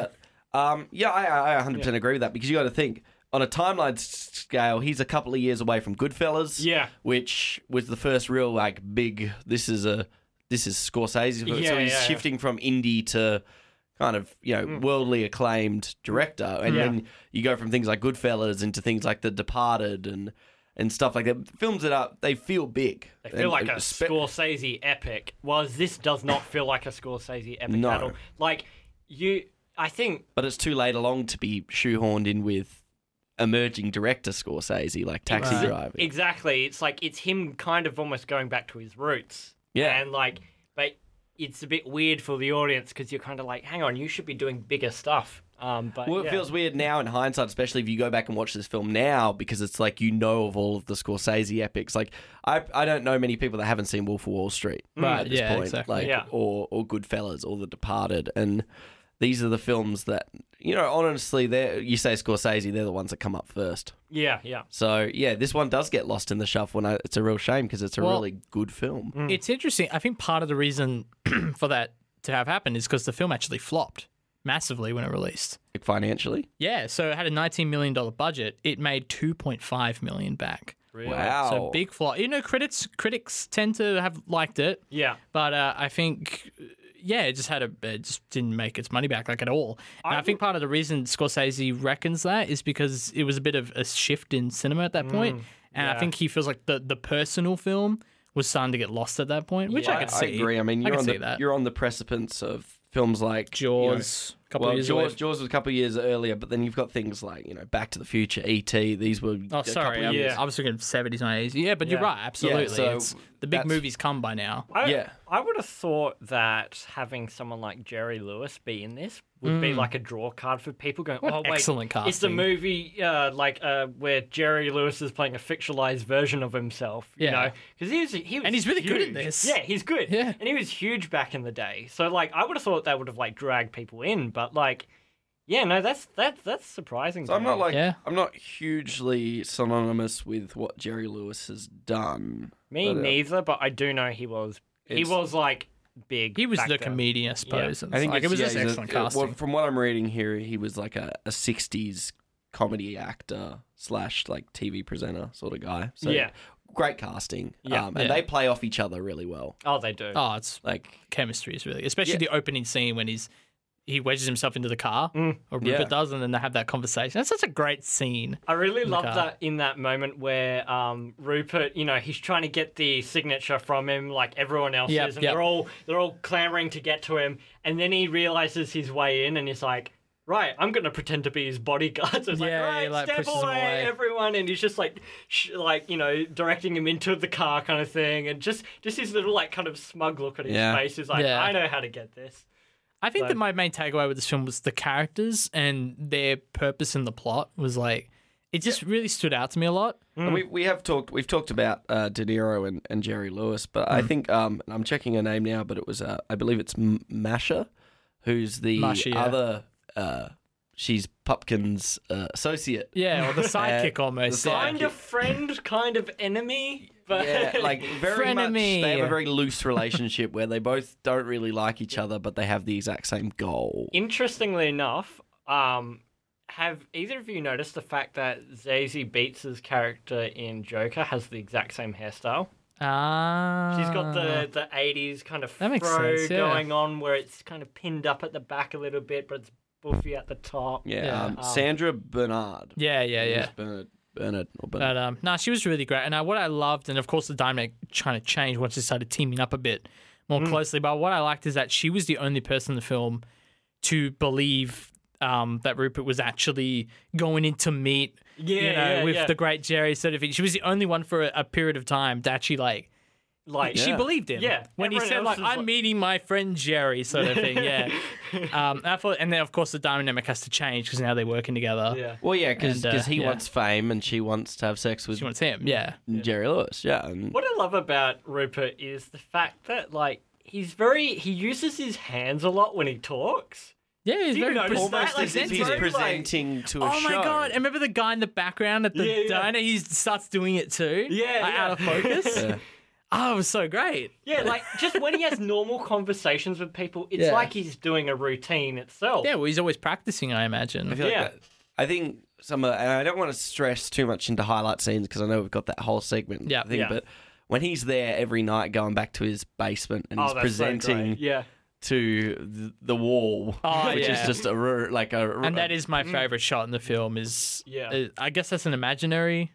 [SPEAKER 1] But um, yeah, I, I 100% agree with that because you got to think on a timeline s- scale, he's a couple of years away from Goodfellas.
[SPEAKER 3] Yeah.
[SPEAKER 1] which was the first real like big. This is a this is Scorsese. film.
[SPEAKER 3] Yeah,
[SPEAKER 1] so he's
[SPEAKER 3] yeah, yeah.
[SPEAKER 1] shifting from indie to kind of you know worldly acclaimed director, and
[SPEAKER 3] Yeah.
[SPEAKER 1] then you go from things like Goodfellas into things like The Departed and. And stuff like that. Films that are they feel big.
[SPEAKER 3] I feel like a
[SPEAKER 1] spe-
[SPEAKER 3] Scorsese epic. Whereas this does not feel like a Scorsese epic
[SPEAKER 1] No.
[SPEAKER 3] at all. Like you, I think
[SPEAKER 1] but it's too late along to be shoehorned in with emerging director Scorsese, like Taxi
[SPEAKER 2] Right.
[SPEAKER 1] Driver.
[SPEAKER 3] exactly. It's like it's him kind of almost going back to his roots.
[SPEAKER 1] Yeah.
[SPEAKER 3] and like, but it's a bit weird for the audience because you're kind of like, hang on, you should be doing bigger stuff. Um,
[SPEAKER 2] Uh,
[SPEAKER 3] but
[SPEAKER 1] Well, it
[SPEAKER 3] yeah.
[SPEAKER 1] feels weird now in hindsight, especially if you go back and watch this film now, because it's like you know of all of the Scorsese epics. Like I, I don't know many people that haven't seen Wolf of Wall Street
[SPEAKER 2] Mm. Right,
[SPEAKER 1] at this
[SPEAKER 2] yeah,
[SPEAKER 1] point,
[SPEAKER 2] exactly.
[SPEAKER 1] like
[SPEAKER 3] Yeah.
[SPEAKER 1] or or Goodfellas or The Departed, and these are the films that you know. Honestly, they you say Scorsese, they're the ones that come up first.
[SPEAKER 3] yeah, yeah.
[SPEAKER 1] So yeah, this one does get lost in the shuffle, and I, it's a real shame because it's a
[SPEAKER 2] Well-
[SPEAKER 1] really good film.
[SPEAKER 2] It's interesting. I think part of the reason for that to have happened is because the film actually flopped massively when it released.
[SPEAKER 1] Like, financially,
[SPEAKER 2] Yeah, so it had a $19 million budget. It made $2.5 million back.
[SPEAKER 1] wow,
[SPEAKER 2] So big flop. You know, critics critics tend to have liked it,
[SPEAKER 3] Yeah,
[SPEAKER 2] but uh, I think, uh, yeah, it just had a it just didn't make its money back like at all. And I, think part of the reason Scorsese reckons that is because it was a bit of a shift in cinema at
[SPEAKER 1] Mm,
[SPEAKER 2] that point, and I
[SPEAKER 3] yeah.
[SPEAKER 2] think he feels like the the personal film was starting to get lost at that point, which I
[SPEAKER 3] Yeah.
[SPEAKER 2] could see.
[SPEAKER 1] agree. I mean,
[SPEAKER 2] I
[SPEAKER 1] you're
[SPEAKER 2] can
[SPEAKER 1] on
[SPEAKER 2] see
[SPEAKER 1] the,
[SPEAKER 2] that.
[SPEAKER 1] you're on the precipice of films like you know,
[SPEAKER 2] Jaws, a couple
[SPEAKER 1] well,
[SPEAKER 2] of years
[SPEAKER 1] Jaws,
[SPEAKER 2] away.
[SPEAKER 1] Jaws was a couple of years earlier, but then you've got things like you know Back to the Future, ET. These were
[SPEAKER 2] Oh,
[SPEAKER 1] a
[SPEAKER 2] sorry.
[SPEAKER 1] couple of
[SPEAKER 2] I'm-
[SPEAKER 1] years.
[SPEAKER 2] I was thinking 70s, 80s. Yeah, but you're
[SPEAKER 3] Yeah.
[SPEAKER 2] right. Absolutely.
[SPEAKER 1] so
[SPEAKER 2] It's- the big
[SPEAKER 1] that's-
[SPEAKER 2] movies come by now.
[SPEAKER 3] I,
[SPEAKER 1] Yeah.
[SPEAKER 3] I would have thought that having someone like Jerry Lewis be in this would be
[SPEAKER 1] Mm.
[SPEAKER 3] like a draw card for people going,
[SPEAKER 2] What
[SPEAKER 3] oh, wait,
[SPEAKER 2] excellent
[SPEAKER 3] it's the
[SPEAKER 2] casting."
[SPEAKER 3] movie uh, like uh, where Jerry Lewis is playing a fictionalized version of himself,
[SPEAKER 2] Yeah.
[SPEAKER 3] you know? Because he was, he was
[SPEAKER 2] And he's really good at
[SPEAKER 3] huge.
[SPEAKER 2] this.
[SPEAKER 3] Yeah, he's good.
[SPEAKER 2] Yeah.
[SPEAKER 3] And he was huge back in the day. So, like, I would have thought that would have, like, dragged people in, but, like, yeah, no, that's that's that's surprising.
[SPEAKER 1] So
[SPEAKER 3] to
[SPEAKER 1] I'm not
[SPEAKER 3] me.
[SPEAKER 1] like
[SPEAKER 2] Yeah.
[SPEAKER 1] I'm not hugely synonymous with what Jerry Lewis has done.
[SPEAKER 3] me
[SPEAKER 1] But, uh,
[SPEAKER 3] neither, but I do know he was he
[SPEAKER 1] It's-
[SPEAKER 3] was like big.
[SPEAKER 2] He was
[SPEAKER 3] back
[SPEAKER 2] the
[SPEAKER 3] then.
[SPEAKER 2] comedian, I suppose. and
[SPEAKER 1] I think
[SPEAKER 2] like,
[SPEAKER 1] it's-
[SPEAKER 2] it was
[SPEAKER 1] yeah,
[SPEAKER 2] just
[SPEAKER 1] he's a-
[SPEAKER 2] excellent
[SPEAKER 1] it- well,
[SPEAKER 2] casting.
[SPEAKER 1] from what I'm reading here, he was like a, a '60s comedy actor slash like TV presenter sort of guy. So
[SPEAKER 3] Yeah.
[SPEAKER 1] great casting.
[SPEAKER 3] Yeah.
[SPEAKER 1] um, and
[SPEAKER 2] Yeah.
[SPEAKER 1] they play off each other really well.
[SPEAKER 3] Oh, they do.
[SPEAKER 2] oh, it's
[SPEAKER 1] Like
[SPEAKER 2] chemistry is really, especially
[SPEAKER 1] Yeah.
[SPEAKER 2] the opening scene when he's he wedges himself into the car, or Rupert
[SPEAKER 1] Yeah.
[SPEAKER 2] does, and then they have that conversation. That's such a great scene.
[SPEAKER 3] I really love
[SPEAKER 2] car.
[SPEAKER 3] that in that moment where um, Rupert, you know, he's trying to get the signature from him, like everyone else
[SPEAKER 2] Yep,
[SPEAKER 3] is, and
[SPEAKER 2] yep.
[SPEAKER 3] they're all they're all clamoring to get to him, and then he realizes his way in, and he's like, "Right, I'm gonna pretend to be his bodyguard." So it's
[SPEAKER 2] Yeah,
[SPEAKER 3] like,
[SPEAKER 2] he,
[SPEAKER 3] "Right,
[SPEAKER 2] like,
[SPEAKER 3] step
[SPEAKER 2] pushes him
[SPEAKER 3] away,
[SPEAKER 2] away.
[SPEAKER 3] everyone," and he's just like, sh- like you know, directing him into the car, kind of thing, and just just his little like kind of smug look at his
[SPEAKER 1] Yeah.
[SPEAKER 3] face is like,
[SPEAKER 2] Yeah.
[SPEAKER 3] "I know how to get this."
[SPEAKER 2] I think
[SPEAKER 3] So-
[SPEAKER 2] that my main takeaway with this film was the characters and their purpose in the plot was like it just really stood out to me a lot.
[SPEAKER 1] And we, we have talked we've talked about uh, De Niro and, and Jerry Lewis, but
[SPEAKER 2] Hmm.
[SPEAKER 1] I think um and I'm checking her name now, but it was uh, I believe it's M- Masha, who's the
[SPEAKER 2] Masha, yeah.
[SPEAKER 1] other uh, she's Pupkin's uh, associate.
[SPEAKER 2] Yeah, or the sidekick almost.
[SPEAKER 1] the
[SPEAKER 2] yeah.
[SPEAKER 3] Kind of friend, kind of enemy, but
[SPEAKER 1] Yeah, like very much.
[SPEAKER 2] Frenemy.
[SPEAKER 1] They have a very loose relationship where they both don't really like each other, but they have the exact same goal.
[SPEAKER 3] interestingly enough, um, have either of you noticed the fact that Zazie Beats' character in Joker has the exact same hairstyle?
[SPEAKER 2] Ah,
[SPEAKER 3] She's got the, the 80s kind of
[SPEAKER 2] That makes
[SPEAKER 3] fro
[SPEAKER 2] sense, yeah.
[SPEAKER 3] going on where it's kind of pinned up at the back a little bit, but it's buffy at the top.
[SPEAKER 1] Yeah.
[SPEAKER 2] Yeah.
[SPEAKER 1] Um, Sandra Bernard.
[SPEAKER 2] yeah, yeah,
[SPEAKER 1] It
[SPEAKER 2] yeah.
[SPEAKER 1] was Bernard. Bernard or Bernard.
[SPEAKER 2] But um, nah, she was really great. And uh, what I loved, and of course the dynamic kind of changed once they started teaming up a bit more
[SPEAKER 3] Mm.
[SPEAKER 2] closely. But what I liked is that she was the only person in the film to believe um, that Rupert was actually going in to meet, you
[SPEAKER 3] Yeah,
[SPEAKER 2] know,
[SPEAKER 3] yeah,
[SPEAKER 2] with
[SPEAKER 3] yeah.
[SPEAKER 2] the great Jerry sort of thing. She was the only one for a, a period of time to actually like.
[SPEAKER 3] Like,
[SPEAKER 2] She
[SPEAKER 1] Yeah.
[SPEAKER 2] believed him.
[SPEAKER 3] Yeah,
[SPEAKER 2] When he
[SPEAKER 3] everyone
[SPEAKER 2] said
[SPEAKER 3] else
[SPEAKER 2] like,
[SPEAKER 3] is
[SPEAKER 2] "I'm
[SPEAKER 3] like-
[SPEAKER 2] meeting my friend Jerry," sort of thing. Yeah. um, I thought, and then of course the dynamic has to change because now they're working together.
[SPEAKER 3] yeah.
[SPEAKER 1] well, yeah, because
[SPEAKER 2] And, uh,
[SPEAKER 1] he
[SPEAKER 2] yeah.
[SPEAKER 1] wants fame and she wants to have sex with
[SPEAKER 2] She wants him. Yeah.
[SPEAKER 1] Jerry Lewis. Yeah. And
[SPEAKER 3] What I love about Rupert is the fact that, like, he's very, he uses his hands a lot when he talks.
[SPEAKER 2] Yeah, he's
[SPEAKER 3] Do you
[SPEAKER 2] very
[SPEAKER 3] notice
[SPEAKER 2] pres-
[SPEAKER 3] that? Like,
[SPEAKER 1] as if
[SPEAKER 3] it's
[SPEAKER 1] he's
[SPEAKER 3] very, like-
[SPEAKER 1] presenting to a
[SPEAKER 2] oh
[SPEAKER 1] show.
[SPEAKER 2] my god! I remember the guy in the background at the
[SPEAKER 3] Yeah, yeah.
[SPEAKER 2] diner. He starts doing it too.
[SPEAKER 3] Yeah,
[SPEAKER 2] like,
[SPEAKER 3] yeah.
[SPEAKER 2] out of focus. Oh, it was so great.
[SPEAKER 3] Yeah, like just when he has normal conversations with people, it's
[SPEAKER 2] Yeah.
[SPEAKER 3] like he's doing a routine itself.
[SPEAKER 2] Yeah, well, he's always practicing. I imagine.
[SPEAKER 1] I feel
[SPEAKER 3] Yeah.
[SPEAKER 1] like that, I think some of, and I don't want to stress too much into highlight scenes because I know we've got that whole segment
[SPEAKER 2] Yeah.
[SPEAKER 1] thing,
[SPEAKER 3] Yeah.
[SPEAKER 1] but when he's there every night going back to his basement and
[SPEAKER 3] oh,
[SPEAKER 1] he's
[SPEAKER 3] that's So
[SPEAKER 1] presenting
[SPEAKER 3] great. Yeah,
[SPEAKER 1] to th- the wall,
[SPEAKER 2] Oh,
[SPEAKER 1] which
[SPEAKER 2] yeah.
[SPEAKER 1] is just a, ru- like a, ru-
[SPEAKER 2] and that is my favorite shot in the film. Is
[SPEAKER 3] Mm. Yeah.
[SPEAKER 2] uh, I guess that's an imaginary.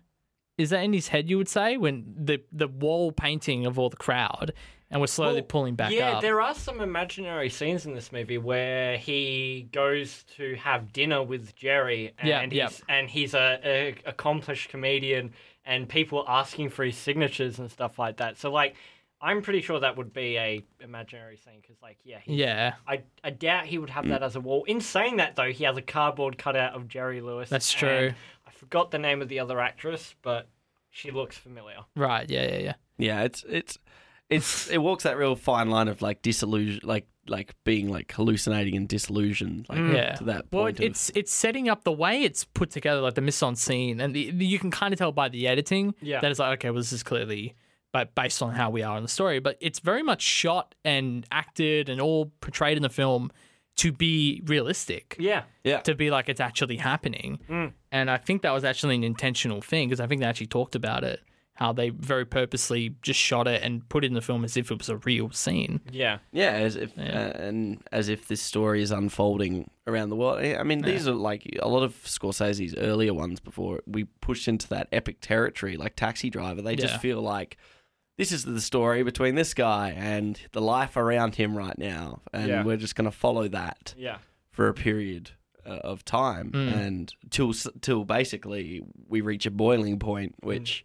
[SPEAKER 2] Is that in his head? You would say when the the wall painting of all the crowd, and we're slowly
[SPEAKER 3] Well,
[SPEAKER 2] pulling back
[SPEAKER 3] yeah.
[SPEAKER 2] up.
[SPEAKER 3] There are some imaginary scenes in this movie where he goes to have dinner with Jerry, and
[SPEAKER 2] Yeah,
[SPEAKER 3] he's
[SPEAKER 2] yeah.
[SPEAKER 3] and he's a, a accomplished comedian, and people are asking for his signatures and stuff like that. So like, I'm pretty sure that would be a imaginary scene because like, yeah, he,
[SPEAKER 2] yeah,
[SPEAKER 3] I, I doubt he would
[SPEAKER 2] Mm.
[SPEAKER 3] have that as a wall. In saying that, though, he has a cardboard cutout of Jerry Lewis.
[SPEAKER 2] That's
[SPEAKER 3] and
[SPEAKER 2] true.
[SPEAKER 3] I forgot the name of the other actress, but she looks familiar.
[SPEAKER 2] right. Yeah, yeah, yeah.
[SPEAKER 1] yeah, it's it's it's it walks that real fine line of like disillusion, like like being like hallucinating and disillusioned, like
[SPEAKER 2] Yeah.
[SPEAKER 1] to that point.
[SPEAKER 2] Mm. Well,
[SPEAKER 1] of-
[SPEAKER 2] it's it's setting up the way it's put together, like the mise en scene, and the, the- you can kind of tell by the editing
[SPEAKER 3] Yeah.
[SPEAKER 2] that it's like, okay, well, this is clearly, but based on how we are in the story, but it's very much shot and acted and all portrayed in the film to be realistic,
[SPEAKER 3] Yeah. Mm.
[SPEAKER 1] yeah,
[SPEAKER 2] to be like it's actually happening, and I think that was actually an intentional thing because I think they actually talked about it, how they very purposely just shot it and put it in the film as if it was a real scene.
[SPEAKER 3] Yeah.
[SPEAKER 1] Yeah, as if uh, and as if this story is unfolding around the world. I mean, these are like a lot of Scorsese's earlier ones before we pushed into that epic territory, like Taxi Driver. They
[SPEAKER 2] Yeah.
[SPEAKER 1] just feel like this is the story between this guy and the life around him right now, and
[SPEAKER 3] Yeah.
[SPEAKER 1] we're just going to follow that
[SPEAKER 3] Yeah.
[SPEAKER 1] for a period uh, of time,
[SPEAKER 3] Mm.
[SPEAKER 1] and till s- till basically we reach a boiling point,
[SPEAKER 3] Mm.
[SPEAKER 1] which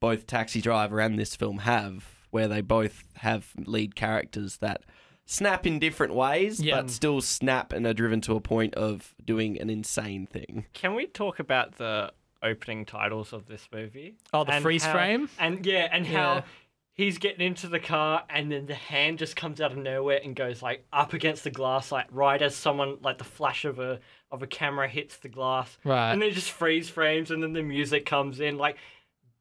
[SPEAKER 1] both Taxi Driver and this film have, where they both have lead characters that snap in different ways,
[SPEAKER 2] Yeah.
[SPEAKER 1] but still snap and are driven to a point of doing an insane thing.
[SPEAKER 3] Can we talk about the opening titles of this movie?
[SPEAKER 2] Oh, the freeze
[SPEAKER 3] how-
[SPEAKER 2] frame?
[SPEAKER 3] And yeah, and
[SPEAKER 2] Yeah.
[SPEAKER 3] how he's getting into the car and then the hand just comes out of nowhere and goes like up against the glass like right as someone like the flash of a of a camera hits the glass.
[SPEAKER 2] Right.
[SPEAKER 3] And then it just freeze frames and then the music comes in like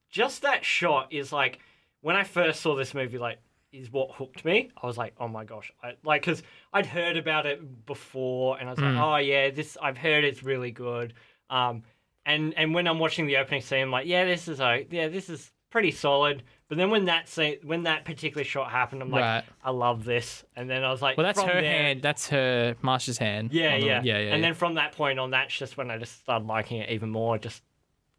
[SPEAKER 3] just that shot is like when I first saw this movie, like is what hooked me. I was like, oh my gosh, I, like because I'd heard about it before, and I was
[SPEAKER 2] Mm.
[SPEAKER 3] like, oh yeah, this I've heard it's really good. Um, and and when I'm watching the opening scene, I'm like, yeah, this is a yeah, this is pretty solid. But then when that scene, when that particular shot happened, I'm like,
[SPEAKER 2] Right.
[SPEAKER 3] I love this. And then I was like,
[SPEAKER 2] Well, that's
[SPEAKER 3] from
[SPEAKER 2] her
[SPEAKER 3] there-
[SPEAKER 2] hand. That's her Marsha's hand.
[SPEAKER 3] Yeah,
[SPEAKER 2] on the-
[SPEAKER 3] yeah,
[SPEAKER 2] yeah, yeah.
[SPEAKER 3] And
[SPEAKER 2] yeah.
[SPEAKER 3] then from that point on, that's just when I just started liking it even more. It just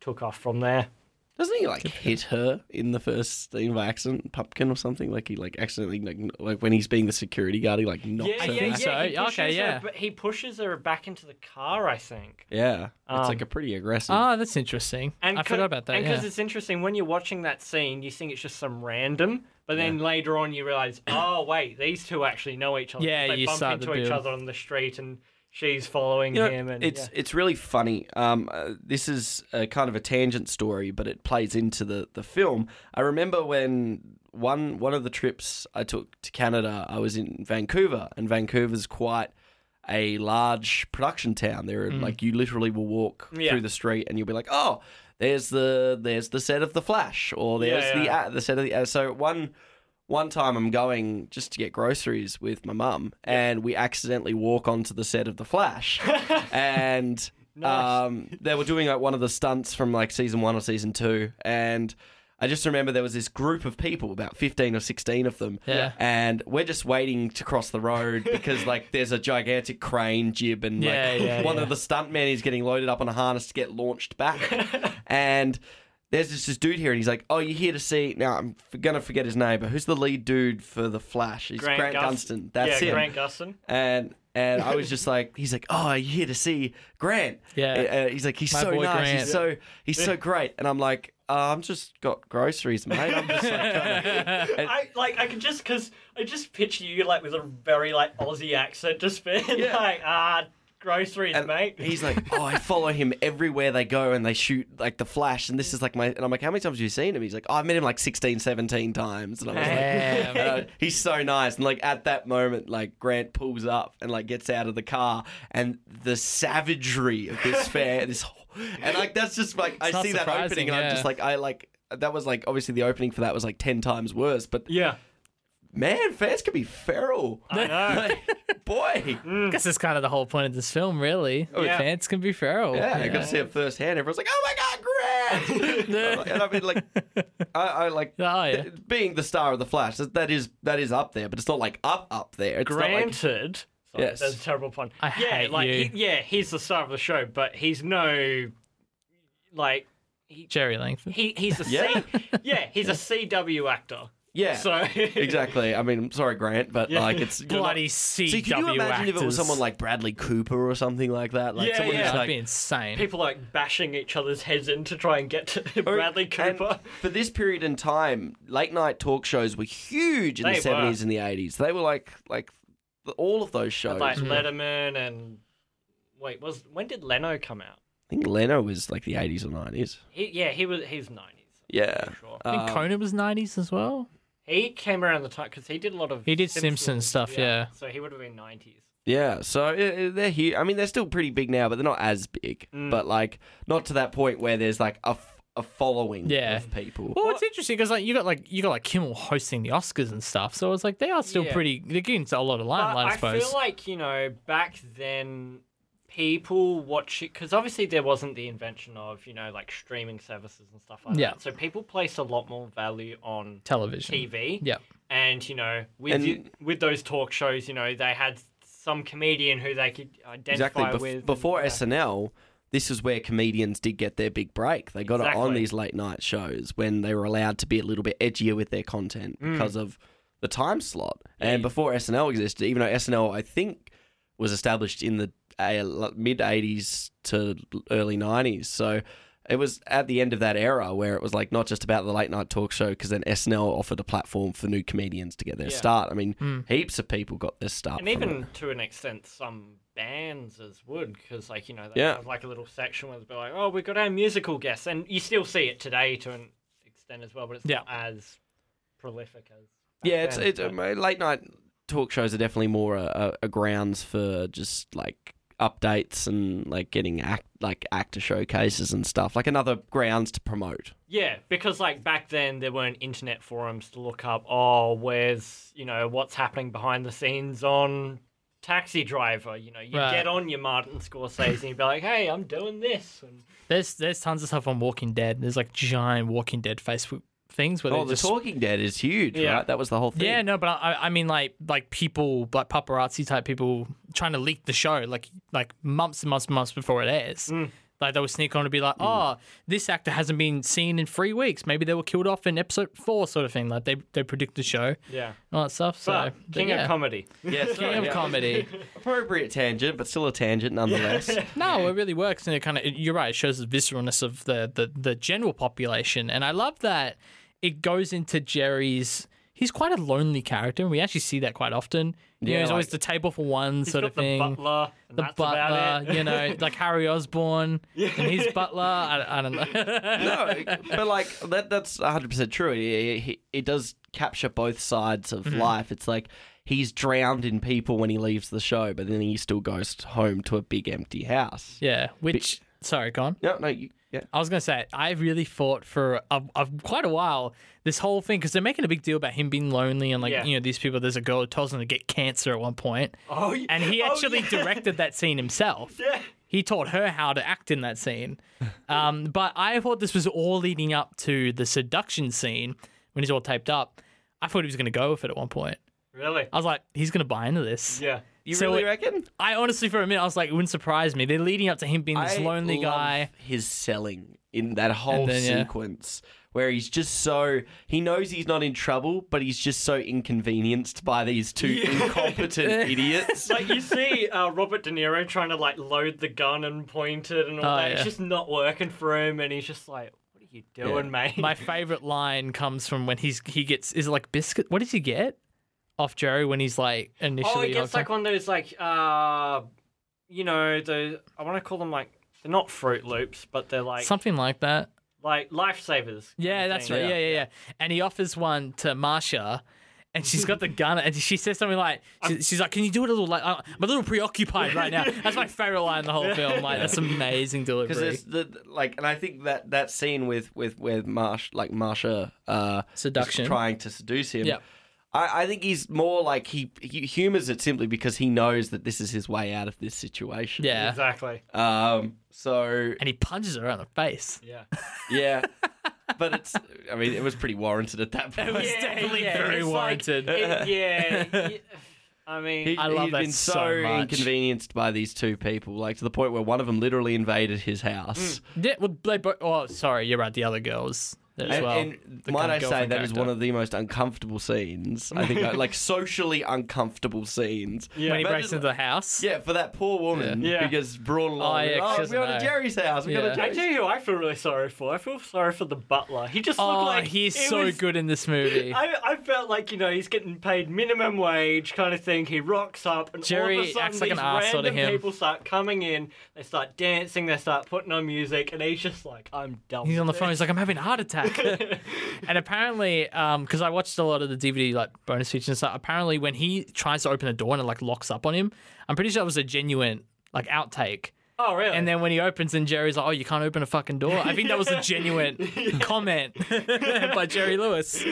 [SPEAKER 3] took off from there.
[SPEAKER 1] Doesn't he like hit her in the first scene by accident, pumpkin or something? Like he like accidentally like, kn- like when he's being the security guard, he like knocks
[SPEAKER 3] Yeah,
[SPEAKER 1] her.
[SPEAKER 3] yeah,
[SPEAKER 2] think
[SPEAKER 3] yeah.
[SPEAKER 2] so.
[SPEAKER 3] He pushes
[SPEAKER 2] Okay,
[SPEAKER 3] her,
[SPEAKER 2] yeah.
[SPEAKER 3] But he pushes her back into the car, I think.
[SPEAKER 1] Yeah, it's
[SPEAKER 3] Um,
[SPEAKER 1] like a pretty aggressive.
[SPEAKER 2] Oh, that's interesting. I
[SPEAKER 3] co-
[SPEAKER 2] forgot about that.
[SPEAKER 3] And
[SPEAKER 2] yeah.
[SPEAKER 3] because it's interesting, when you're watching that scene, you think it's just some random, but then later on you realize, oh wait, these two actually know each other.
[SPEAKER 2] Yeah,
[SPEAKER 3] they
[SPEAKER 2] you
[SPEAKER 3] bump
[SPEAKER 2] start to
[SPEAKER 3] into each
[SPEAKER 2] build.
[SPEAKER 3] other on the street, and she's following
[SPEAKER 1] You know,
[SPEAKER 3] him. And
[SPEAKER 1] it's
[SPEAKER 3] yeah.
[SPEAKER 1] it's really funny. Um, uh, this is a kind of a tangent story, but it plays into the, the film. I remember when one one of the trips I took to Canada, I was in Vancouver, and Vancouver's quite a large production town. There, are like you literally will walk
[SPEAKER 3] Mm. Yeah.
[SPEAKER 1] through the street, and you'll be like, oh, there's the there's the set of the Flash, or there's
[SPEAKER 3] Yeah,
[SPEAKER 1] the
[SPEAKER 3] yeah.
[SPEAKER 1] uh, the set of the uh, so one one time I'm going just to get groceries with my mum, and we accidentally walk onto the set of The Flash, and
[SPEAKER 2] Nice.
[SPEAKER 1] Um, they were doing like one of the stunts from like season one or season two, and I just remember there was this group of people, about fifteen or sixteen of them,
[SPEAKER 2] Yeah.
[SPEAKER 1] and we're just waiting to cross the road because like there's a gigantic crane jib, and
[SPEAKER 2] Yeah,
[SPEAKER 1] like
[SPEAKER 2] yeah,
[SPEAKER 1] one
[SPEAKER 2] yeah.
[SPEAKER 1] of the stuntmen is getting loaded up on a harness to get launched back, and. There's this, this dude here, and he's like, "Oh, you're here to see." Now I'm f- gonna forget his name, but who's the lead dude for the Flash? He's Grant,
[SPEAKER 3] Gus-
[SPEAKER 1] Gunston. That's
[SPEAKER 3] yeah,
[SPEAKER 1] him
[SPEAKER 3] Grant Gustin.
[SPEAKER 1] and and I was just like, he's like, oh, you here to see Grant?
[SPEAKER 2] Yeah.
[SPEAKER 1] Uh, he's like, he's
[SPEAKER 2] My
[SPEAKER 1] so
[SPEAKER 2] boy
[SPEAKER 1] nice.
[SPEAKER 2] Grant.
[SPEAKER 1] He's so he's so great. And I'm like, uh, I'm just got groceries, mate. I'm just like, trying to-
[SPEAKER 6] I like I could just because I just picture you like with a very like Aussie accent, just being
[SPEAKER 1] Yeah.
[SPEAKER 6] like ah groceries,
[SPEAKER 1] and
[SPEAKER 6] mate.
[SPEAKER 1] he's like, oh, I follow him everywhere they go, and they shoot like the Flash, and this is like my. And I'm like, how many times have you seen him? He's like, oh, I've met him like 16, 17 times, and I was like.
[SPEAKER 2] Damn.
[SPEAKER 1] and I- he's so nice. And like at that moment, like Grant pulls up and like gets out of the car, and the savagery of this fair, this, whole- and like that's just like I
[SPEAKER 2] not
[SPEAKER 1] see that
[SPEAKER 2] surprising,
[SPEAKER 1] opening, and
[SPEAKER 2] yeah.
[SPEAKER 1] I'm just like I like that was like obviously the opening for that was like ten times worse, but
[SPEAKER 6] yeah.
[SPEAKER 1] man, fans can be feral. Like, boy,
[SPEAKER 2] I guess that's kind of the whole point of this film, really.
[SPEAKER 1] Oh, yeah.
[SPEAKER 2] Fans can be feral.
[SPEAKER 1] yeah, I got to see it firsthand. Everyone's like, oh my god, Grant, and I mean like I, I like.
[SPEAKER 2] Oh, yeah.
[SPEAKER 1] th- Being the star of the Flash, that that is that is up there, but it's not like up up there. It's not like
[SPEAKER 3] Granted. Sorry,
[SPEAKER 1] Yes.
[SPEAKER 3] That's a terrible pun.
[SPEAKER 2] I
[SPEAKER 3] yeah,
[SPEAKER 2] hate
[SPEAKER 3] like
[SPEAKER 2] you.
[SPEAKER 3] He, yeah, he's the star of the show, but he's no like
[SPEAKER 2] Jerry Langford.
[SPEAKER 3] he he's a C
[SPEAKER 1] Yeah.
[SPEAKER 3] yeah, he's a CW actor.
[SPEAKER 1] yeah.
[SPEAKER 3] So
[SPEAKER 1] exactly. I mean, I'm sorry, Grant, but like it's you're not-
[SPEAKER 2] Bloody CW
[SPEAKER 1] See, can you imagine
[SPEAKER 2] actors.
[SPEAKER 1] if it was someone like Bradley Cooper or something like that? Like
[SPEAKER 3] Yeah,
[SPEAKER 1] someone
[SPEAKER 3] yeah.
[SPEAKER 1] who's
[SPEAKER 2] That'd
[SPEAKER 1] like
[SPEAKER 2] be insane.
[SPEAKER 3] people like bashing each other's heads in to try and get to
[SPEAKER 1] Or-
[SPEAKER 3] Bradley
[SPEAKER 1] Oh, and
[SPEAKER 3] Cooper.
[SPEAKER 1] for this period in time, late night talk shows were huge in
[SPEAKER 3] They
[SPEAKER 1] the seventies and the eighties. They were like like th- all of those shows.
[SPEAKER 3] Like
[SPEAKER 1] I
[SPEAKER 3] Letterman and wait, was when did Leno come out?
[SPEAKER 1] think Leno was like the eighties or nineties.
[SPEAKER 3] He, yeah, he was he's nineties.
[SPEAKER 1] Yeah.
[SPEAKER 3] Sure.
[SPEAKER 2] I think
[SPEAKER 1] Um,
[SPEAKER 2] Conan was 90s as well.
[SPEAKER 3] He came around the time because he did a lot of
[SPEAKER 2] He did Simpson stuff, yeah.
[SPEAKER 3] So he would have been nineties.
[SPEAKER 1] Yeah, so uh, uh, they're huge. I mean, they're still pretty big now, but they're not as big. But like, not to that point where there's like a, f- a following
[SPEAKER 2] Yeah.
[SPEAKER 1] of people.
[SPEAKER 2] Well, it's interesting because like you got like you got like Kimmel hosting the Oscars and stuff, so it's like they are still
[SPEAKER 3] Yeah.
[SPEAKER 2] pretty. They're getting a lot of
[SPEAKER 3] But
[SPEAKER 2] limelight, I,
[SPEAKER 3] I
[SPEAKER 2] suppose.
[SPEAKER 3] feel like you know back then, people watch it because obviously there wasn't the invention of you know like streaming services and stuff like
[SPEAKER 2] Yeah.
[SPEAKER 3] that. So people placed a lot more value on
[SPEAKER 2] Television.
[SPEAKER 3] TV.
[SPEAKER 2] Yeah.
[SPEAKER 3] And you know with
[SPEAKER 1] And-
[SPEAKER 3] you- with those talk shows, you know they had some comedian who they could identify
[SPEAKER 1] exactly. Bef-
[SPEAKER 3] with. and-
[SPEAKER 1] before
[SPEAKER 3] yeah.
[SPEAKER 1] SNL, this is where comedians did get their big break. They got it on
[SPEAKER 3] Exactly.
[SPEAKER 1] these late night shows when they were allowed to be a little bit edgier with their content
[SPEAKER 3] Mm.
[SPEAKER 1] because of the time slot. And before SNL existed, even though SNL, I think, was established in the uh, mid 80s to early 90s. So. It was at the end of that era where it was like not just about the late night talk show because then SNL offered a platform for new comedians to get their start. I mean, heaps of people got their start.
[SPEAKER 3] Mm. and
[SPEAKER 1] from it.
[SPEAKER 3] even to an extent, some bands as would because like you know they
[SPEAKER 1] Yeah.
[SPEAKER 3] have like a little section where they'd be like, oh, we've got our musical guests, and you still see it today to an extent as well, but it's not as prolific as. back
[SPEAKER 1] Yeah, it's
[SPEAKER 3] then,
[SPEAKER 1] it's
[SPEAKER 3] but-
[SPEAKER 1] um, uh, late night talk shows are definitely more uh, a, a, a grounds for just like updates and like getting act like actor showcases and stuff. Like another grounds to promote.
[SPEAKER 3] yeah, because like back then there weren't internet forums to look up. Oh, where's you know what's happening behind the scenes on Taxi Driver? You know, you
[SPEAKER 2] Right.
[SPEAKER 3] get on your Martin Scorsese and you'd be like, hey, I'm doing this. And
[SPEAKER 2] There's there's tons of stuff on Walking Dead. There's like giant Walking Dead Facebook things where
[SPEAKER 1] Oh,
[SPEAKER 2] they
[SPEAKER 1] the
[SPEAKER 2] just
[SPEAKER 1] Talking Dead is huge,
[SPEAKER 3] Yeah.
[SPEAKER 1] right? That was the whole thing.
[SPEAKER 2] Yeah, no, but I, I mean, like, like people, like paparazzi type people, trying to leak the show, like, like months and months and months before it airs.
[SPEAKER 3] Mm.
[SPEAKER 2] Like they would sneak on and be like, "Oh, this actor hasn't been seen in three weeks. Maybe they were killed off in episode four, sort of thing." Like they they predict the show, and
[SPEAKER 3] yeah,
[SPEAKER 2] all that stuff. So
[SPEAKER 3] but
[SPEAKER 2] but
[SPEAKER 3] King
[SPEAKER 2] yeah.
[SPEAKER 3] of Comedy.
[SPEAKER 1] yeah, sorry,
[SPEAKER 2] King of
[SPEAKER 1] yeah.
[SPEAKER 2] comedy.
[SPEAKER 1] Appropriate tangent, but still a tangent nonetheless.
[SPEAKER 2] No, it really works, and it kind of you're right. It shows the visceralness of the, the the general population, and I love that it goes into Jerry's. He's quite a lonely character, and we actually see that quite often. You know,
[SPEAKER 1] Yeah,
[SPEAKER 2] he's always
[SPEAKER 1] like-
[SPEAKER 2] the table for one
[SPEAKER 3] He's
[SPEAKER 2] sort
[SPEAKER 3] got
[SPEAKER 2] of
[SPEAKER 3] the
[SPEAKER 2] thing.
[SPEAKER 3] butler. And
[SPEAKER 2] the
[SPEAKER 3] that's about
[SPEAKER 2] butler,
[SPEAKER 3] it.
[SPEAKER 2] you know, like Harry Osborne and his butler. I, I don't know.
[SPEAKER 1] no, but like that that's 100% true. It, it, it does capture both sides of
[SPEAKER 2] Mm-hmm.
[SPEAKER 1] life. It's like he's drowned in people when he leaves the show, but then he still goes home to a big empty house.
[SPEAKER 2] yeah, which sorry, go on.
[SPEAKER 1] No, no, you, yeah.
[SPEAKER 2] I was gonna say I really fought for a, a, quite a while this whole thing because they're making a big deal about him being lonely and like
[SPEAKER 3] Yeah.
[SPEAKER 2] you know these people. There's a girl who tells him to get cancer at one point.
[SPEAKER 3] Oh, yeah.
[SPEAKER 2] and he
[SPEAKER 3] Oh,
[SPEAKER 2] actually
[SPEAKER 3] yeah.
[SPEAKER 2] directed that scene himself.
[SPEAKER 3] Yeah.
[SPEAKER 2] He taught her how to act in that scene. Um, but I thought this was all leading up to the seduction scene when he's all taped up. I thought he was going to go with it at one point.
[SPEAKER 3] Really?
[SPEAKER 2] I was like, he's going to buy into this.
[SPEAKER 3] Yeah.
[SPEAKER 1] You
[SPEAKER 2] So
[SPEAKER 1] really
[SPEAKER 2] it-
[SPEAKER 1] reckon?
[SPEAKER 2] I honestly, for a minute, I was like, it wouldn't surprise me. They're leading up to him being this
[SPEAKER 1] I
[SPEAKER 2] lonely
[SPEAKER 1] love
[SPEAKER 2] guy.
[SPEAKER 1] His selling in that whole
[SPEAKER 2] And then, yeah.
[SPEAKER 1] sequence where he's just so he knows he's not in trouble, but he's just so inconvenienced by these two incompetent idiots.
[SPEAKER 3] Like you see uh, Robert De Niro trying to like load the gun and point it and all
[SPEAKER 2] Oh,
[SPEAKER 3] that.
[SPEAKER 2] yeah.
[SPEAKER 3] It's just not working for him, and he's just like, "What are you doing, mate?" Oh,
[SPEAKER 2] My favorite line comes from when he's he gets is it like biscuit. What does he get off Jerry when he's like initially?
[SPEAKER 3] oh, it gets
[SPEAKER 2] hooked up?
[SPEAKER 3] like one of those like uh, you know, those I want to call them like they're not Fruit Loops, but they're like
[SPEAKER 2] something like that.
[SPEAKER 3] like lifesavers.
[SPEAKER 2] Yeah, that's right. Yeah. yeah, yeah, And he offers one to Marsha, and she's got the gun, and she says something like, she, "She's like, can you do it a little like uh, I'm a little preoccupied right now." That's my favorite line in the whole film. Like, that's amazing
[SPEAKER 1] Because
[SPEAKER 2] delivery.
[SPEAKER 1] there's the like, and I think that that scene with with with Marsh like Marsha uh, is
[SPEAKER 2] Seduction.
[SPEAKER 1] trying to seduce him.
[SPEAKER 2] Yep.
[SPEAKER 1] I, I think he's more like he, he humors it simply because he knows that this is his way out of this situation.
[SPEAKER 2] Yeah,
[SPEAKER 3] exactly.
[SPEAKER 1] Um. So
[SPEAKER 2] and he punches her on the face.
[SPEAKER 3] Yeah.
[SPEAKER 1] yeah, but it's. I mean, it was pretty warranted at that point.
[SPEAKER 2] was definitely very
[SPEAKER 3] it's
[SPEAKER 2] warranted.
[SPEAKER 3] Like, it- yeah. y- I mean,
[SPEAKER 1] He,
[SPEAKER 2] I love
[SPEAKER 1] he'd
[SPEAKER 2] that
[SPEAKER 1] been
[SPEAKER 2] so
[SPEAKER 1] so,
[SPEAKER 2] much.
[SPEAKER 1] inconvenienced by these two people, like to the point where one of them literally invaded his house.
[SPEAKER 2] Yeah, well, they both. Oh, sorry, you're right. The other girls as
[SPEAKER 1] And,
[SPEAKER 2] well.
[SPEAKER 1] and
[SPEAKER 2] The
[SPEAKER 1] might
[SPEAKER 2] kind
[SPEAKER 1] I
[SPEAKER 2] of
[SPEAKER 1] say, that is
[SPEAKER 2] girlfriend character.
[SPEAKER 1] one of the most uncomfortable scenes. I think, like, socially uncomfortable scenes. Yeah,
[SPEAKER 2] when he breaks into the house.
[SPEAKER 1] yeah, for that poor woman
[SPEAKER 3] Yeah.
[SPEAKER 1] who gets brought along.
[SPEAKER 2] yeah,
[SPEAKER 1] with,
[SPEAKER 2] she
[SPEAKER 1] oh
[SPEAKER 2] doesn't
[SPEAKER 1] we're going
[SPEAKER 2] know."
[SPEAKER 1] to Jerry's house. We're
[SPEAKER 2] Yeah.
[SPEAKER 1] going to
[SPEAKER 3] I
[SPEAKER 1] Jerry's.
[SPEAKER 3] tell you who I feel really sorry for. I feel sorry for the butler. He just
[SPEAKER 2] Oh,
[SPEAKER 3] looked like
[SPEAKER 2] he's
[SPEAKER 3] it
[SPEAKER 2] so
[SPEAKER 3] was-
[SPEAKER 2] good in this movie.
[SPEAKER 3] I, I felt like you know he's getting paid minimum wage kind of thing. He rocks up, and all of
[SPEAKER 2] Jerry
[SPEAKER 3] a sudden
[SPEAKER 2] acts like an
[SPEAKER 3] these
[SPEAKER 2] asshole to
[SPEAKER 3] random
[SPEAKER 2] him.
[SPEAKER 3] people start coming in. They start dancing. They start putting on music, and he's just like, "I'm done."
[SPEAKER 2] He's on the
[SPEAKER 3] with
[SPEAKER 2] phone. He's like, I'm having a heart attack. and apparently, because I watched a lot of the DVD like bonus features and stuff, apparently when he tries to open the door and it like locks up on him, I'm pretty sure it was a genuine like outtake.
[SPEAKER 3] this." Oh really?
[SPEAKER 2] And then when he opens and Jerry's like, oh, you can't open a fucking door. I think that was a genuine comment by Jerry Lewis.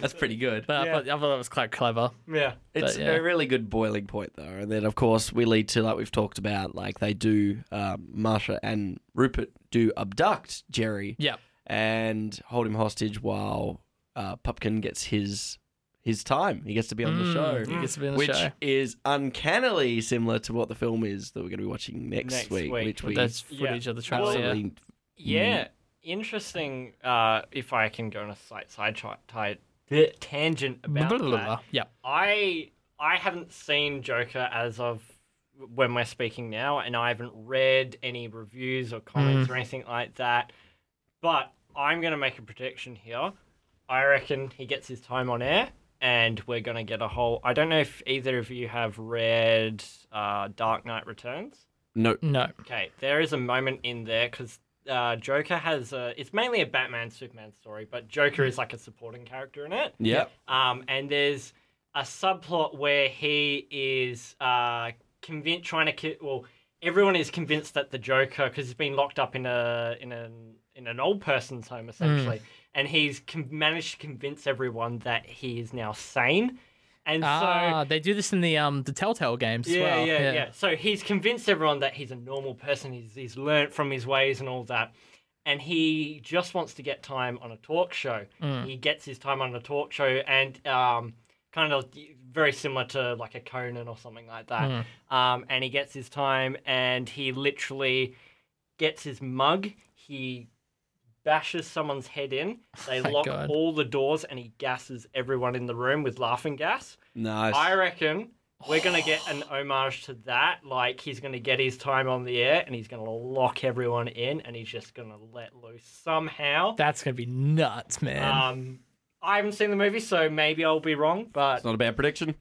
[SPEAKER 1] That's pretty good.
[SPEAKER 2] But I,
[SPEAKER 3] Yeah.
[SPEAKER 2] thought, I thought that was quite clever.
[SPEAKER 3] yeah,
[SPEAKER 1] It's
[SPEAKER 2] But, yeah.
[SPEAKER 1] a really good boiling point, though. And then, of course, we lead to, like we've talked about, like they do, um, Marsha and Rupert do abduct Jerry
[SPEAKER 2] Yeah.
[SPEAKER 1] and hold him hostage while uh, Pupkin gets his his time. He gets to be on the show.
[SPEAKER 2] he gets to be Mm. on the
[SPEAKER 1] which
[SPEAKER 2] show.
[SPEAKER 1] is uncannily similar to what the film is that we're going to be watching next,
[SPEAKER 3] Next
[SPEAKER 1] week,
[SPEAKER 3] week.
[SPEAKER 1] which we
[SPEAKER 2] That's
[SPEAKER 3] Yeah.
[SPEAKER 2] footage of the trailer.
[SPEAKER 1] absolutely
[SPEAKER 2] yeah.
[SPEAKER 3] yeah. Interesting. Uh, if I can go on a slight side tra- ti- bit tangent about
[SPEAKER 2] Blah, blah, blah, blah.
[SPEAKER 3] that.
[SPEAKER 2] Yeah.
[SPEAKER 3] I I haven't seen Joker as of when we're speaking now, and I haven't read any reviews or comments or anything like that. But I'm gonna make a prediction here. I reckon he gets his time on air, and we're gonna get a whole. I don't know if either of you have read uh, Dark Knight Returns.
[SPEAKER 1] no.
[SPEAKER 2] No.
[SPEAKER 3] Okay, there is a moment in there because uh, Joker has a. It's mainly a Batman Superman story, but Joker is like a supporting character in it.
[SPEAKER 1] Yep.
[SPEAKER 3] Um, and there's a subplot where he is uh, convinced, trying to ki- well, everyone is convinced that the Joker, because he's been locked up in a in an in an old person's home
[SPEAKER 2] Mm.
[SPEAKER 3] essentially, and he's con- managed to convince everyone that he is now sane, and so
[SPEAKER 2] ah, they do this in the um the Telltale games as
[SPEAKER 3] yeah,
[SPEAKER 2] well.
[SPEAKER 3] Yeah, yeah, So he's convinced everyone that he's a normal person. He's he's learnt from his ways and all that, and he just wants to get time on a talk show.
[SPEAKER 2] Hmm. Mm.
[SPEAKER 3] He gets his time on a talk show, and um, kind of very similar to like a Conan or something like
[SPEAKER 2] Mm.
[SPEAKER 3] that. Um, and he gets his time, and he literally gets his mug. He bashes someone's head in. They
[SPEAKER 2] My
[SPEAKER 3] lock
[SPEAKER 2] God.
[SPEAKER 3] all the doors, and he gasses everyone in the room with laughing gas.
[SPEAKER 1] Nice.
[SPEAKER 3] I reckon we're gonna get an homage to that. Like he's gonna get his time on the air, and he's gonna lock everyone in, and he's just gonna let loose somehow.
[SPEAKER 2] That's gonna be nuts, man.
[SPEAKER 3] Um, I haven't seen the movie, so maybe I'll be wrong, but
[SPEAKER 1] it's not a bad prediction.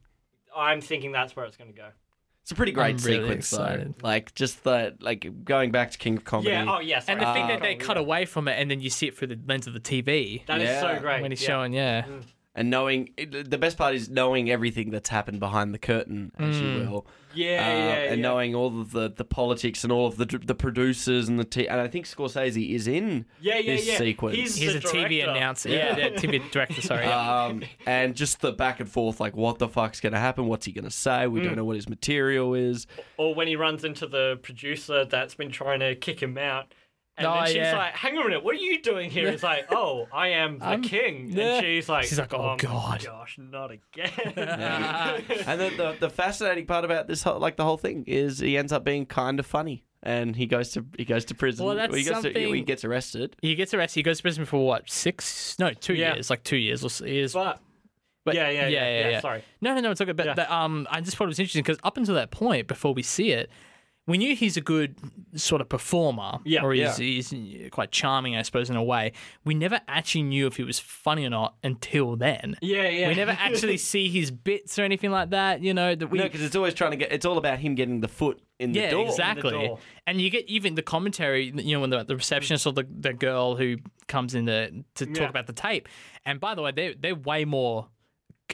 [SPEAKER 3] I'm thinking that's where it's gonna go.
[SPEAKER 1] It's a pretty great
[SPEAKER 2] I'm really
[SPEAKER 1] sequence, though.
[SPEAKER 2] excited.
[SPEAKER 1] Like just the like going back to King of Comedy.
[SPEAKER 3] Yeah. Oh yes.
[SPEAKER 2] and the
[SPEAKER 3] right.
[SPEAKER 2] thing
[SPEAKER 3] King
[SPEAKER 2] that they
[SPEAKER 3] Kong,
[SPEAKER 2] cut
[SPEAKER 3] yeah.
[SPEAKER 2] away from it, and then you see it through the lens of the TV
[SPEAKER 3] That is
[SPEAKER 1] Yeah.
[SPEAKER 3] so great.
[SPEAKER 2] when he's
[SPEAKER 3] yeah.
[SPEAKER 2] showing, yeah,
[SPEAKER 1] and knowing it, the best part is knowing everything that's happened behind the curtain, as you will.
[SPEAKER 3] Mm. Yeah,
[SPEAKER 1] Uh,
[SPEAKER 3] yeah,
[SPEAKER 1] and
[SPEAKER 3] yeah.
[SPEAKER 1] knowing all of the, the politics and all of the the producers and the t- and I think Scorsese is in
[SPEAKER 3] Yeah, yeah,
[SPEAKER 1] this
[SPEAKER 3] yeah.
[SPEAKER 1] sequence.
[SPEAKER 3] He's
[SPEAKER 2] He's a
[SPEAKER 3] the
[SPEAKER 2] TV
[SPEAKER 3] director.
[SPEAKER 2] announcer. Yeah,
[SPEAKER 1] Yeah.
[SPEAKER 2] yeah, TV director. Sorry. yeah.
[SPEAKER 1] um, and just the back and forth, like what the fuck's gonna happen? What's he gonna say? We
[SPEAKER 3] Mm.
[SPEAKER 1] don't know what his material is.
[SPEAKER 3] Or when he runs into the producer that's been trying to kick him out. And
[SPEAKER 2] Oh,
[SPEAKER 3] then she's
[SPEAKER 2] yeah.
[SPEAKER 3] like, hang on a minute, what are you doing here? He's like, oh, I am the
[SPEAKER 2] I'm-
[SPEAKER 3] king.
[SPEAKER 2] yeah.
[SPEAKER 3] And she's like,
[SPEAKER 2] She's like, "Oh,
[SPEAKER 3] my
[SPEAKER 2] God."
[SPEAKER 3] Gosh, not again.
[SPEAKER 1] And the, the the fascinating part about this, whole, like the whole thing, is he ends up being kind of funny, and he goes to he goes to prison.
[SPEAKER 2] Well, that's
[SPEAKER 1] he goes To,
[SPEAKER 2] something-
[SPEAKER 1] he gets arrested.
[SPEAKER 2] He gets arrested. He goes to prison for what? Six? No, two
[SPEAKER 3] Yeah.
[SPEAKER 2] years. Like two years or s- years.
[SPEAKER 3] but
[SPEAKER 2] But-
[SPEAKER 3] yeah, yeah, yeah, yeah, sorry.
[SPEAKER 2] No, no, no. It's okay. But
[SPEAKER 3] Yeah.
[SPEAKER 2] but, um, I just thought it was interesting because up until that point, before we see it, we knew he's a good sort of performer.
[SPEAKER 3] Yeah,
[SPEAKER 2] Or he's, he's quite charming, I suppose, in a way. We never actually knew if he was funny or not until then.
[SPEAKER 3] yeah, yeah.
[SPEAKER 2] We never actually see his bits or anything like that. You know that we.
[SPEAKER 1] No, because it's always trying to get. It's all about him getting the foot in
[SPEAKER 2] yeah,
[SPEAKER 1] the door.
[SPEAKER 2] exactly.
[SPEAKER 3] door.
[SPEAKER 2] And you get even the commentary, you know, when the, the receptionist or the, the girl who comes in to, to talk
[SPEAKER 3] Yeah.
[SPEAKER 2] about the tape. And by the way, they're, they're way more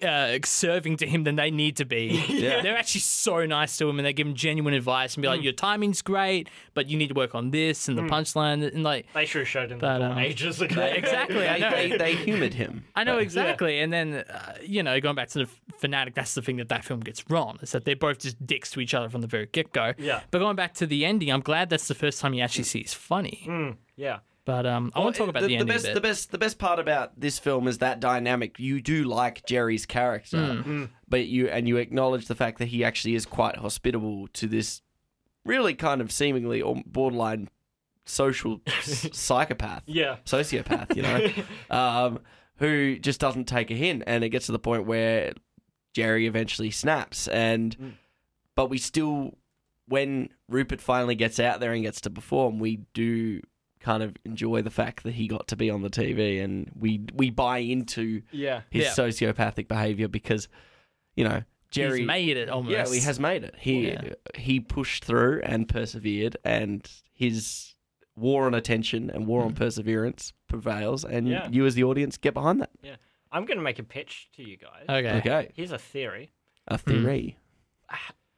[SPEAKER 2] uh, serving to him than they need to be. They're actually so nice to him and they give him genuine advice and be like, your timing's great, but you need to work on this and the punchline. And like,
[SPEAKER 3] They should have showed him
[SPEAKER 2] But,
[SPEAKER 3] the door
[SPEAKER 2] um,
[SPEAKER 3] ages ago.
[SPEAKER 2] exactly. I
[SPEAKER 1] They, they,
[SPEAKER 2] know.
[SPEAKER 1] they humoured him.
[SPEAKER 2] I know exactly. And then, uh, you know, going back to the f- fanatic, that's the thing that that film gets wrong is that they're both just dicks to each other from the very get go.
[SPEAKER 3] Yeah.
[SPEAKER 2] But going back to the ending, I'm glad that's the first time you actually see it's funny.
[SPEAKER 3] yeah.
[SPEAKER 2] But um, I want to talk about the,
[SPEAKER 1] the
[SPEAKER 2] ending
[SPEAKER 1] best,
[SPEAKER 2] a bit.
[SPEAKER 1] the best, the best part about this film is that dynamic. You do like Jerry's character,
[SPEAKER 2] Mm.
[SPEAKER 1] but you and you acknowledge the fact that he actually is quite hospitable to this really kind of seemingly or borderline social s- psychopath,
[SPEAKER 3] Yeah.
[SPEAKER 1] sociopath, you know, um, who just doesn't take a hint, and it gets to the point where Jerry eventually snaps, and but we still. When Rupert finally gets out there and gets to perform, we do kind of enjoy the fact that he got to be on the TV and we we buy into
[SPEAKER 3] Yeah.
[SPEAKER 1] his
[SPEAKER 2] Yeah.
[SPEAKER 1] sociopathic behavior because you know Jerry
[SPEAKER 2] He's made it almost.
[SPEAKER 1] yeah he has made it he
[SPEAKER 2] Yeah.
[SPEAKER 1] he pushed through and persevered and his war on attention and war on perseverance prevails and
[SPEAKER 3] Yeah.
[SPEAKER 1] you as the audience get behind that
[SPEAKER 3] Yeah. I'm going to make a pitch to you guys.
[SPEAKER 2] Okay.
[SPEAKER 1] okay
[SPEAKER 3] Here's a theory.
[SPEAKER 1] a theory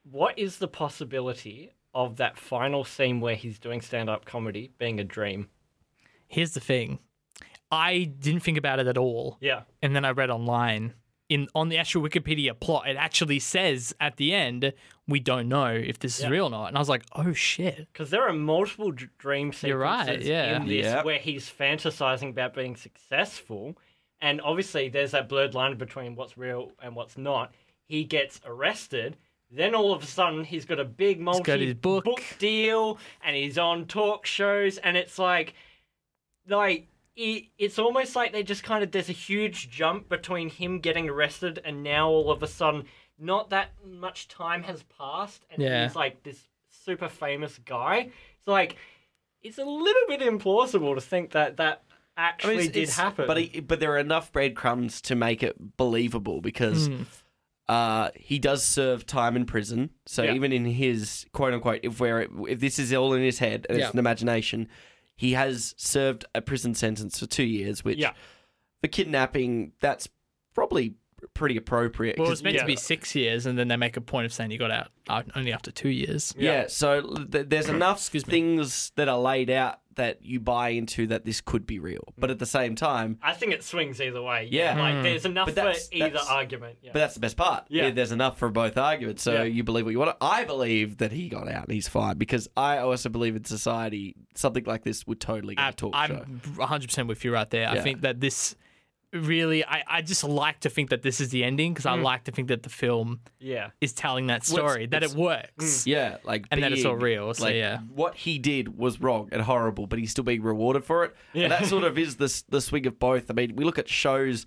[SPEAKER 3] What is the possibility of that final scene where he's doing stand up comedy being a dream?
[SPEAKER 2] Here's the thing. I didn't think about it at all.
[SPEAKER 3] Yeah.
[SPEAKER 2] And then I read online in on the actual Wikipedia plot, it actually says at the end, we don't know if this is real or not. And I was like, oh shit.
[SPEAKER 3] Because there are multiple d- dream sequences
[SPEAKER 2] You're right, yeah.
[SPEAKER 3] in this
[SPEAKER 1] Yep.
[SPEAKER 3] where he's fantasizing about being successful. And obviously, there's that blurred line between what's real and what's not. He gets arrested. Then all of a sudden, he's got a big multi
[SPEAKER 2] got his book.
[SPEAKER 3] deal and he's on talk shows. And it's like, like, it, it's almost like they just kind of, there's a huge jump between him getting arrested and now all of a sudden, not that much time has passed. And
[SPEAKER 2] Yeah.
[SPEAKER 3] he's like this super famous guy. It's like it's a little bit implausible to think that that actually did happen.
[SPEAKER 1] but he, but there are enough breadcrumbs to make it believable because
[SPEAKER 2] Mm.
[SPEAKER 1] Uh, he does serve time in prison. So
[SPEAKER 3] Yeah.
[SPEAKER 1] even in his quote unquote, if we're if this is all in his head and
[SPEAKER 2] Yeah.
[SPEAKER 1] it's an imagination, he has served a prison sentence for two years, which
[SPEAKER 3] Yeah.
[SPEAKER 1] for kidnapping, that's probably pretty appropriate.
[SPEAKER 2] Well,
[SPEAKER 1] 'cause-
[SPEAKER 2] it's meant to
[SPEAKER 3] yeah.
[SPEAKER 2] be six years, and then they make a point of saying you got out uh, only after two years.
[SPEAKER 1] yeah. So th- there's enough
[SPEAKER 2] me.
[SPEAKER 1] things that are laid out that you buy into that this could be real,
[SPEAKER 2] Mm.
[SPEAKER 1] but at the same time,
[SPEAKER 3] I think it swings either way.
[SPEAKER 1] Yeah.
[SPEAKER 3] like
[SPEAKER 2] Hmm.
[SPEAKER 3] there's enough
[SPEAKER 1] But
[SPEAKER 3] for
[SPEAKER 1] that's-
[SPEAKER 3] either
[SPEAKER 1] that's-
[SPEAKER 3] argument. Yeah.
[SPEAKER 1] But that's the best part.
[SPEAKER 3] Yeah.
[SPEAKER 1] Yeah, There's enough for both arguments. So
[SPEAKER 3] Yeah.
[SPEAKER 1] you believe what you want. I believe that he got out and he's fine because I also believe in society something like this would totally get a talk show.
[SPEAKER 2] I'm 100% with you right there. I
[SPEAKER 1] Yeah.
[SPEAKER 2] think that this really, I, I just like to think that this is the ending because I like to think that the film
[SPEAKER 3] yeah,
[SPEAKER 2] is telling that
[SPEAKER 1] Well, it's-
[SPEAKER 2] story, that it
[SPEAKER 1] it's- Mm.
[SPEAKER 2] works.
[SPEAKER 1] Yeah, like
[SPEAKER 2] And that it's all
[SPEAKER 1] being-
[SPEAKER 2] real, so
[SPEAKER 1] like,
[SPEAKER 2] yeah.
[SPEAKER 1] what he did was wrong and horrible, but he's still being rewarded for it. And that sort of is the s- the swing of both. I mean, we look at shows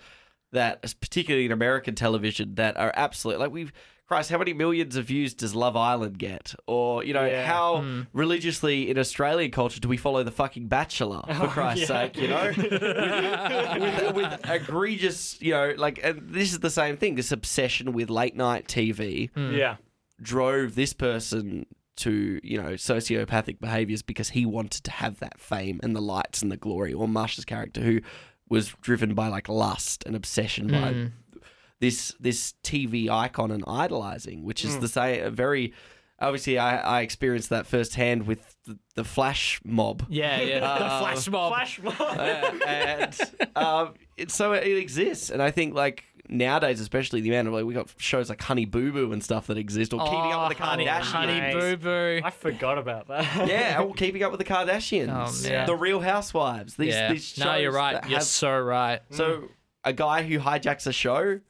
[SPEAKER 1] that, particularly in American television, that are absolute. Like we've Christ, how many millions of views does Love Island get? Or you know, how
[SPEAKER 2] Hmm.
[SPEAKER 1] religiously in Australian culture do we follow the fucking Bachelor?
[SPEAKER 2] Oh,
[SPEAKER 1] For Christ's sake, you know, with, with, with egregious, you know, like and this is the same thing. This obsession with late night TV
[SPEAKER 2] Hmm.
[SPEAKER 3] yeah,
[SPEAKER 1] drove this person to you know sociopathic behaviors because he wanted to have that fame and the lights and the glory or Marsha's character who was driven by like lust and obsession
[SPEAKER 2] Hmm.
[SPEAKER 1] by this this TV icon and idolizing, which is the same. A very obviously, I, I experienced that firsthand with the, the Flash mob.
[SPEAKER 2] Yeah, yeah. the
[SPEAKER 3] Oh.
[SPEAKER 1] Uh,
[SPEAKER 2] flash mob.
[SPEAKER 3] Flash mob.
[SPEAKER 1] Uh, and um, it, so it exists, and I think like nowadays, especially the amount of like we got shows like Honey Boo Boo and stuff that exist, or Keeping Up with the
[SPEAKER 2] Oh, honey,
[SPEAKER 1] Kardashians.
[SPEAKER 2] honey boo boo.
[SPEAKER 3] I forgot about that.
[SPEAKER 1] Yeah, or Keeping Up with the Kardashians,
[SPEAKER 2] Oh, man.
[SPEAKER 1] The Real Housewives. These,
[SPEAKER 2] Yeah.
[SPEAKER 1] these shows
[SPEAKER 2] No, you're right.
[SPEAKER 1] that
[SPEAKER 2] You're
[SPEAKER 1] have-
[SPEAKER 2] so right.
[SPEAKER 3] Mm.
[SPEAKER 1] So a guy who hijacks a show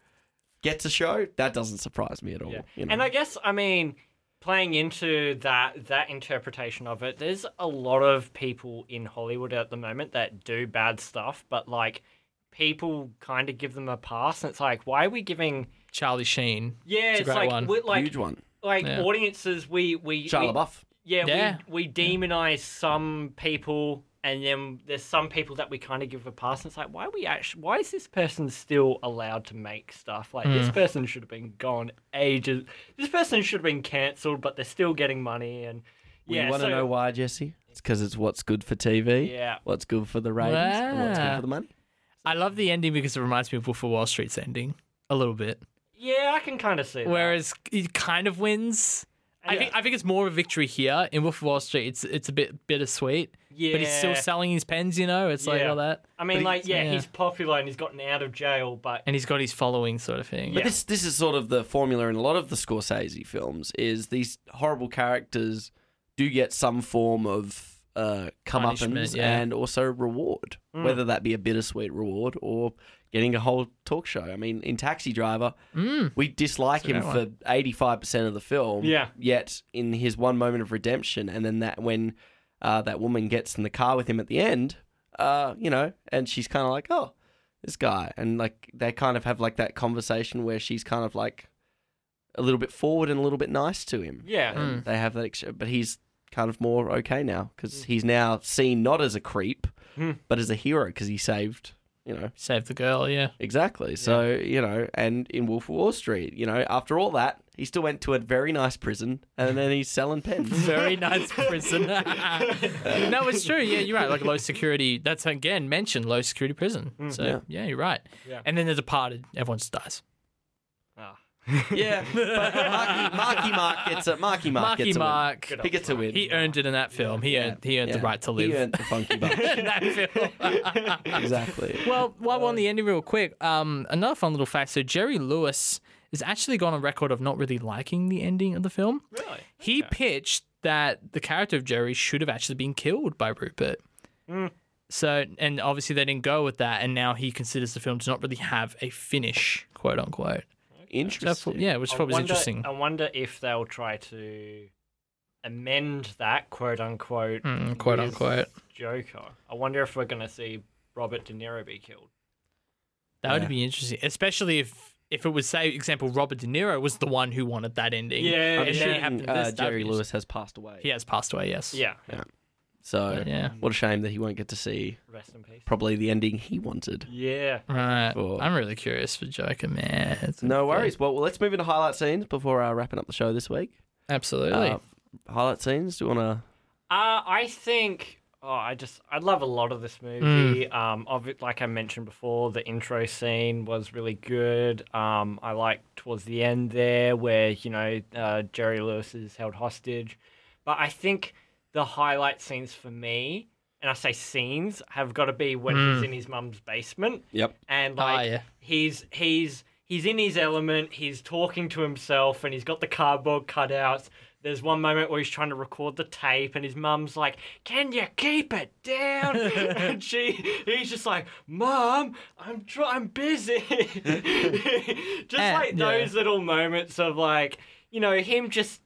[SPEAKER 1] gets a show. That doesn't surprise me at all.
[SPEAKER 3] Yeah.
[SPEAKER 1] you know.
[SPEAKER 3] And I guess I mean playing into that that interpretation of it, there's a lot of people in Hollywood at the moment that do bad stuff, but like people kind of give them a pass, and it's like, why are we giving?
[SPEAKER 2] Charlie Sheen.
[SPEAKER 3] Yeah,
[SPEAKER 2] It's a
[SPEAKER 3] it's,
[SPEAKER 2] great
[SPEAKER 3] like
[SPEAKER 2] one.
[SPEAKER 3] we like
[SPEAKER 1] huge one.
[SPEAKER 3] like
[SPEAKER 2] Yeah.
[SPEAKER 3] audiences. We we, we
[SPEAKER 1] Shia LaBeouf.
[SPEAKER 3] yeah,
[SPEAKER 2] Yeah.
[SPEAKER 3] we we demonize some people. And then there's some people that we kind of give a pass. And it's like, why are we actually? Why is this person still allowed to make stuff? Like
[SPEAKER 2] Hmm.
[SPEAKER 3] this person should have been gone ages. This person should have been cancelled, but they're still getting money. And yeah,
[SPEAKER 1] you want to
[SPEAKER 3] so-
[SPEAKER 1] know why, Jesse? It's because it's what's good for TV.
[SPEAKER 3] Yeah.
[SPEAKER 1] What's good for the ratings and what's good
[SPEAKER 2] Wow.
[SPEAKER 1] for the money.
[SPEAKER 2] I love the ending because it reminds me of Wolf of Wall Street's ending a little bit.
[SPEAKER 3] Yeah, I can kind of see. that.
[SPEAKER 2] Whereas it kind of wins. I
[SPEAKER 3] Yeah.
[SPEAKER 2] think I think it's more of a victory here in Wolf of Wall Street. It's it's a bit bittersweet, but he's still
[SPEAKER 3] Yeah.
[SPEAKER 2] selling his pens. You know, it's like
[SPEAKER 3] Yeah.
[SPEAKER 2] all that,
[SPEAKER 3] I mean, like, yeah,
[SPEAKER 2] yeah.
[SPEAKER 3] he's popular and he's gotten out of jail, but
[SPEAKER 2] and he's got his following sort of thing.
[SPEAKER 1] But this this is sort of the formula in a lot of the Scorsese films is these horrible characters do get some form of uh,
[SPEAKER 2] Punishment,
[SPEAKER 1] comeuppance
[SPEAKER 2] yeah. Mm.
[SPEAKER 1] and also reward, whether that be a bittersweet reward or getting a whole talk show. I mean, in Taxi Driver,
[SPEAKER 2] Mm,
[SPEAKER 1] we dislike him for eighty five percent of the film.
[SPEAKER 3] Yeah.
[SPEAKER 1] Yet in his one moment of redemption, and then that when uh, that woman gets in the car with him at the end, uh, you know, and she's kind of like, oh, this guy, and like they kind of have like that conversation where she's kind of like a little bit forward and a little bit nice to him.
[SPEAKER 3] yeah,
[SPEAKER 2] Hmm. mm.
[SPEAKER 1] And they have that, ex- but he's kind of more okay now
[SPEAKER 3] Mm.
[SPEAKER 1] because he's now seen not as a creep,
[SPEAKER 3] Hmm.
[SPEAKER 1] but as a hero because he saved, you know,
[SPEAKER 2] Save the girl, yeah.
[SPEAKER 1] Exactly. So, you know, and in Wolf of Wall Street, you know, after all that, he still went to a very nice prison and then he's selling pens.
[SPEAKER 2] Very nice prison. no, it's true. Yeah, you're right. Like low security. That's again mentioned low security prison. So yeah.
[SPEAKER 1] Mm. Yeah.
[SPEAKER 2] you're right.
[SPEAKER 3] Yeah.
[SPEAKER 2] And then the Departed. Everyone just dies.
[SPEAKER 3] Ah.
[SPEAKER 1] yeah. But Marky, Marky Mark gets a Marky Mark
[SPEAKER 2] Marky
[SPEAKER 1] gets a win.
[SPEAKER 2] Mark.
[SPEAKER 1] He gets a win.
[SPEAKER 2] He earned it in that film. He earned he earned the
[SPEAKER 1] Yeah.
[SPEAKER 2] right to live.
[SPEAKER 1] He earned the funky buck.
[SPEAKER 2] in that film.
[SPEAKER 1] exactly.
[SPEAKER 2] well, while we're on the ending, real quick, um, another fun little fact. So Jerry Lewis has actually gone on record of not really liking the ending of the film.
[SPEAKER 3] really.
[SPEAKER 2] He pitched that the character of Jerry should have actually been killed by Rupert.
[SPEAKER 3] Mm.
[SPEAKER 2] So, and obviously they didn't go with that, and now he considers the film to not really have a finish, quote unquote. That's,
[SPEAKER 1] Interesting.
[SPEAKER 2] yeah, which
[SPEAKER 3] I
[SPEAKER 2] probably is
[SPEAKER 3] wonder-
[SPEAKER 2] interesting.
[SPEAKER 3] I wonder if they'll try to amend that quote unquote
[SPEAKER 2] Mm, quote
[SPEAKER 3] with
[SPEAKER 2] unquote.
[SPEAKER 3] Joker. I wonder if we're gonna see Robert De Niro be killed.
[SPEAKER 2] That would
[SPEAKER 1] Yeah.
[SPEAKER 2] be interesting, especially if if it was, say, example, Robert De Niro was the one who wanted that ending.
[SPEAKER 3] Yeah,
[SPEAKER 2] and
[SPEAKER 3] yeah.
[SPEAKER 2] she
[SPEAKER 1] Shooting,
[SPEAKER 2] happened to
[SPEAKER 1] uh,
[SPEAKER 2] this, that'd
[SPEAKER 1] Jerry
[SPEAKER 2] be-
[SPEAKER 1] Lewis has passed away.
[SPEAKER 2] He has passed away. Yes.
[SPEAKER 3] Yeah.
[SPEAKER 1] So,
[SPEAKER 2] Yeah.
[SPEAKER 1] what a shame that he won't get to see
[SPEAKER 3] Rest in peace.
[SPEAKER 1] probably the ending he wanted.
[SPEAKER 2] Mm-hmm.
[SPEAKER 3] Yeah.
[SPEAKER 2] Right.
[SPEAKER 1] Cool.
[SPEAKER 2] I'm really curious for Joker, man. It's
[SPEAKER 1] No worries. Well, let's move into highlight scenes before uh, wrapping up the show this week.
[SPEAKER 2] Absolutely.
[SPEAKER 1] Uh, highlight scenes. Do you want to?
[SPEAKER 3] Uh, I think. Oh, I just I love a lot of this movie. Um, of it, like I mentioned before, the intro scene was really good. Um, I like towards the end there where you know uh, Jerry Lewis is held hostage, but I think the highlight scenes for me, and I say scenes, have got to be when he's in his mum's basement
[SPEAKER 1] Yep.
[SPEAKER 3] and
[SPEAKER 2] Ah,
[SPEAKER 3] like
[SPEAKER 2] yeah.
[SPEAKER 3] he's he's he's in his element. He's talking to himself, and he's got the cardboard cutouts. There's one moment where he's trying to record the tape, and his mum's like, "Can you keep it down?" and she, he's just like, "Mom, I'm try- I'm busy." just
[SPEAKER 2] Eh,
[SPEAKER 3] like
[SPEAKER 2] yeah.
[SPEAKER 3] those little moments of like, you know, him just.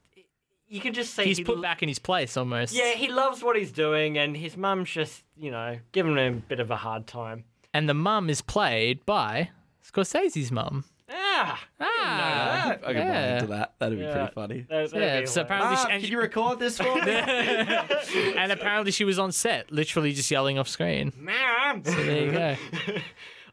[SPEAKER 3] You can just see
[SPEAKER 2] He's
[SPEAKER 3] he
[SPEAKER 2] put back in his place almost.
[SPEAKER 3] Yeah, he loves what he's doing, and his mum's just, you know, giving him a bit of a hard time.
[SPEAKER 2] And the mum is played by Scorsese's mum.
[SPEAKER 3] Ah,
[SPEAKER 2] Ah.
[SPEAKER 1] I could buy
[SPEAKER 2] yeah.
[SPEAKER 1] into that. That'd be
[SPEAKER 3] Yeah.
[SPEAKER 1] pretty funny.
[SPEAKER 3] That- that'd
[SPEAKER 2] Yeah,
[SPEAKER 3] be
[SPEAKER 2] so
[SPEAKER 3] hilarious.
[SPEAKER 2] apparently she- and, she-
[SPEAKER 1] Ah, you record this for me?
[SPEAKER 2] and apparently she was on set, literally just yelling off screen.
[SPEAKER 3] Ma'am.
[SPEAKER 2] There you go.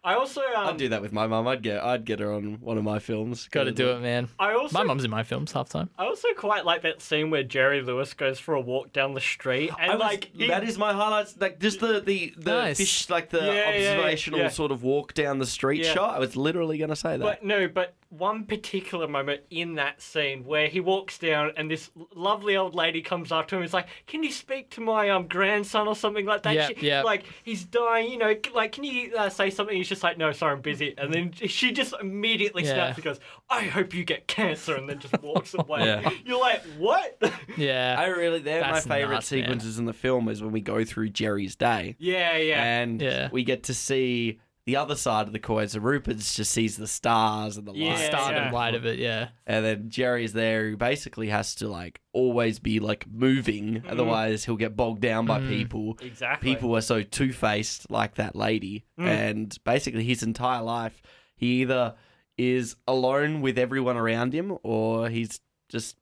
[SPEAKER 3] I also um,
[SPEAKER 1] I'd do that with my mum. I'd get I'd get her on one of my films.
[SPEAKER 2] Got to do it, man.
[SPEAKER 3] I also
[SPEAKER 2] My mum's in my films half time.
[SPEAKER 3] I also quite like that scene where Jerry Lewis goes for a walk down the street and
[SPEAKER 1] I was-
[SPEAKER 3] like he-
[SPEAKER 1] that is my highlights. Like just the the, the
[SPEAKER 2] Nice.
[SPEAKER 1] fish, like the
[SPEAKER 3] Yeah, yeah, yeah,
[SPEAKER 1] observational
[SPEAKER 3] yeah.
[SPEAKER 1] sort of walk down the street
[SPEAKER 3] Yeah.
[SPEAKER 1] shot. I was literally gonna say that.
[SPEAKER 3] But no, but one particular moment in that scene where he walks down and this l- lovely old lady comes up to him. It's like, "Can you speak to my um grandson or something like that?"
[SPEAKER 2] Yeah,
[SPEAKER 3] She-
[SPEAKER 2] yeah.
[SPEAKER 3] Like he's dying, you know. c- Like, can you uh, say something? He's just like, "No, sorry, I'm busy." And then she just immediately
[SPEAKER 2] Yeah.
[SPEAKER 3] snaps and goes, "I hope you get cancer," and then just walks away.
[SPEAKER 1] Yeah.
[SPEAKER 3] You're like, "What?"
[SPEAKER 1] I
[SPEAKER 2] Yeah.
[SPEAKER 1] really they're
[SPEAKER 2] That's
[SPEAKER 1] my favorite
[SPEAKER 2] nuts, man.
[SPEAKER 1] sequences in the film is when we go through Jerry's day
[SPEAKER 3] yeah, yeah.
[SPEAKER 1] and
[SPEAKER 2] Yeah.
[SPEAKER 1] we get to see the other side of the coin. So Rupert just sees the stars and the
[SPEAKER 3] Yeah.
[SPEAKER 1] lights.
[SPEAKER 2] Started
[SPEAKER 3] yeah.
[SPEAKER 2] light of it, yeah.
[SPEAKER 1] And then Jerry's there who basically has to like always be like moving,
[SPEAKER 2] Mm-hmm.
[SPEAKER 1] otherwise he'll get bogged down
[SPEAKER 2] Mm.
[SPEAKER 1] by people.
[SPEAKER 3] Exactly.
[SPEAKER 1] People are so two faced like that lady.
[SPEAKER 2] Mm.
[SPEAKER 1] And basically his entire life he either is alone with everyone around him or he's just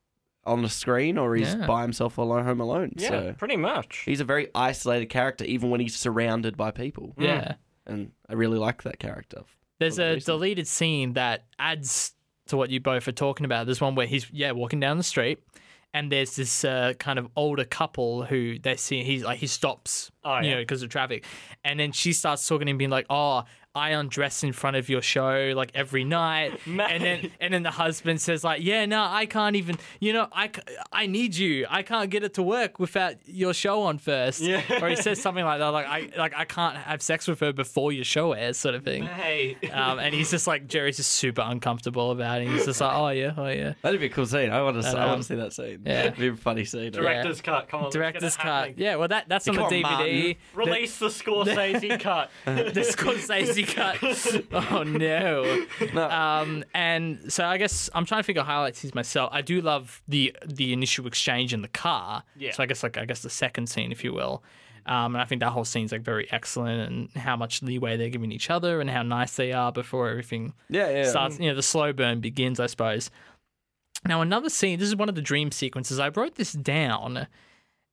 [SPEAKER 1] on the screen or he's
[SPEAKER 2] Yeah.
[SPEAKER 1] by himself alone home alone.
[SPEAKER 3] Yeah,
[SPEAKER 1] So
[SPEAKER 3] pretty much.
[SPEAKER 1] he's a very isolated character even when he's surrounded by people.
[SPEAKER 2] Yeah.
[SPEAKER 1] And I really like that character.
[SPEAKER 2] There's
[SPEAKER 1] that
[SPEAKER 2] a
[SPEAKER 1] reason.
[SPEAKER 2] deleted scene that adds to what you both are talking about. There's one where he's yeah walking down the street, and there's this uh, kind of older couple who they see he's like he stops
[SPEAKER 3] Oh,
[SPEAKER 2] you
[SPEAKER 3] yeah.
[SPEAKER 2] know because of traffic, and then she starts talking to him being like oh. I undress in front of your show like every night, and then and then the husband says like, "Yeah, no, I can't even. You know, I, c- I need you. I can't get it to work without your show on first.
[SPEAKER 3] Yeah.
[SPEAKER 2] Or he says something like that, like I like I can't have sex with her before your show airs, sort of thing.
[SPEAKER 3] Hey.
[SPEAKER 2] Um, and he's just like Jerry's just super uncomfortable about it. He's just like, oh yeah, oh yeah.
[SPEAKER 1] That'd be a cool scene. I want to. I
[SPEAKER 2] um,
[SPEAKER 1] want to see that scene.
[SPEAKER 2] yeah.
[SPEAKER 1] It'd be a funny scene.
[SPEAKER 3] Director's cut. Come on. let's get it
[SPEAKER 2] Director's
[SPEAKER 3] happening.
[SPEAKER 2] cut. Yeah, well that that's on the
[SPEAKER 1] Come on,
[SPEAKER 2] DVD.
[SPEAKER 3] Release the Scorsese cut.
[SPEAKER 2] The, the Scorsese cut. Oh no.
[SPEAKER 1] No.
[SPEAKER 2] Um, and so I guess I'm trying to figure highlights is myself. I do love the the initial exchange in the car.
[SPEAKER 3] Yeah.
[SPEAKER 2] So I guess like I guess the second scene, if you will. Um, and I think that whole scene's like very excellent, and how much leeway they're giving each other, and how nice they are before everything
[SPEAKER 1] Yeah, yeah.
[SPEAKER 2] starts you know the slow burn begins i suppose now another scene this is one of the dream sequences i wrote this down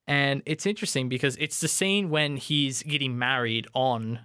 [SPEAKER 2] and it's interesting because it's the scene when he's getting married on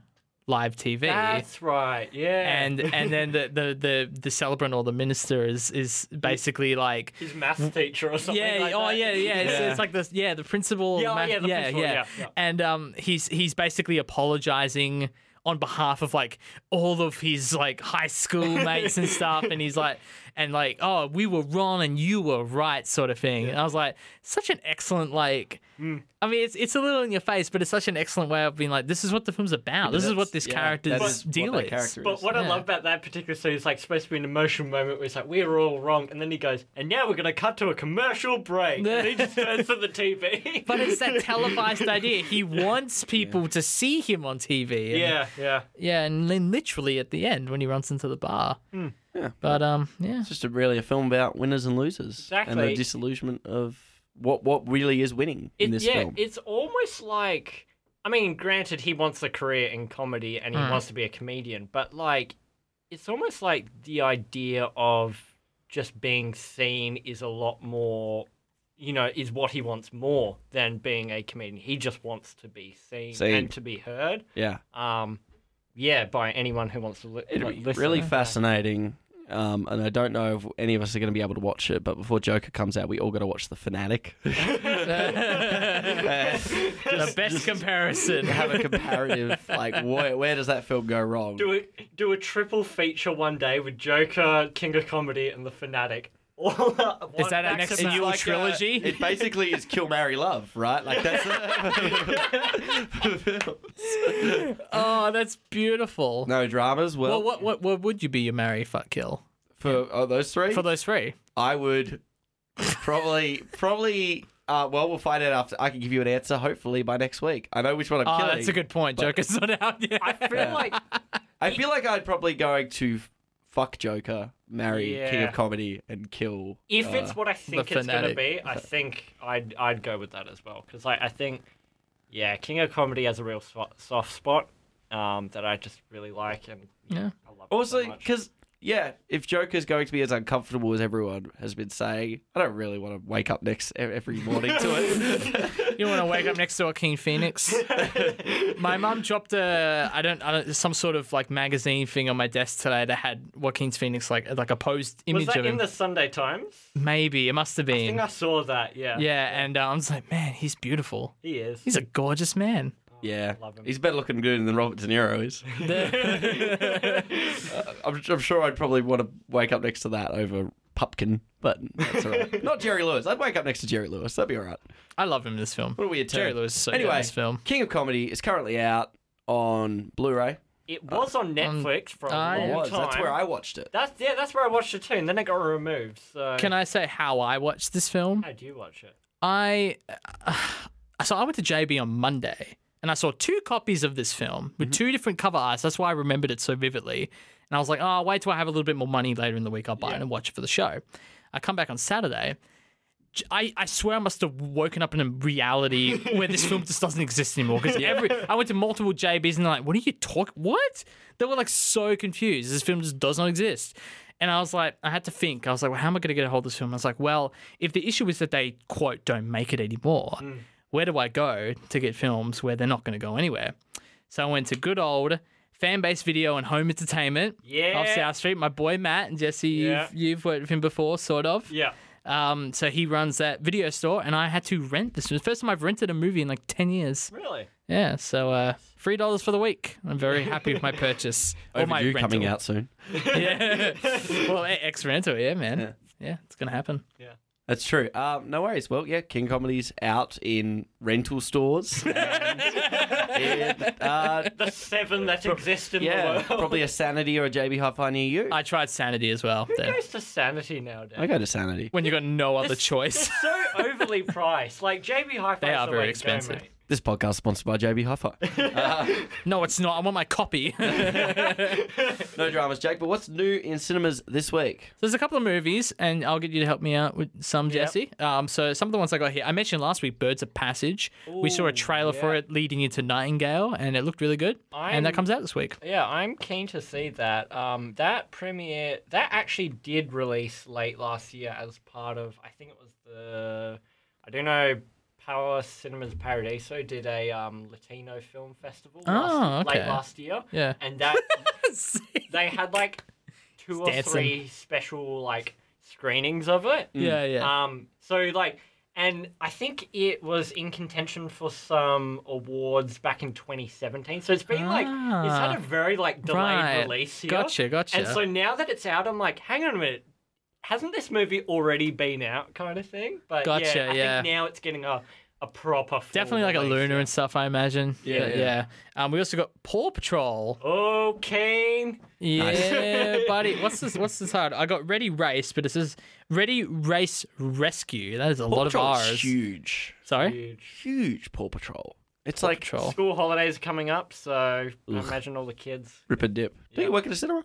[SPEAKER 2] live tv
[SPEAKER 3] That's right. Yeah.
[SPEAKER 2] and and then the, the the the celebrant or the minister is is basically like
[SPEAKER 3] his maths teacher or something.
[SPEAKER 2] yeah
[SPEAKER 3] like
[SPEAKER 2] oh
[SPEAKER 3] that.
[SPEAKER 2] yeah yeah, It's, it's like this yeah the principal
[SPEAKER 3] Yeah, oh,
[SPEAKER 2] ma-
[SPEAKER 3] yeah, the principal, yeah, yeah.
[SPEAKER 2] and um he's he's basically apologizing on behalf of like all of his like high school mates and stuff and he's like and like oh we were wrong and you were right sort of thing and i was like such an excellent like
[SPEAKER 3] Mm.
[SPEAKER 2] i mean it's it's a little in your face but it's such an excellent way of being like this is what the film's about Oh, this is what this character's deal is
[SPEAKER 3] But what I
[SPEAKER 2] Yeah.
[SPEAKER 3] love about that particular scene is like supposed to be an emotional moment where it's like we were all wrong, and then he goes, and now we're gonna cut to a commercial break. and he just turns to the TV.
[SPEAKER 2] but it's that televised idea. He wants people to see him on TV. and-
[SPEAKER 3] yeah, yeah.
[SPEAKER 2] Yeah, and then literally at the end when he runs into the bar.
[SPEAKER 3] Hmm.
[SPEAKER 1] Yeah.
[SPEAKER 2] But um, yeah.
[SPEAKER 1] It's just a, really a film about winners and losers, and the
[SPEAKER 3] Exactly.
[SPEAKER 1] disillusionment of what what really is winning in
[SPEAKER 3] It-
[SPEAKER 1] this
[SPEAKER 3] yeah,
[SPEAKER 1] film.
[SPEAKER 3] it's almost like I mean, granted, he wants a career in comedy and he
[SPEAKER 2] Hmm.
[SPEAKER 3] wants to be a comedian, but like, it's almost like the idea of just being seen is a lot more, you know, is what he wants more than being a comedian. He just wants to be seen,
[SPEAKER 1] Seen.
[SPEAKER 3] and to be heard.
[SPEAKER 1] yeah,
[SPEAKER 3] Um, yeah, by anyone who wants to li-
[SPEAKER 1] it'd
[SPEAKER 3] like,
[SPEAKER 1] be
[SPEAKER 3] listen.
[SPEAKER 1] really fascinating. Um, and I don't know if any of us are going to be able to watch it, but before Joker comes out, we all got to watch The Fanatic.
[SPEAKER 2] Uh, the best comparison.
[SPEAKER 1] Have a comparative, like where, where does that film go wrong?
[SPEAKER 3] do a do a triple feature one day with Joker, King of Comedy, and the Fanatic. All at
[SPEAKER 2] Is that our
[SPEAKER 3] one
[SPEAKER 2] next
[SPEAKER 3] back-to-back.
[SPEAKER 2] dual trilogy?
[SPEAKER 1] uh, it basically is Kill Mary Love, right? Like that's
[SPEAKER 2] oh, that's beautiful.
[SPEAKER 1] no dramas. Well,
[SPEAKER 2] Well, what, what what would you be your marry fuck kill
[SPEAKER 1] for oh, those three,
[SPEAKER 2] for those three?
[SPEAKER 1] I would probably probably. Uh, well, we'll find out after. I can give you an answer hopefully by next week. I know which one I'm
[SPEAKER 2] Oh,
[SPEAKER 1] killing.
[SPEAKER 2] that's a good point. Joker's not out yet.
[SPEAKER 3] I feel like
[SPEAKER 1] I feel like I'd probably going to f- fuck Joker, marry King
[SPEAKER 3] Yeah.
[SPEAKER 1] of Comedy, and kill.
[SPEAKER 3] if
[SPEAKER 1] uh,
[SPEAKER 3] it's what I think it's gonna
[SPEAKER 2] Fanatic.
[SPEAKER 3] be, I think I'd I'd go with that as well because I, I think yeah, King of Comedy has a real so- soft spot um, that I just really like and
[SPEAKER 2] Yeah.
[SPEAKER 3] I love it so
[SPEAKER 1] also
[SPEAKER 3] much.
[SPEAKER 1] because yeah, if Joker's going to be as uncomfortable as everyone has been saying, I don't really want to wake up next e- every morning to it.
[SPEAKER 2] You want to wake up next to Joaquin Phoenix? my mum dropped a I don't, I don't some sort of like magazine thing on my desk today that had Joaquin Phoenix like like a posed
[SPEAKER 3] Was
[SPEAKER 2] image
[SPEAKER 3] that
[SPEAKER 2] of him.
[SPEAKER 3] in the Sunday Times?
[SPEAKER 2] Maybe it must have
[SPEAKER 3] I
[SPEAKER 2] been.
[SPEAKER 3] think I saw that. Yeah.
[SPEAKER 2] yeah, and uh, I was like, man, he's beautiful.
[SPEAKER 3] He is.
[SPEAKER 2] He's a gorgeous man.
[SPEAKER 1] yeah,
[SPEAKER 3] Love him.
[SPEAKER 1] he's better looking dude than Robert De Niro is. Uh, I'm, I'm sure I'd probably want to wake up next to that over Pupkin, but that's all right. Not Jerry Lewis. I'd wake up next to Jerry Lewis. That'd be all right.
[SPEAKER 2] I love him in this film.
[SPEAKER 1] What a weird turn.
[SPEAKER 2] Jerry Lewis is so good in
[SPEAKER 1] anyway,
[SPEAKER 2] this film.
[SPEAKER 1] King of Comedy is currently out on Blu-ray.
[SPEAKER 3] It was on Netflix for a
[SPEAKER 2] I-
[SPEAKER 3] long
[SPEAKER 1] It was.
[SPEAKER 3] time.
[SPEAKER 1] That's where I watched it.
[SPEAKER 3] That's yeah. That's where I watched it too, and then it got removed. So
[SPEAKER 2] Can I say how I watched this film?
[SPEAKER 3] how do you watch it?
[SPEAKER 2] I uh, so I went to JB on Monday and I saw two copies of this film with two different cover arts. That's why I remembered it so vividly. And I was like, oh, wait till I have a little bit more money later in the week. I'll buy it and watch it for the show. I come back on Saturday. J- I, I swear I must have woken up in a reality where this film just doesn't exist anymore. Because every I went to multiple JBs and they're like, what are you talking? What? They were like so confused. This film just does not exist. And I was like, I had to think. I was like, well, how am I going to get a hold of this film? I was like, well, if the issue is that they quote don't make it anymore,
[SPEAKER 3] Hmm.
[SPEAKER 2] where do I go to get films where they're not going to go anywhere? So I went to good old fan base video and home entertainment off
[SPEAKER 3] Yeah.
[SPEAKER 2] South Street. My boy Matt and Jesse,
[SPEAKER 3] Yeah.
[SPEAKER 2] you've you've worked with him before, sort of.
[SPEAKER 3] Yeah.
[SPEAKER 2] Um, so he runs that video store, and I had to rent this. It was the first time I've rented a movie in like ten years.
[SPEAKER 3] Really?
[SPEAKER 2] Yeah, so uh, three dollars for the week. I'm very happy with my purchase or my
[SPEAKER 1] Overdue
[SPEAKER 2] rental.
[SPEAKER 1] coming out soon.
[SPEAKER 2] Yeah. well, ex rental, yeah, man. Yeah. it's gonna happen.
[SPEAKER 1] That's true. Um, no worries. Well, yeah, King Comedy's out in rental stores. and in, uh,
[SPEAKER 3] The seven that exist in
[SPEAKER 1] yeah,
[SPEAKER 3] the world.
[SPEAKER 1] probably a Sanity or a JB Hi-Fi near you. I,
[SPEAKER 2] I tried Sanity as well.
[SPEAKER 3] Who
[SPEAKER 2] there.
[SPEAKER 3] goes to sanity nowadays?
[SPEAKER 1] go to Sanity.
[SPEAKER 2] When you got no other choice.
[SPEAKER 3] It's so overly priced. Like JB Hi-Fi.
[SPEAKER 2] They are
[SPEAKER 3] the
[SPEAKER 2] very
[SPEAKER 3] way to go,
[SPEAKER 2] expensive.
[SPEAKER 3] mate.
[SPEAKER 1] This podcast is sponsored by JB Hi-Fi.
[SPEAKER 2] no, it's not. I want my copy.
[SPEAKER 1] no dramas, Jake. But what's new in cinemas this week?
[SPEAKER 2] There's a couple of movies, and I'll get you to help me out with some, Jesse. Um, so some of the ones I got here, I mentioned last week, Birds of Passage. we saw a trailer for it leading into Nightingale, and it looked really good. And that
[SPEAKER 3] I'm-
[SPEAKER 2] comes out this week.
[SPEAKER 3] Yeah, I'm keen to see that. Um, that premiere that actually did release late last year as part of I think it was the I don't know Power Cinemas Paradiso did a um, Latino film festival last,
[SPEAKER 2] Oh,
[SPEAKER 3] late
[SPEAKER 2] okay.
[SPEAKER 3] last year.
[SPEAKER 2] Yeah.
[SPEAKER 3] and that they had like two or
[SPEAKER 2] Dancing.
[SPEAKER 3] three special like screenings of it.
[SPEAKER 2] Yeah, yeah.
[SPEAKER 3] Um, so like, and I think it was in contention for some awards back in 2017. So it's been like it's had
[SPEAKER 2] Ah,
[SPEAKER 3] a very like delayed
[SPEAKER 2] right.
[SPEAKER 3] release here.
[SPEAKER 2] Gotcha, gotcha.
[SPEAKER 3] And so now that it's out, I'm like, hang on a minute. Hasn't this movie already been out, kind of thing? But
[SPEAKER 2] Gotcha,
[SPEAKER 3] yeah, I
[SPEAKER 2] yeah.
[SPEAKER 3] think now it's getting a, a proper full
[SPEAKER 2] Definitely like a
[SPEAKER 3] release,
[SPEAKER 2] Luna and stuff, I imagine.
[SPEAKER 1] Yeah,
[SPEAKER 2] But
[SPEAKER 1] yeah.
[SPEAKER 2] Um, we also got Paw Patrol.
[SPEAKER 3] yeah. Oh, Kane.
[SPEAKER 2] Yeah, buddy. What's this? What's this hard? I got Ready Race, but it says Ready Race Rescue. That is a lot of
[SPEAKER 1] Paw Patrol's
[SPEAKER 2] R's.
[SPEAKER 1] huge,
[SPEAKER 2] Sorry. Oh.
[SPEAKER 1] huge Paw Patrol. It's like
[SPEAKER 2] Patrol.
[SPEAKER 3] School holidays are coming up, so I imagine all the kids.
[SPEAKER 1] rip and dip. Do you work at a cinema?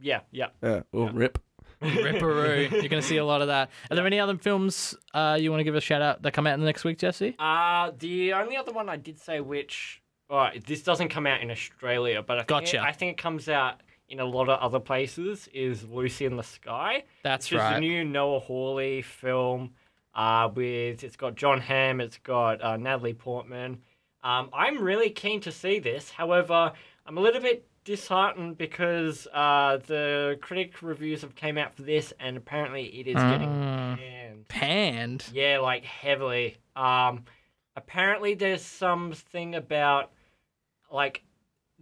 [SPEAKER 3] Yeah, yeah.
[SPEAKER 1] Yeah. Or rip.
[SPEAKER 2] Ripperoo. You're going to see a lot of that. Are there any other films uh, you want to give a shout out that come out in the next week, Jesse?
[SPEAKER 3] Uh the only other one I did say which all right, this doesn't come out in Australia, but I think
[SPEAKER 2] Gotcha.
[SPEAKER 3] it, I think it comes out in a lot of other places is Lucy in the Sky.
[SPEAKER 2] That's
[SPEAKER 3] which is
[SPEAKER 2] right.
[SPEAKER 3] a new Noah Hawley film uh with it's got John Hamm, it's got uh, Natalie Portman. Um I'm really keen to see this. However, I'm a little bit disheartened because uh the critic reviews have came out for this and apparently it is getting
[SPEAKER 2] Mm.
[SPEAKER 3] panned.
[SPEAKER 2] Panned.
[SPEAKER 3] Yeah, like heavily. Um, apparently there's something about like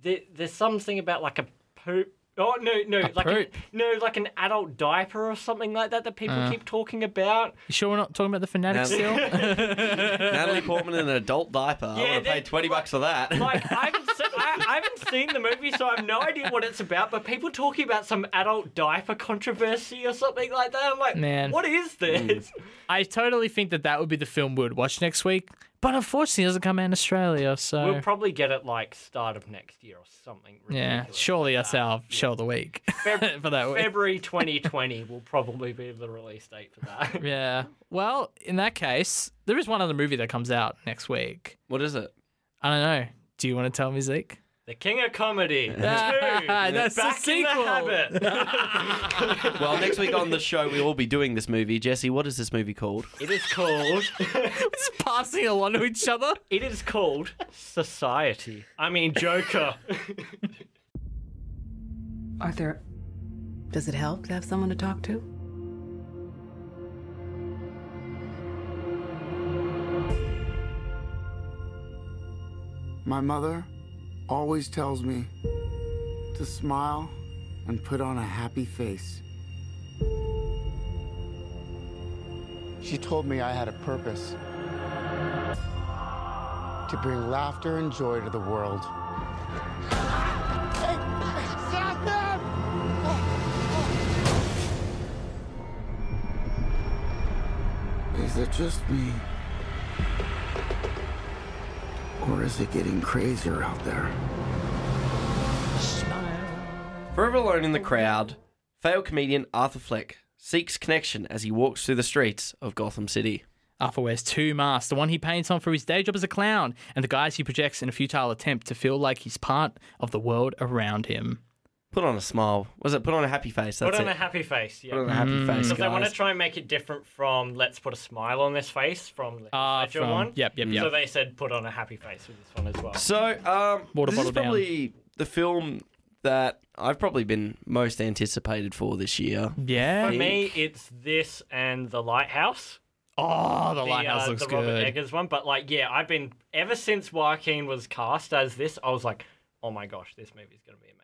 [SPEAKER 3] there, there's something about like a poop. Oh no, no,
[SPEAKER 2] A
[SPEAKER 3] like an-
[SPEAKER 2] poop? Uh.
[SPEAKER 3] no, like an adult diaper or something like that that people keep talking about.
[SPEAKER 2] You sure we're not talking about the
[SPEAKER 1] Now-
[SPEAKER 2] fanatic still?
[SPEAKER 1] Natalie Portman in an adult diaper. I
[SPEAKER 3] Yeah,
[SPEAKER 1] want to pay
[SPEAKER 3] that-
[SPEAKER 1] twenty bucks for that.
[SPEAKER 3] Like I haven't, se- I, I haven't seen the movie, so I have no idea what it's about. But people talking about some adult diaper controversy or something like that. I'm like,
[SPEAKER 2] Man.
[SPEAKER 3] what is this?
[SPEAKER 2] I totally think that that would be the film we would watch next week, but unfortunately, it doesn't come out in Australia. So
[SPEAKER 3] We'll probably get it like start of next year or something.
[SPEAKER 2] yeah,
[SPEAKER 3] ridiculous
[SPEAKER 2] surely
[SPEAKER 3] like
[SPEAKER 2] that's
[SPEAKER 3] that.
[SPEAKER 2] our show of the week
[SPEAKER 3] Feb-
[SPEAKER 2] for that week.
[SPEAKER 3] February 2020 will probably be the release date for that.
[SPEAKER 2] Yeah. Well, in that case, there is one other movie that comes out next week.
[SPEAKER 1] what is it?
[SPEAKER 2] I don't know. Do you want to tell me, Zeke?
[SPEAKER 3] The King of Comedy. Two.
[SPEAKER 2] That's the
[SPEAKER 3] Back
[SPEAKER 2] sequel.
[SPEAKER 3] in the habit.
[SPEAKER 1] Well, next week on the show, we will be doing this movie. Jesse, what is this movie called?
[SPEAKER 3] it is called.
[SPEAKER 2] It's passing along to each other.
[SPEAKER 3] It is called Society. I mean Joker.
[SPEAKER 7] Arthur, does it help to have someone to talk to?
[SPEAKER 8] My mother always tells me to smile and put on a happy face. She told me I had a purpose to bring laughter and joy to the world. Stop them! Is it just me? Or is it getting crazier out there?
[SPEAKER 1] Forever alone in the crowd, failed comedian Arthur Fleck seeks connection as he walks through the streets of Gotham City.
[SPEAKER 2] Arthur wears two masks the one he paints on for his day job as a clown, and the guys he projects in a futile attempt to feel like he's part of the world around him.
[SPEAKER 1] Put on a smile. Was it put on a happy face? That's
[SPEAKER 3] Put on
[SPEAKER 1] it.
[SPEAKER 3] a happy face.
[SPEAKER 1] put on
[SPEAKER 3] Yeah.
[SPEAKER 1] a happy face,
[SPEAKER 3] Because they want to
[SPEAKER 1] guys.
[SPEAKER 3] try and make it different from "Let's put a smile on this face" from the
[SPEAKER 2] Ah,
[SPEAKER 3] Ledger
[SPEAKER 2] from-
[SPEAKER 3] one.
[SPEAKER 2] yep, yep,
[SPEAKER 3] So
[SPEAKER 2] yep.
[SPEAKER 3] they said put on a happy face with this one as well.
[SPEAKER 1] So, um,
[SPEAKER 2] Water
[SPEAKER 1] this is
[SPEAKER 2] bottle down.
[SPEAKER 1] probably the film that I've probably been most anticipated for this year.
[SPEAKER 2] Yeah.
[SPEAKER 3] For me, it's this and the lighthouse.
[SPEAKER 2] Oh, the lighthouse
[SPEAKER 3] uh,
[SPEAKER 2] looks
[SPEAKER 3] the Robert
[SPEAKER 2] good.
[SPEAKER 3] Eggers one. But like, yeah, I've been ever since Joaquin was cast as this, I was like, oh my gosh, this movie's gonna be amazing.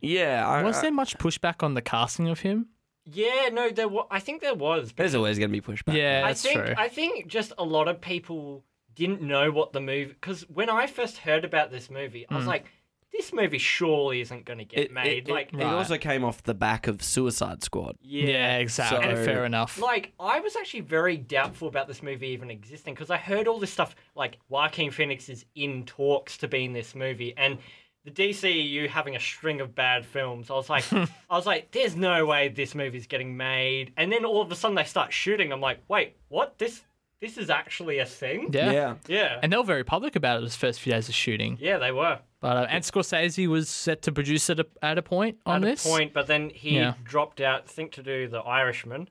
[SPEAKER 1] Yeah, I,
[SPEAKER 2] Was
[SPEAKER 1] I-
[SPEAKER 2] there much pushback on the casting of him?
[SPEAKER 3] Yeah, no, there. Wa- I think there was. but
[SPEAKER 1] there's always going to be pushback.
[SPEAKER 2] Yeah,
[SPEAKER 3] I
[SPEAKER 2] that's
[SPEAKER 3] think
[SPEAKER 2] true.
[SPEAKER 3] I think just a lot of people didn't know what the movie because when I first heard about this movie,
[SPEAKER 2] Hmm.
[SPEAKER 3] I was like, this movie surely isn't gonna get
[SPEAKER 1] It,
[SPEAKER 3] made.
[SPEAKER 1] it-
[SPEAKER 3] like,
[SPEAKER 1] it also came off the back of Suicide Squad.
[SPEAKER 2] yeah, exactly.
[SPEAKER 1] So-
[SPEAKER 2] Fair enough.
[SPEAKER 3] Like, I was actually very doubtful about this movie even existing because I heard all this stuff like Joaquin Phoenix is in talks to be in this movie and the DCEU having a string of bad films. I was like, I was like, there's no way this movie's getting made. And then all of a sudden they start shooting. I'm like, wait, what? This this is actually a thing?
[SPEAKER 2] yeah.
[SPEAKER 1] yeah.
[SPEAKER 3] Yeah.
[SPEAKER 2] And they were very public about it those first few days of shooting.
[SPEAKER 3] yeah, they were.
[SPEAKER 2] But uh, and Scorsese was set to produce it at a point on
[SPEAKER 3] At a
[SPEAKER 2] this.
[SPEAKER 3] point, but then he
[SPEAKER 2] Yeah.
[SPEAKER 3] dropped out, I think to do The Irishman.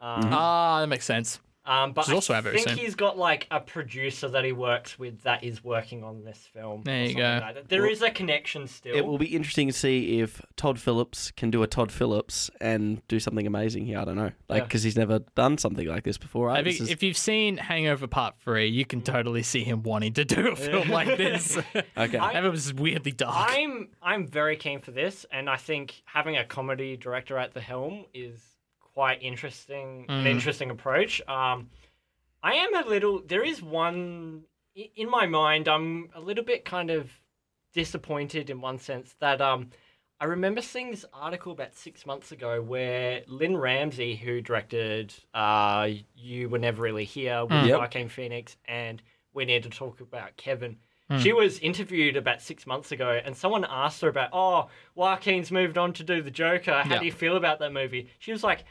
[SPEAKER 3] Um,
[SPEAKER 2] Ah, that makes sense.
[SPEAKER 3] Um, but
[SPEAKER 2] Which is also
[SPEAKER 3] I
[SPEAKER 2] out very
[SPEAKER 3] think
[SPEAKER 2] soon.
[SPEAKER 3] he's got like a producer that he works with that is working on this film.
[SPEAKER 2] There
[SPEAKER 3] or
[SPEAKER 2] you
[SPEAKER 3] something
[SPEAKER 2] go.
[SPEAKER 3] Like that. There is a connection still.
[SPEAKER 1] It will be interesting to see if Todd Phillips can do a Todd Phillips and do something amazing here. I don't know, like
[SPEAKER 3] Yeah.
[SPEAKER 1] because he's never done something like this before. Right?
[SPEAKER 2] I think
[SPEAKER 1] This is-
[SPEAKER 2] if you've seen Hangover Part Three, you can totally see him wanting to do a film like this.
[SPEAKER 1] okay,
[SPEAKER 3] I-
[SPEAKER 2] that was weirdly dark.
[SPEAKER 3] I'm I'm very keen for this, and I think having a comedy director at the helm is quite interesting. An interesting approach. Um, I am a little. There is one i- in my mind. I'm a little bit kind of disappointed in one sense that um, I remember seeing this article about six months ago where Lynn Ramsey, who directed uh, "You Were Never Really Here" with
[SPEAKER 1] Yep.
[SPEAKER 3] Joaquin Phoenix, and "We Need to Talk About Kevin."
[SPEAKER 2] Hmm.
[SPEAKER 3] She was interviewed about six months ago, and someone asked her about, "Oh, Joaquin's moved on to do the Joker. How
[SPEAKER 2] Yeah.
[SPEAKER 3] do you feel about that movie?" She was like,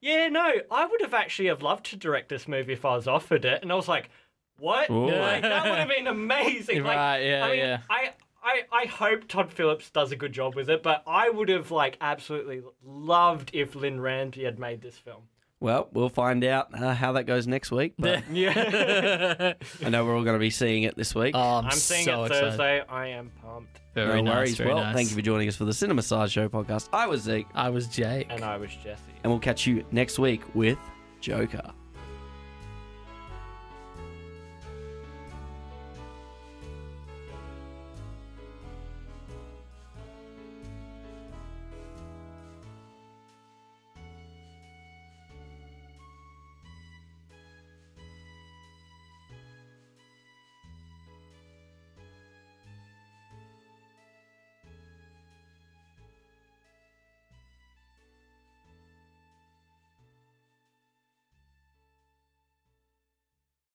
[SPEAKER 3] "Yeah, no, I would have actually have loved to direct this movie if I was offered it." And I was like, "What?
[SPEAKER 1] Ooh.
[SPEAKER 3] Like, that would have been amazing!" Like,
[SPEAKER 2] Right, yeah,
[SPEAKER 3] I mean,
[SPEAKER 2] yeah.
[SPEAKER 3] I, I, I hope Todd Phillips does a good job with it, but I would have like absolutely loved if Lynn Ramsey had made this film.
[SPEAKER 1] well, we'll find out uh, how that goes next week. But
[SPEAKER 3] Yeah,
[SPEAKER 1] I know we're all going to be seeing it this week.
[SPEAKER 2] Oh, I'm,
[SPEAKER 3] I'm seeing
[SPEAKER 2] so
[SPEAKER 3] it
[SPEAKER 2] excited.
[SPEAKER 3] Thursday. I am pumped,
[SPEAKER 2] Very
[SPEAKER 1] no
[SPEAKER 2] nice.
[SPEAKER 1] worries.
[SPEAKER 2] very
[SPEAKER 1] well,
[SPEAKER 2] nice.
[SPEAKER 1] thank you for joining us for the Cinema Size Show podcast. I was Zeke,
[SPEAKER 2] I was Jake.
[SPEAKER 3] and I was Jesse.
[SPEAKER 1] and we'll catch you next week with Joker.